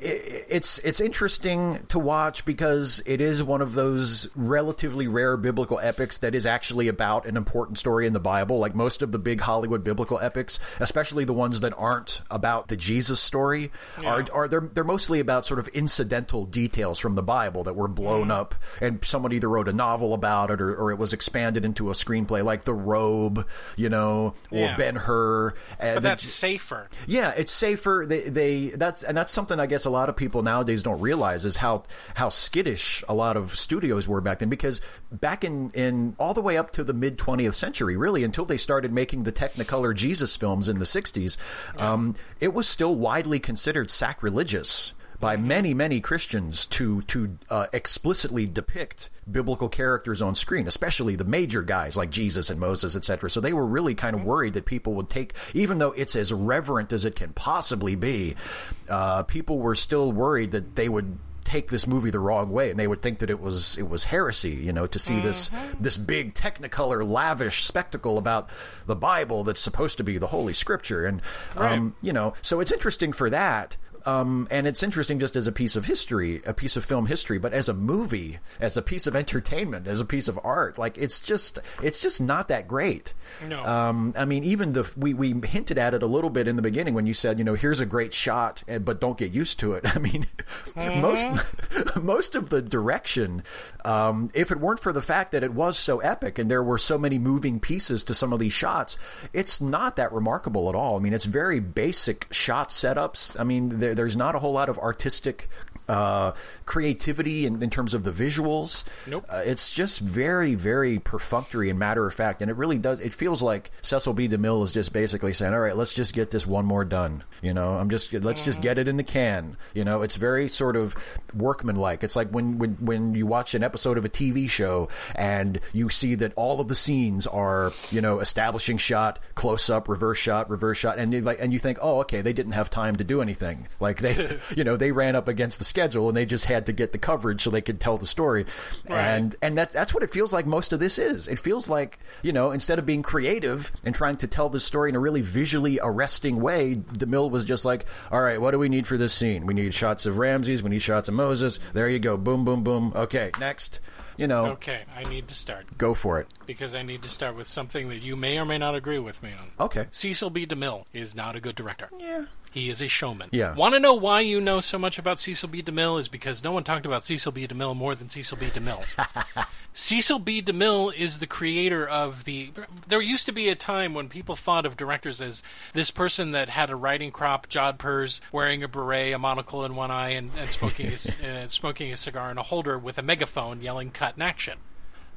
Speaker 4: it- it's it's interesting to watch because it is one of those relatively rare biblical epics that is actually about an important story in the Bible. Like most of the big Hollywood biblical epics, especially the ones that aren't about the Jesus story, are are they're they're mostly about sort of incidental details from the Bible that were blown up and someone either wrote a novel about it or, or it was expanded into a screenplay, like The Robe, you know, or
Speaker 6: Yeah.
Speaker 4: Ben Hur.
Speaker 6: but that's safer.
Speaker 4: Yeah, it's safer. They, they that's and that's something I guess a lot of people nowadays don't realize is how how skittish a lot of studios were back then. Because back in in all the way up to the mid 20th century, really until they started making the Technicolor Jesus films in the 60s, um, it was still widely considered sacrilegious by many many Christians to to uh, explicitly depict biblical characters on screen, especially the major guys like Jesus and Moses, etc. So they were really kind of worried that people would take, even though it's as reverent as it can possibly be, uh, people were still worried that they would take this movie the wrong way and they would think that it was it was heresy you know to see this this big technicolor lavish spectacle about the bible that's supposed to be the holy scripture and um, you know so it's interesting for that um, and it's interesting just as a piece of history, a piece of film history, but as a movie, as a piece of entertainment, as a piece of art, like it's just it's just not that great.
Speaker 6: No.
Speaker 4: Um, I mean, even the we we hinted at it a little bit in the beginning when you said, you know, here's a great shot, and- but don't get used to it. I mean, most most of the direction, um, if it weren't for the fact that it was so epic and there were so many moving pieces to some of these shots, it's not that remarkable at all. I mean, it's very basic shot setups. I mean, there, there's not a whole lot of artistic uh, creativity in, in terms of the visuals.
Speaker 6: Nope.
Speaker 4: Uh, it's just very, very perfunctory and matter of fact. And it really does, it feels like Cecil B. DeMille is just basically saying, all right, let's just get this one more done. You know, I'm just, let's just get it in the can. You know, it's very sort of workmanlike. It's like when, when, when you watch an episode of a TV show and you see that all of the scenes are, you know, establishing shot, close up, reverse shot, reverse shot. And you like, and you think, oh, okay, they didn't have time to do anything. Like they, you know, they ran up against the schedule and they just had to get the coverage so they could tell the story. And and that's that's what it feels like most of this is. It feels like, you know, instead of being creative and trying to tell this story in a really visually arresting way, DeMille was just like, All right, what do we need for this scene? We need shots of Ramses, we need shots of Moses. There you go. Boom, boom, boom. Okay, next. You know,
Speaker 6: Okay, I need to start
Speaker 4: go for it.
Speaker 6: because I need to start with something that you may or may not agree with me on.
Speaker 4: Okay.
Speaker 6: Cecil B. DeMille is not a good director. Yeah. He is a showman.
Speaker 4: Yeah.
Speaker 6: Want to know why you know so much about Cecil B. DeMille is because no one talked about Cecil B. DeMille more than Cecil B. DeMille. Cecil B. DeMille is the creator of the. There used to be a time when people thought of directors as this person that had a riding crop, jodhpurs, wearing a beret, a monocle in one eye, and, and smoking, a, c- uh, smoking a cigar in a holder with a megaphone yelling cut and action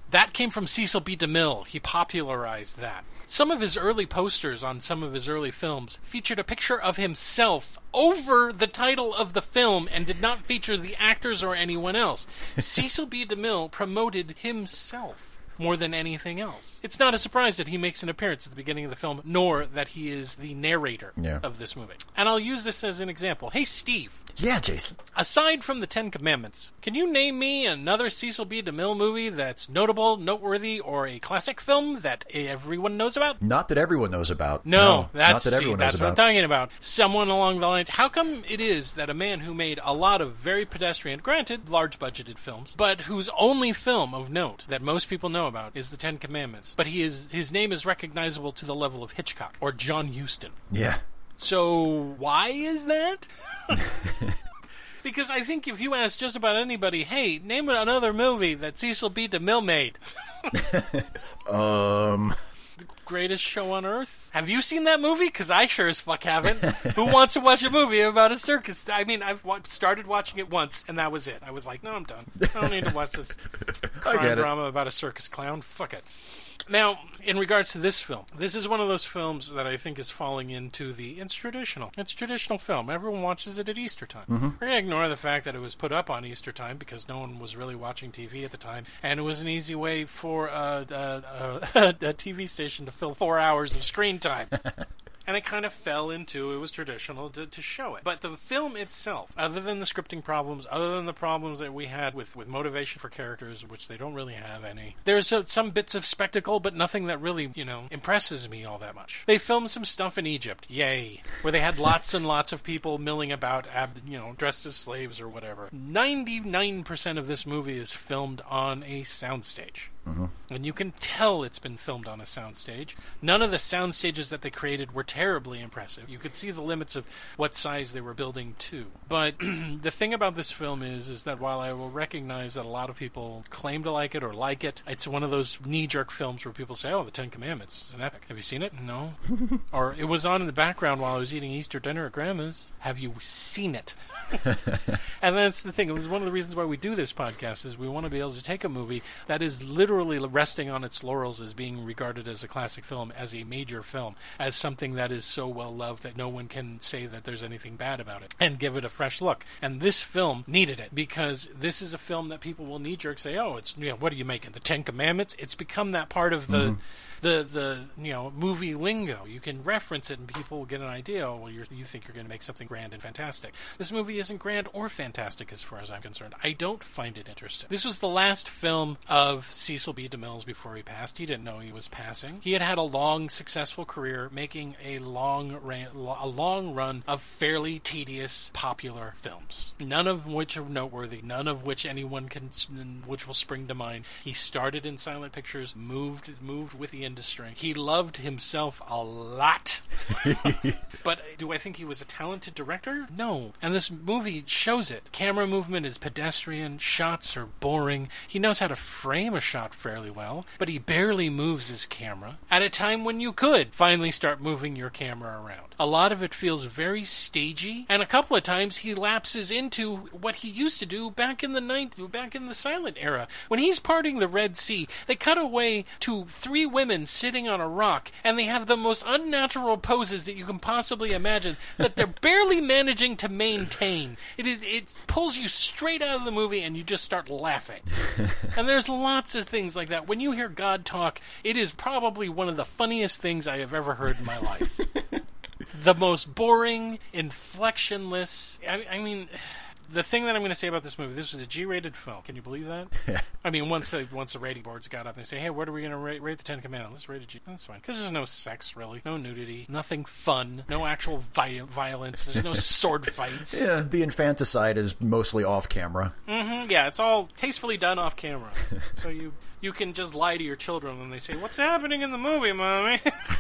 Speaker 1: That came from Cecil B. DeMille. He popularized that. Some of his early posters on some of his early films featured a picture of himself over the title of the film and did not feature the actors or anyone else. Cecil B. DeMille promoted himself more than anything else. It's not a surprise that he makes an appearance at the beginning of the film, nor that he is the narrator
Speaker 4: Yeah.
Speaker 1: of this movie. And I'll use this as an example. Hey, Steve,
Speaker 4: Yeah, Jason.
Speaker 1: aside from the Ten Commandments, can you name me another Cecil B. DeMille movie that's notable, noteworthy, or a classic film that everyone knows about?
Speaker 4: Not that everyone knows about.
Speaker 1: No, that's
Speaker 4: not that
Speaker 1: see,
Speaker 4: everyone
Speaker 1: that's
Speaker 4: knows
Speaker 1: what I'm
Speaker 4: about.
Speaker 1: talking about. Someone along the lines. How come it is that a man who made a lot of very pedestrian, granted, large budgeted films, but whose only film of note that most people know about is the Ten Commandments, but he is his name is recognizable to the level of Hitchcock or John Huston.
Speaker 4: Yeah.
Speaker 1: So why is that? because I think if you ask just about anybody, hey, name another movie that Cecil B. DeMille made.
Speaker 4: Um.
Speaker 1: greatest show on earth. Have you seen that movie? Because I sure as fuck haven't. Who wants to watch a movie about a circus? I mean, I've wa- started watching it once, and that was it. I was like, no, I'm done. I don't need to watch this crime
Speaker 4: get it.
Speaker 1: drama about a circus clown. Fuck it. Now, in regards to this film, this is one of those films that I think is falling into the it's traditional. It's a traditional film. Everyone watches it at Easter time.
Speaker 4: Mm-hmm.
Speaker 1: We're gonna ignore the fact that it was put up on Easter time because no one was really watching TV at the time, and it was an easy way for uh, uh, uh, a TV station to fill four hours of screen time. and it kind of fell into it was traditional to, to show it but the film itself other than the scripting problems other than the problems that we had with, with motivation for characters which they don't really have any there's uh some bits of spectacle but nothing that really you know impresses me all that much they filmed some stuff in egypt yay where they had lots and lots of people milling about ab- you know dressed as slaves or whatever 99% of this movie is filmed on a soundstage and you can tell it's been filmed on a soundstage. None of the sound stages that they created were terribly impressive. You could see the limits of what size they were building to. But the thing about this film is, is that while I will recognize that a lot of people claim to like it or like it, it's one of those knee-jerk films where people say, "Oh, the Ten Commandments is an epic." Have you seen it? No. or it was on in the background while I was eating Easter dinner at Grandma's. Have you seen it? And that's the thing. It was one of the reasons why we do this podcast is we want to be able to take a movie that is literally resting on its laurels as being regarded as a classic film, as a major film, as something that is so well loved that no one can say that there's anything bad about it, and give it a fresh look. And this film needed it because this is a film that people will knee jerk say, "Oh, it's you know, what are you making? The Ten Commandments?" It's become that part of the the the you know movie lingo. You can reference it, and people will get an idea. Oh, well, you're, you think you're going to make something grand and fantastic. This movie isn't grand or fantastic, as far as I'm concerned. I don't find it interesting. This was the last film of Cecil B. DeMille's before he passed. He didn't know he was passing. He had had a long, successful career, making a long ran, lo- a long run of fairly tedious, popular films. None of which are noteworthy. None of which anyone can, which will spring to mind. He started in silent pictures, moved moved with the industry. He loved himself a lot. But do I think he was a talented director? No. And this movie shows it. Camera movement is pedestrian, shots are boring. He knows how to frame a shot fairly well, but he barely moves his camera at a time when you could finally start moving your camera around. A lot of it feels very stagey, and a couple of times he lapses into what he used to do back in the ninth, back in the silent era. When he's parting the Red Sea, they cut away to three women sitting on a rock, and they have the most unnatural poses that you can possibly imagine that they're barely managing to maintain. It is it pulls you straight out of the movie, and you just start laughing. and there's lots of things like that. When you hear God talk, it is probably one of the funniest things I have ever heard in my life. the most boring, inflectionless. I, I mean. The thing that I'm going to say about this movie, this was a G-rated film. Can you believe that? I mean, once the, once the rating boards got up, they say, "Hey, what are we going to rate, rate the Ten Commandments? Let's rate it G." That's fine because there's no sex, really, no nudity, nothing fun, no actual vi- violence. There's no sword fights.
Speaker 4: Yeah, the infanticide is mostly off camera.
Speaker 1: Yeah, it's all tastefully done off camera. so you you can just lie to your children when they say, "What's happening in the movie, mommy?"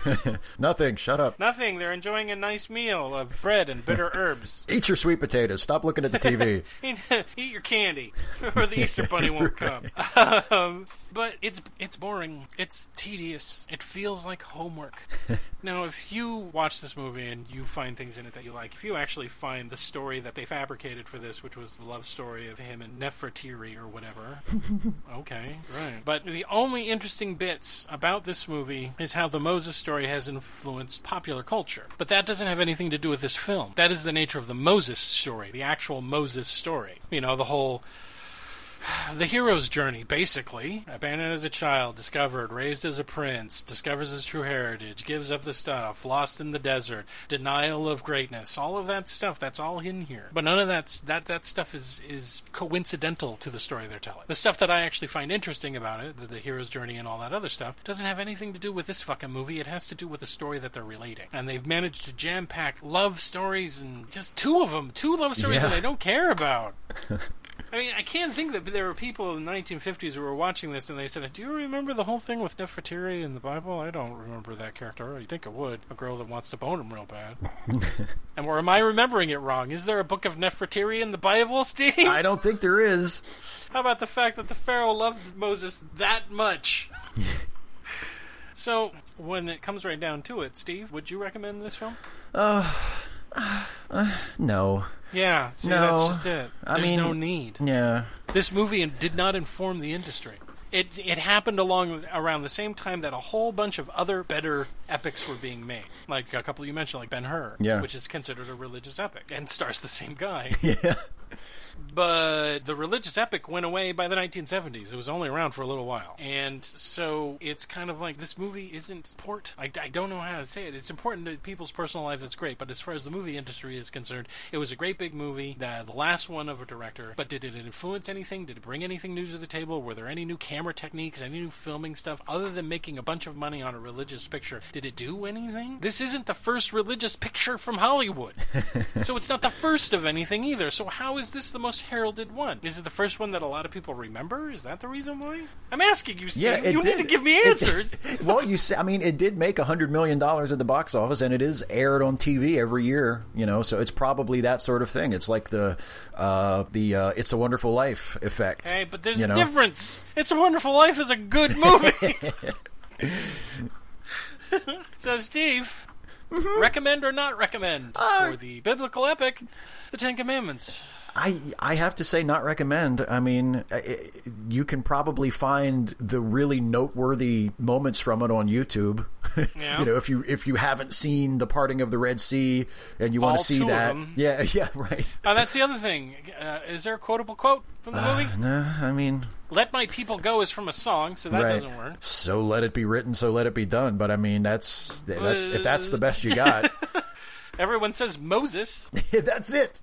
Speaker 4: Nothing. Shut up.
Speaker 1: Nothing. They're enjoying a nice meal of bread and bitter herbs.
Speaker 4: Eat your sweet potatoes. Stop looking at the TV.
Speaker 1: eat eat your candy, or the Easter Bunny won't come. Um, but it's it's boring. It's tedious. It feels like homework. now, if you watch this movie and you find things in it that you like, if you actually find the story that they fabricated for this, which was the love story of him and Neph- Nefertiri or whatever. okay, right. But the only interesting bits about this movie is how the Moses story has influenced popular culture. But that doesn't have anything to do with this film. That is the nature of the Moses story, the actual Moses story. You know, the whole the hero's journey, basically. Abandoned as a child, discovered, raised as a prince, discovers his true heritage, gives up the stuff, lost in the desert, denial of greatness, all of that stuff. That's all in here. But none of that's that that stuff is is coincidental to the story they're telling. The stuff that I actually find interesting about it, the, the hero's journey and all that other stuff, doesn't have anything to do with this fucking movie. It has to do with the story that they're relating. And they've managed to jam pack love stories and just two of them, two love stories
Speaker 4: Yeah.
Speaker 1: that I don't care about. I mean, I can't think that there were people in the 1950s who were watching this and they said, "Do you remember the whole thing with Nefertiti in the Bible? I don't remember that character. I think I would. A girl that wants to bone him real bad." and or am I remembering it wrong? Is there a book of Nefertiti in the Bible, Steve?
Speaker 4: I don't think there is.
Speaker 1: How about the fact that the Pharaoh loved Moses that much? so, when it comes right down to it, Steve, would you recommend this film?
Speaker 4: No.
Speaker 1: Yeah, see,
Speaker 4: No.
Speaker 1: that's just it.
Speaker 4: I
Speaker 1: There's
Speaker 4: mean-
Speaker 1: no need.
Speaker 4: Yeah.
Speaker 1: This movie did not inform the industry. It it happened along around the same time that a whole bunch of other better epics were being made, like a couple you mentioned, like Ben Hur,
Speaker 4: Yeah.
Speaker 1: which is considered a religious epic and stars the same guy.
Speaker 4: Yeah.
Speaker 1: But the religious epic went away by the 1970s. It was only around for a little while, and so it's kind of like this movie isn't port. I, I don't know how to say it. It's important to people's personal lives. It's great, but as far as the movie industry is concerned, it was a great big movie, the, the last one of a director. But did it influence anything? Did it bring anything new to the table? Were there any new camera techniques? Any new filming stuff other than making a bunch of money on a religious picture? Did it do anything? This isn't the first religious picture from Hollywood. So it's not the first of anything either. So how is this the most heralded one? Is it the first one that a lot of people remember? Is that the reason why? I'm asking you, Steve.
Speaker 4: Yeah. it
Speaker 1: you
Speaker 4: did-
Speaker 1: need to give me
Speaker 4: it-
Speaker 1: answers.
Speaker 4: well, you say, I mean, it did make a hundred million dollars at the box office, and it is aired on TV every year. You know, so it's probably that sort of thing. It's like the uh, the uh, It's a Wonderful Life effect.
Speaker 1: Okay, but there's
Speaker 4: you
Speaker 1: a
Speaker 4: know?
Speaker 1: difference. It's a Wonderful Life is a good movie. so, Steve,
Speaker 4: Mm-hmm.
Speaker 1: recommend or not recommend
Speaker 4: Uh,
Speaker 1: for the biblical epic, The Ten Commandments?
Speaker 4: I I have to say not recommend. I mean, i- i you can probably find the really noteworthy moments from it on YouTube.
Speaker 1: Yeah.
Speaker 4: you know, if you if you haven't seen the parting of the Red Sea and you
Speaker 1: All
Speaker 4: want to see
Speaker 1: two of
Speaker 4: that,
Speaker 1: them.
Speaker 4: yeah, yeah, right.
Speaker 1: Oh, that's the other thing. Uh, is there a quotable quote from the movie?
Speaker 4: No, I mean,
Speaker 1: Let My People Go is from a song, so that
Speaker 4: right.
Speaker 1: doesn't work.
Speaker 4: So let it be written, so let it be done. But I mean, that's that's if that's the best you got,
Speaker 1: Everyone says Moses.
Speaker 4: that's it.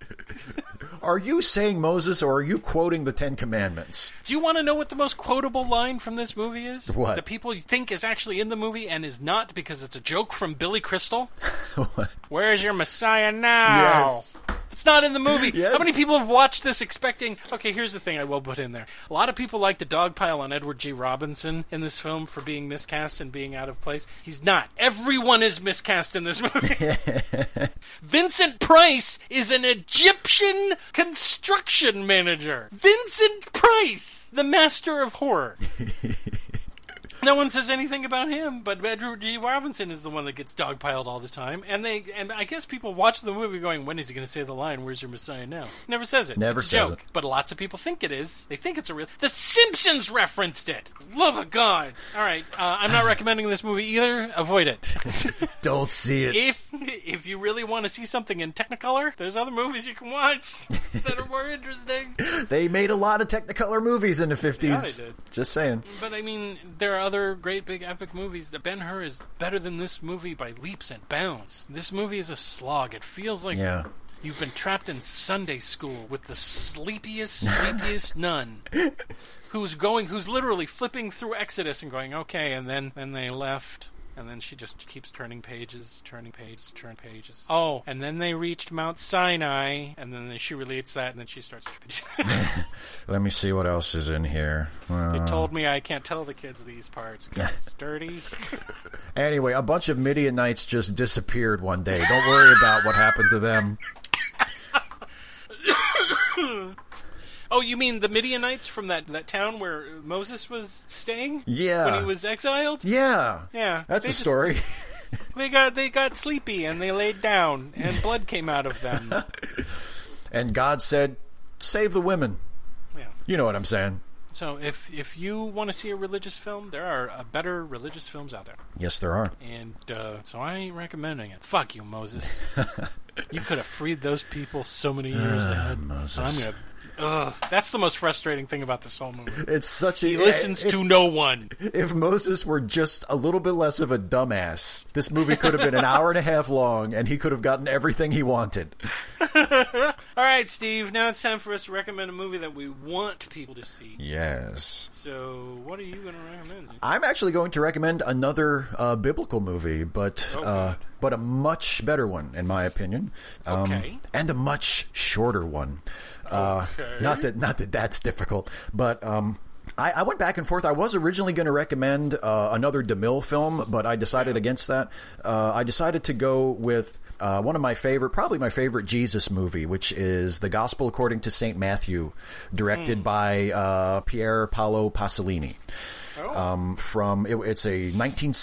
Speaker 4: Are you saying Moses or are you quoting the Ten Commandments?
Speaker 1: Do you want to know what the most quotable line from this movie is?
Speaker 4: What?
Speaker 1: The people you think is actually in the movie and is not because it's a joke from Billy Crystal. Where's your Messiah now?
Speaker 4: Yes.
Speaker 1: It's not in the movie.
Speaker 4: Yes.
Speaker 1: How many people have watched this expecting? Okay, here's the thing I will put in there. A lot of people like to dogpile on Edward G. Robinson in this film for being miscast and being out of place. He's not. Everyone is miscast in this movie. Vincent Price is an Egyptian construction manager. Vincent Price, the master of horror. no one says anything about him, but Edward G. Robinson is the one that gets dogpiled all the time. And they, and I guess people watch the movie going, "When is he going to say the line? Where's your Messiah now?" Never says it.
Speaker 4: Never
Speaker 1: it's a
Speaker 4: says
Speaker 1: joke.
Speaker 4: it.
Speaker 1: But lots of people think it is. They think it's a real. The Simpsons referenced it. Love of God. All right, uh, I'm not recommending this movie either. Avoid it.
Speaker 4: Don't see it.
Speaker 1: if if you really want to see something in Technicolor, there's other movies you can watch that are more interesting.
Speaker 4: They made a lot of Technicolor movies in the fifties.
Speaker 1: did.
Speaker 4: Just saying.
Speaker 1: But I mean, there are other great big epic movies. That Ben Hur is better than this movie by leaps and bounds. This movie is a slog. It feels like
Speaker 4: Yeah.
Speaker 1: you've been trapped in Sunday school with the sleepiest, sleepiest nun. Who's going? Who's literally flipping through Exodus and going, okay, and then then they left, and then she just keeps turning pages, turning pages, turning pages. Oh, and then they reached Mount Sinai, and then she relates that, and then she starts.
Speaker 4: Let me see what else is in here.
Speaker 1: they told me I can't tell the kids these parts. 'cause It's dirty.
Speaker 4: Anyway, a bunch of Midianites just disappeared one day. Don't worry about what happened to them.
Speaker 1: Oh, you mean the Midianites from that, that town where Moses was staying?
Speaker 4: Yeah.
Speaker 1: When he was exiled?
Speaker 4: Yeah.
Speaker 1: Yeah.
Speaker 4: That's
Speaker 1: They
Speaker 4: a
Speaker 1: just-
Speaker 4: story.
Speaker 1: They got they got sleepy and they laid down and blood came out of them.
Speaker 4: And God said, "Save the women."
Speaker 1: Yeah.
Speaker 4: You know what I'm saying?
Speaker 1: So if if you want to see a religious film, there are uh, better religious films out there,
Speaker 4: Yes, there are.
Speaker 1: and uh, so I ain't recommending it. Fuck you, Moses. you could have freed those people so many years ahead.
Speaker 4: Ah, Moses.
Speaker 1: I'm gonna. Ugh, that's the most frustrating thing about this whole movie.
Speaker 4: It's such a.
Speaker 1: He listens
Speaker 4: if,
Speaker 1: to no one.
Speaker 4: If Moses were just a little bit less of a dumbass, this movie could have been an hour and a half long, and he could have gotten everything he wanted.
Speaker 1: All right, Steve. Now it's time for us to recommend a movie that we want people to see.
Speaker 4: Yes.
Speaker 1: So, what are you going to recommend? dude?
Speaker 4: I'm actually going to recommend another uh, biblical movie, but uh,
Speaker 1: God.
Speaker 4: but a much better one, in my opinion. Um,
Speaker 1: Okay.
Speaker 4: And a much shorter one. Uh,
Speaker 1: Okay.
Speaker 4: Not that not that that's difficult, but. Um, I, I went back and forth. I was originally going to recommend uh, another DeMille film, but I decided against that. Uh, I decided to go with uh, one of my favorite, probably my favorite Jesus movie, which is The Gospel According to St. Matthew, directed
Speaker 1: Hmm.
Speaker 4: by uh, Pier Paolo Pasolini um, from it, it's a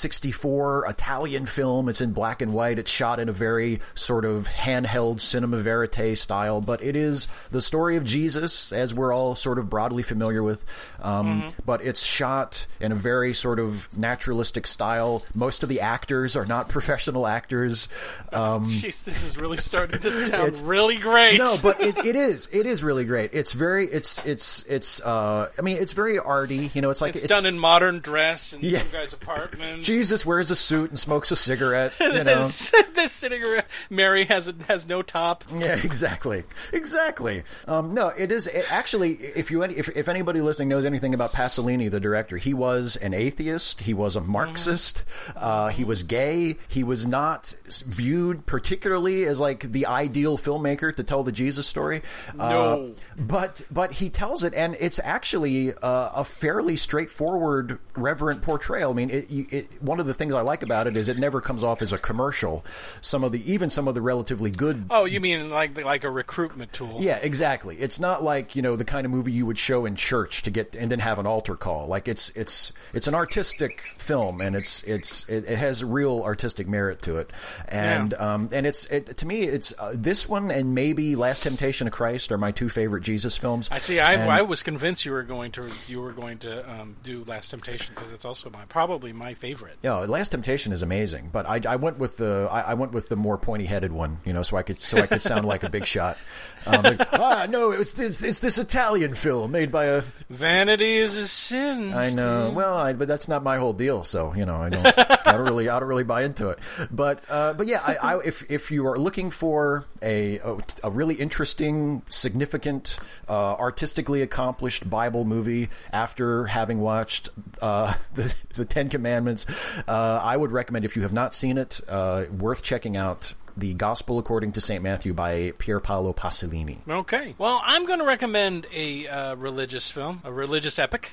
Speaker 4: 1964 Italian film. It's in black and white. It's shot in a very sort of handheld cinema verite style, but it is the story of Jesus, as we're all sort of broadly familiar with. Um,
Speaker 1: Mm-hmm.
Speaker 4: But it's shot in a very sort of naturalistic style. Most of the actors are not professional actors. Um,
Speaker 1: Jeez, this is really starting to sound really great.
Speaker 4: no, but it, it is it is really great. It's very it's it's it's uh I mean it's very arty. You know, it's like
Speaker 1: it's, done in modern dress in
Speaker 4: Yeah.
Speaker 1: some guy's apartment.
Speaker 4: Jesus wears a suit and smokes a cigarette. You know.
Speaker 1: this, this sitting around, Mary has a, has no top.
Speaker 4: Yeah, exactly, exactly. Um, no, it is it, actually. If you if if anybody listening knows anything about Pasolini, the director, he was an atheist. He was a Marxist. Uh, he was gay. He was not s- viewed particularly as like the ideal filmmaker to tell the Jesus story.
Speaker 1: No.
Speaker 4: Uh, but but he tells it, and it's actually uh, a fairly straightforward, reverent portrayal. I mean, it, you- it, one of the things I like about it is it never comes off as a commercial. Some of the even some of the relatively good
Speaker 1: Oh, you mean like like a recruitment tool?
Speaker 4: yeah, exactly. It's not like you know the kind of movie you would show in church to get and then have an altar call. Like it's it's it's an artistic film and it's it's it, it has real artistic merit to it. And um and it's it to me it's uh, this one and maybe Last Temptation of Christ are my two favorite Jesus films.
Speaker 1: I see. I, I was convinced you were going to you were going to um, do Last Temptation because that's also my probably my favorite.
Speaker 4: Yeah, Last Temptation is amazing, but I, I went with the I, I went with the more pointy headed one, you know, so I could so I could sound like a big shot. Um, like, ah, no, it's this it's this Italian film made by a
Speaker 1: Vanity is a sin.
Speaker 4: I know. Well, I, but that's not my whole deal. So you know, I don't, I don't really, I don't really buy into it. But, uh, but yeah, I, I, if if you are looking for a a, a really interesting, significant, uh, artistically accomplished Bible movie, after having watched uh, the the Ten Commandments, uh, I would recommend if you have not seen it, uh, worth checking out. The Gospel According to St. Matthew by Pier Paolo Pasolini.
Speaker 1: Okay. Well, I'm going to recommend a uh, religious film, a religious epic.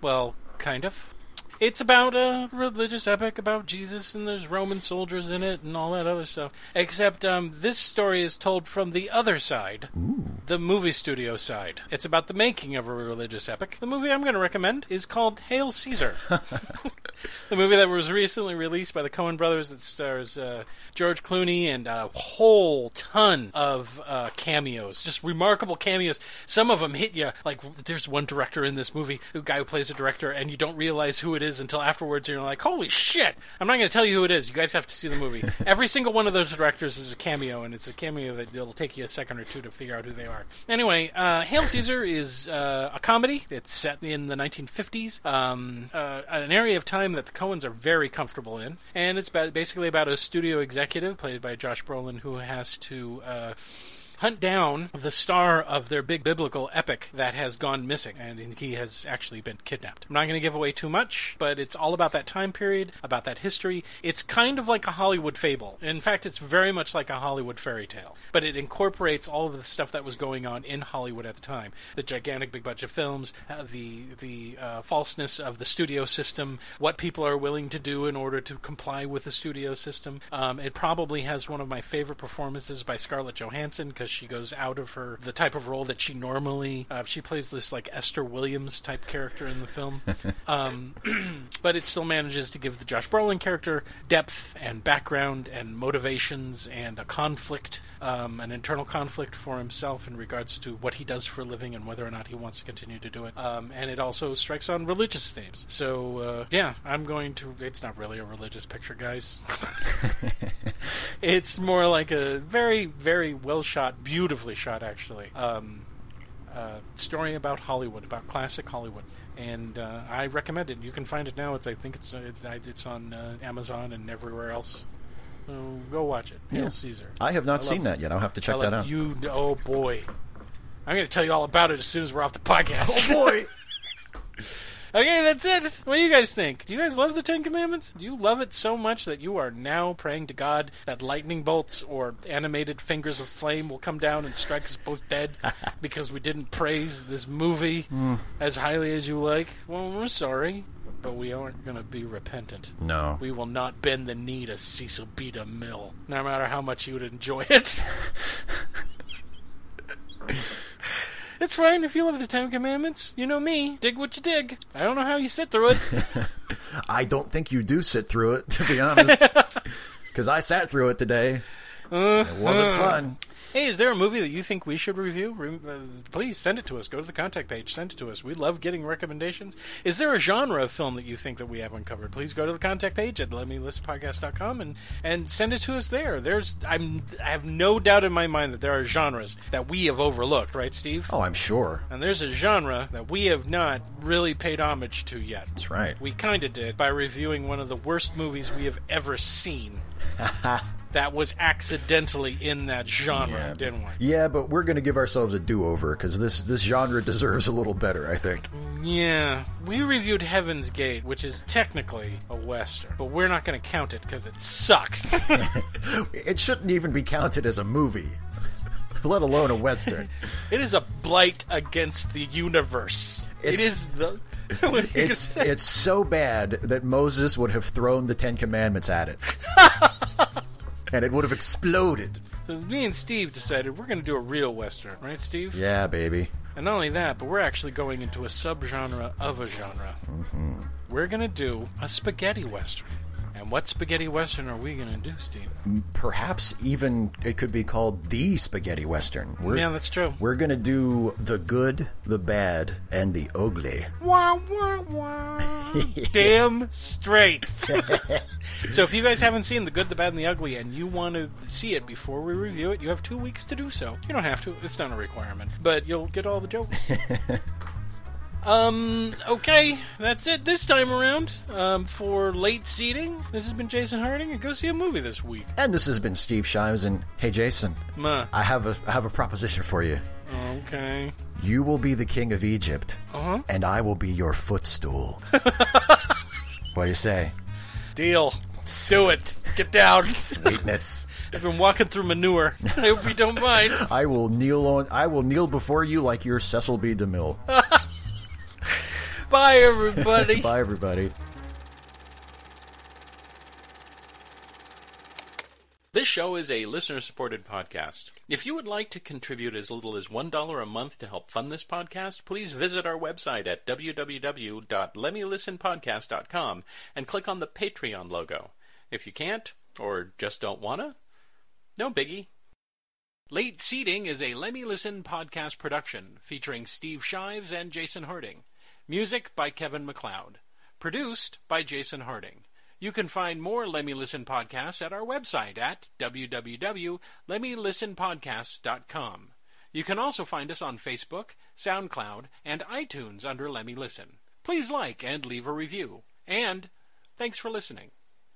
Speaker 1: Well, kind of. It's about a religious epic about Jesus and there's Roman soldiers in it and all that other stuff. Except um, this story is told from the other side, the movie studio side. It's about the making of a religious epic. The movie I'm going to recommend is called Hail Caesar. the movie that was recently released by the Coen Brothers that stars uh, George Clooney and a whole ton of uh, cameos, just remarkable cameos. Some of them hit you like there's one director in this movie, a guy who plays a director, and you don't realize who it is until afterwards. And you're like, holy shit! I'm not going to tell you who it is. You guys have to see the movie. Every single one of those directors is a cameo, and it's a cameo that it'll take you a second or two to figure out who they are. Anyway, uh, Hail Caesar is uh, a comedy. It's set in the 1950s, um, uh, an area of time that the Coens are very comfortable in, and it's ba- basically about a studio executive played by Josh Brolin who has to. Uh, Hunt down the star of their big biblical epic that has gone missing, and he has actually been kidnapped. I'm not going to give away too much, but it's all about that time period, about that history. It's kind of like a Hollywood fable. In fact, it's very much like a Hollywood fairy tale, but it incorporates all of the stuff that was going on in Hollywood at the time the gigantic big budget films, uh, the, the uh, falseness of the studio system, what people are willing to do in order to comply with the studio system. Um, it probably has one of my favorite performances by Scarlett Johansson because she goes out of her the type of role that she normally uh, she plays this like Esther Williams type character in the film, um, but it still manages to give the Josh Brolin character depth and background and motivations and a conflict, um, an internal conflict for himself in regards to what he does for a living and whether or not he wants to continue to do it. Um, and it also strikes on religious themes. So uh, yeah, I'm going to. It's not really a religious picture, guys. it's more like a very, very well shot, beautifully shot, actually. Um, uh, story about Hollywood, about classic Hollywood, and uh, I recommend it. You can find it now. It's I think it's uh, it- I- it's on uh, Amazon and everywhere else. So go watch it. Hail Caesar.
Speaker 4: I have not
Speaker 1: love
Speaker 4: seen
Speaker 1: it.
Speaker 4: that yet. I'll have to check
Speaker 1: I
Speaker 4: that
Speaker 1: love
Speaker 4: out.
Speaker 1: You, oh boy. I'm going to tell you all about it as soon as we're off the podcast.
Speaker 4: Oh, boy.
Speaker 1: okay, that's it. What do you guys think? Do you guys love the Ten Commandments? Do you love it so much that you are now praying to God that lightning bolts or animated fingers of flame will come down and strike us both dead because we didn't praise this movie as highly as you like? Well, we're sorry, but we aren't going to be repentant.
Speaker 4: No.
Speaker 1: We will not bend the knee to Cecil B. DeMille, no matter how much you would enjoy it. it's fine if you love the Ten Commandments. You know me. Dig what you dig. I don't know how you sit through it.
Speaker 4: I don't think you do sit through it, to be honest. Because I sat through it today. It
Speaker 1: Uh.
Speaker 4: wasn't fun.
Speaker 1: hey, is there a movie that you think we should review? Re- uh, please send it to us. Go to the contact page. Send it to us. We love getting recommendations. Is there a genre of film that you think that we haven't covered? Please go to the contact page at letmelistpodcast.com and, and send it to us there. There's I'm I have no doubt in my mind that there are genres that we have overlooked, right, Steve?
Speaker 4: Oh, I'm sure.
Speaker 1: And there's a genre that we have not really paid homage to yet.
Speaker 4: That's right.
Speaker 1: We kind of did by reviewing one of the worst movies we have ever seen. that was accidentally in that genre, didn't we?
Speaker 4: Yeah, but we're going to give ourselves a do-over because this this genre deserves a little better, I think.
Speaker 1: Yeah, we reviewed Heaven's Gate, which is technically a western, but we're not going to count it because it sucked.
Speaker 4: It shouldn't even be counted as a movie, let alone a western.
Speaker 1: it is a blight against the universe. It
Speaker 4: It's-
Speaker 1: is the. what are you gonna
Speaker 4: It's
Speaker 1: say?
Speaker 4: it's so bad that Moses would have thrown the Ten Commandments at it, and it would have exploded.
Speaker 1: So me and Steve decided we're going to do a real western, right, Steve?
Speaker 4: Yeah, baby.
Speaker 1: And not only that, but we're actually going into a subgenre of a genre.
Speaker 4: Mm-hmm.
Speaker 1: We're going to do a spaghetti western. And what spaghetti western are we going to do, Steve?
Speaker 4: Perhaps even it could be called the spaghetti western. We're,
Speaker 1: Yeah, that's true.
Speaker 4: We're gonna do the good, the bad, and the ugly.
Speaker 1: Wah, wah, wah. Damn straight. so if you guys haven't seen The Good, the Bad, and the Ugly and you want to see it before we review it, you have two weeks to do so. You don't have to, it's not a requirement, but you'll get all the jokes. um, okay, that's it this time around um, for late seating. This has been Jason Harding, and go see a movie this week.
Speaker 4: And this has been Steve Shimes. And hey, Jason,
Speaker 1: Ma.
Speaker 4: I have a I have a proposition for you.
Speaker 1: Okay.
Speaker 4: You will be the king of Egypt,
Speaker 1: Uh-huh.
Speaker 4: and I will be your footstool. what do you say?
Speaker 1: Deal. Do it. Get down.
Speaker 4: Sweetness.
Speaker 1: I've been walking through manure. I hope you don't mind.
Speaker 4: I will kneel on. I will kneel before you like your Cecil B. DeMille.
Speaker 1: Bye, everybody.
Speaker 4: Bye, everybody.
Speaker 7: This show is a listener supported podcast. If you would like to contribute as little as $1 a month to help fund this podcast, please visit our website at www.lemmylistenpodcast.com and click on the Patreon logo. If you can't, or just don't want to, no biggie. Late Seating is a Lemmy Listen podcast production featuring Steve Shives and Jason Harding. Music by Kevin McLeod. Produced by Jason Harding. You can find more Lemmy Listen podcasts at our website at www.lemmylistenpodcasts.com. You can also find us on Facebook, SoundCloud, and iTunes under Lemmy Listen. Please like and leave a review. And thanks for listening.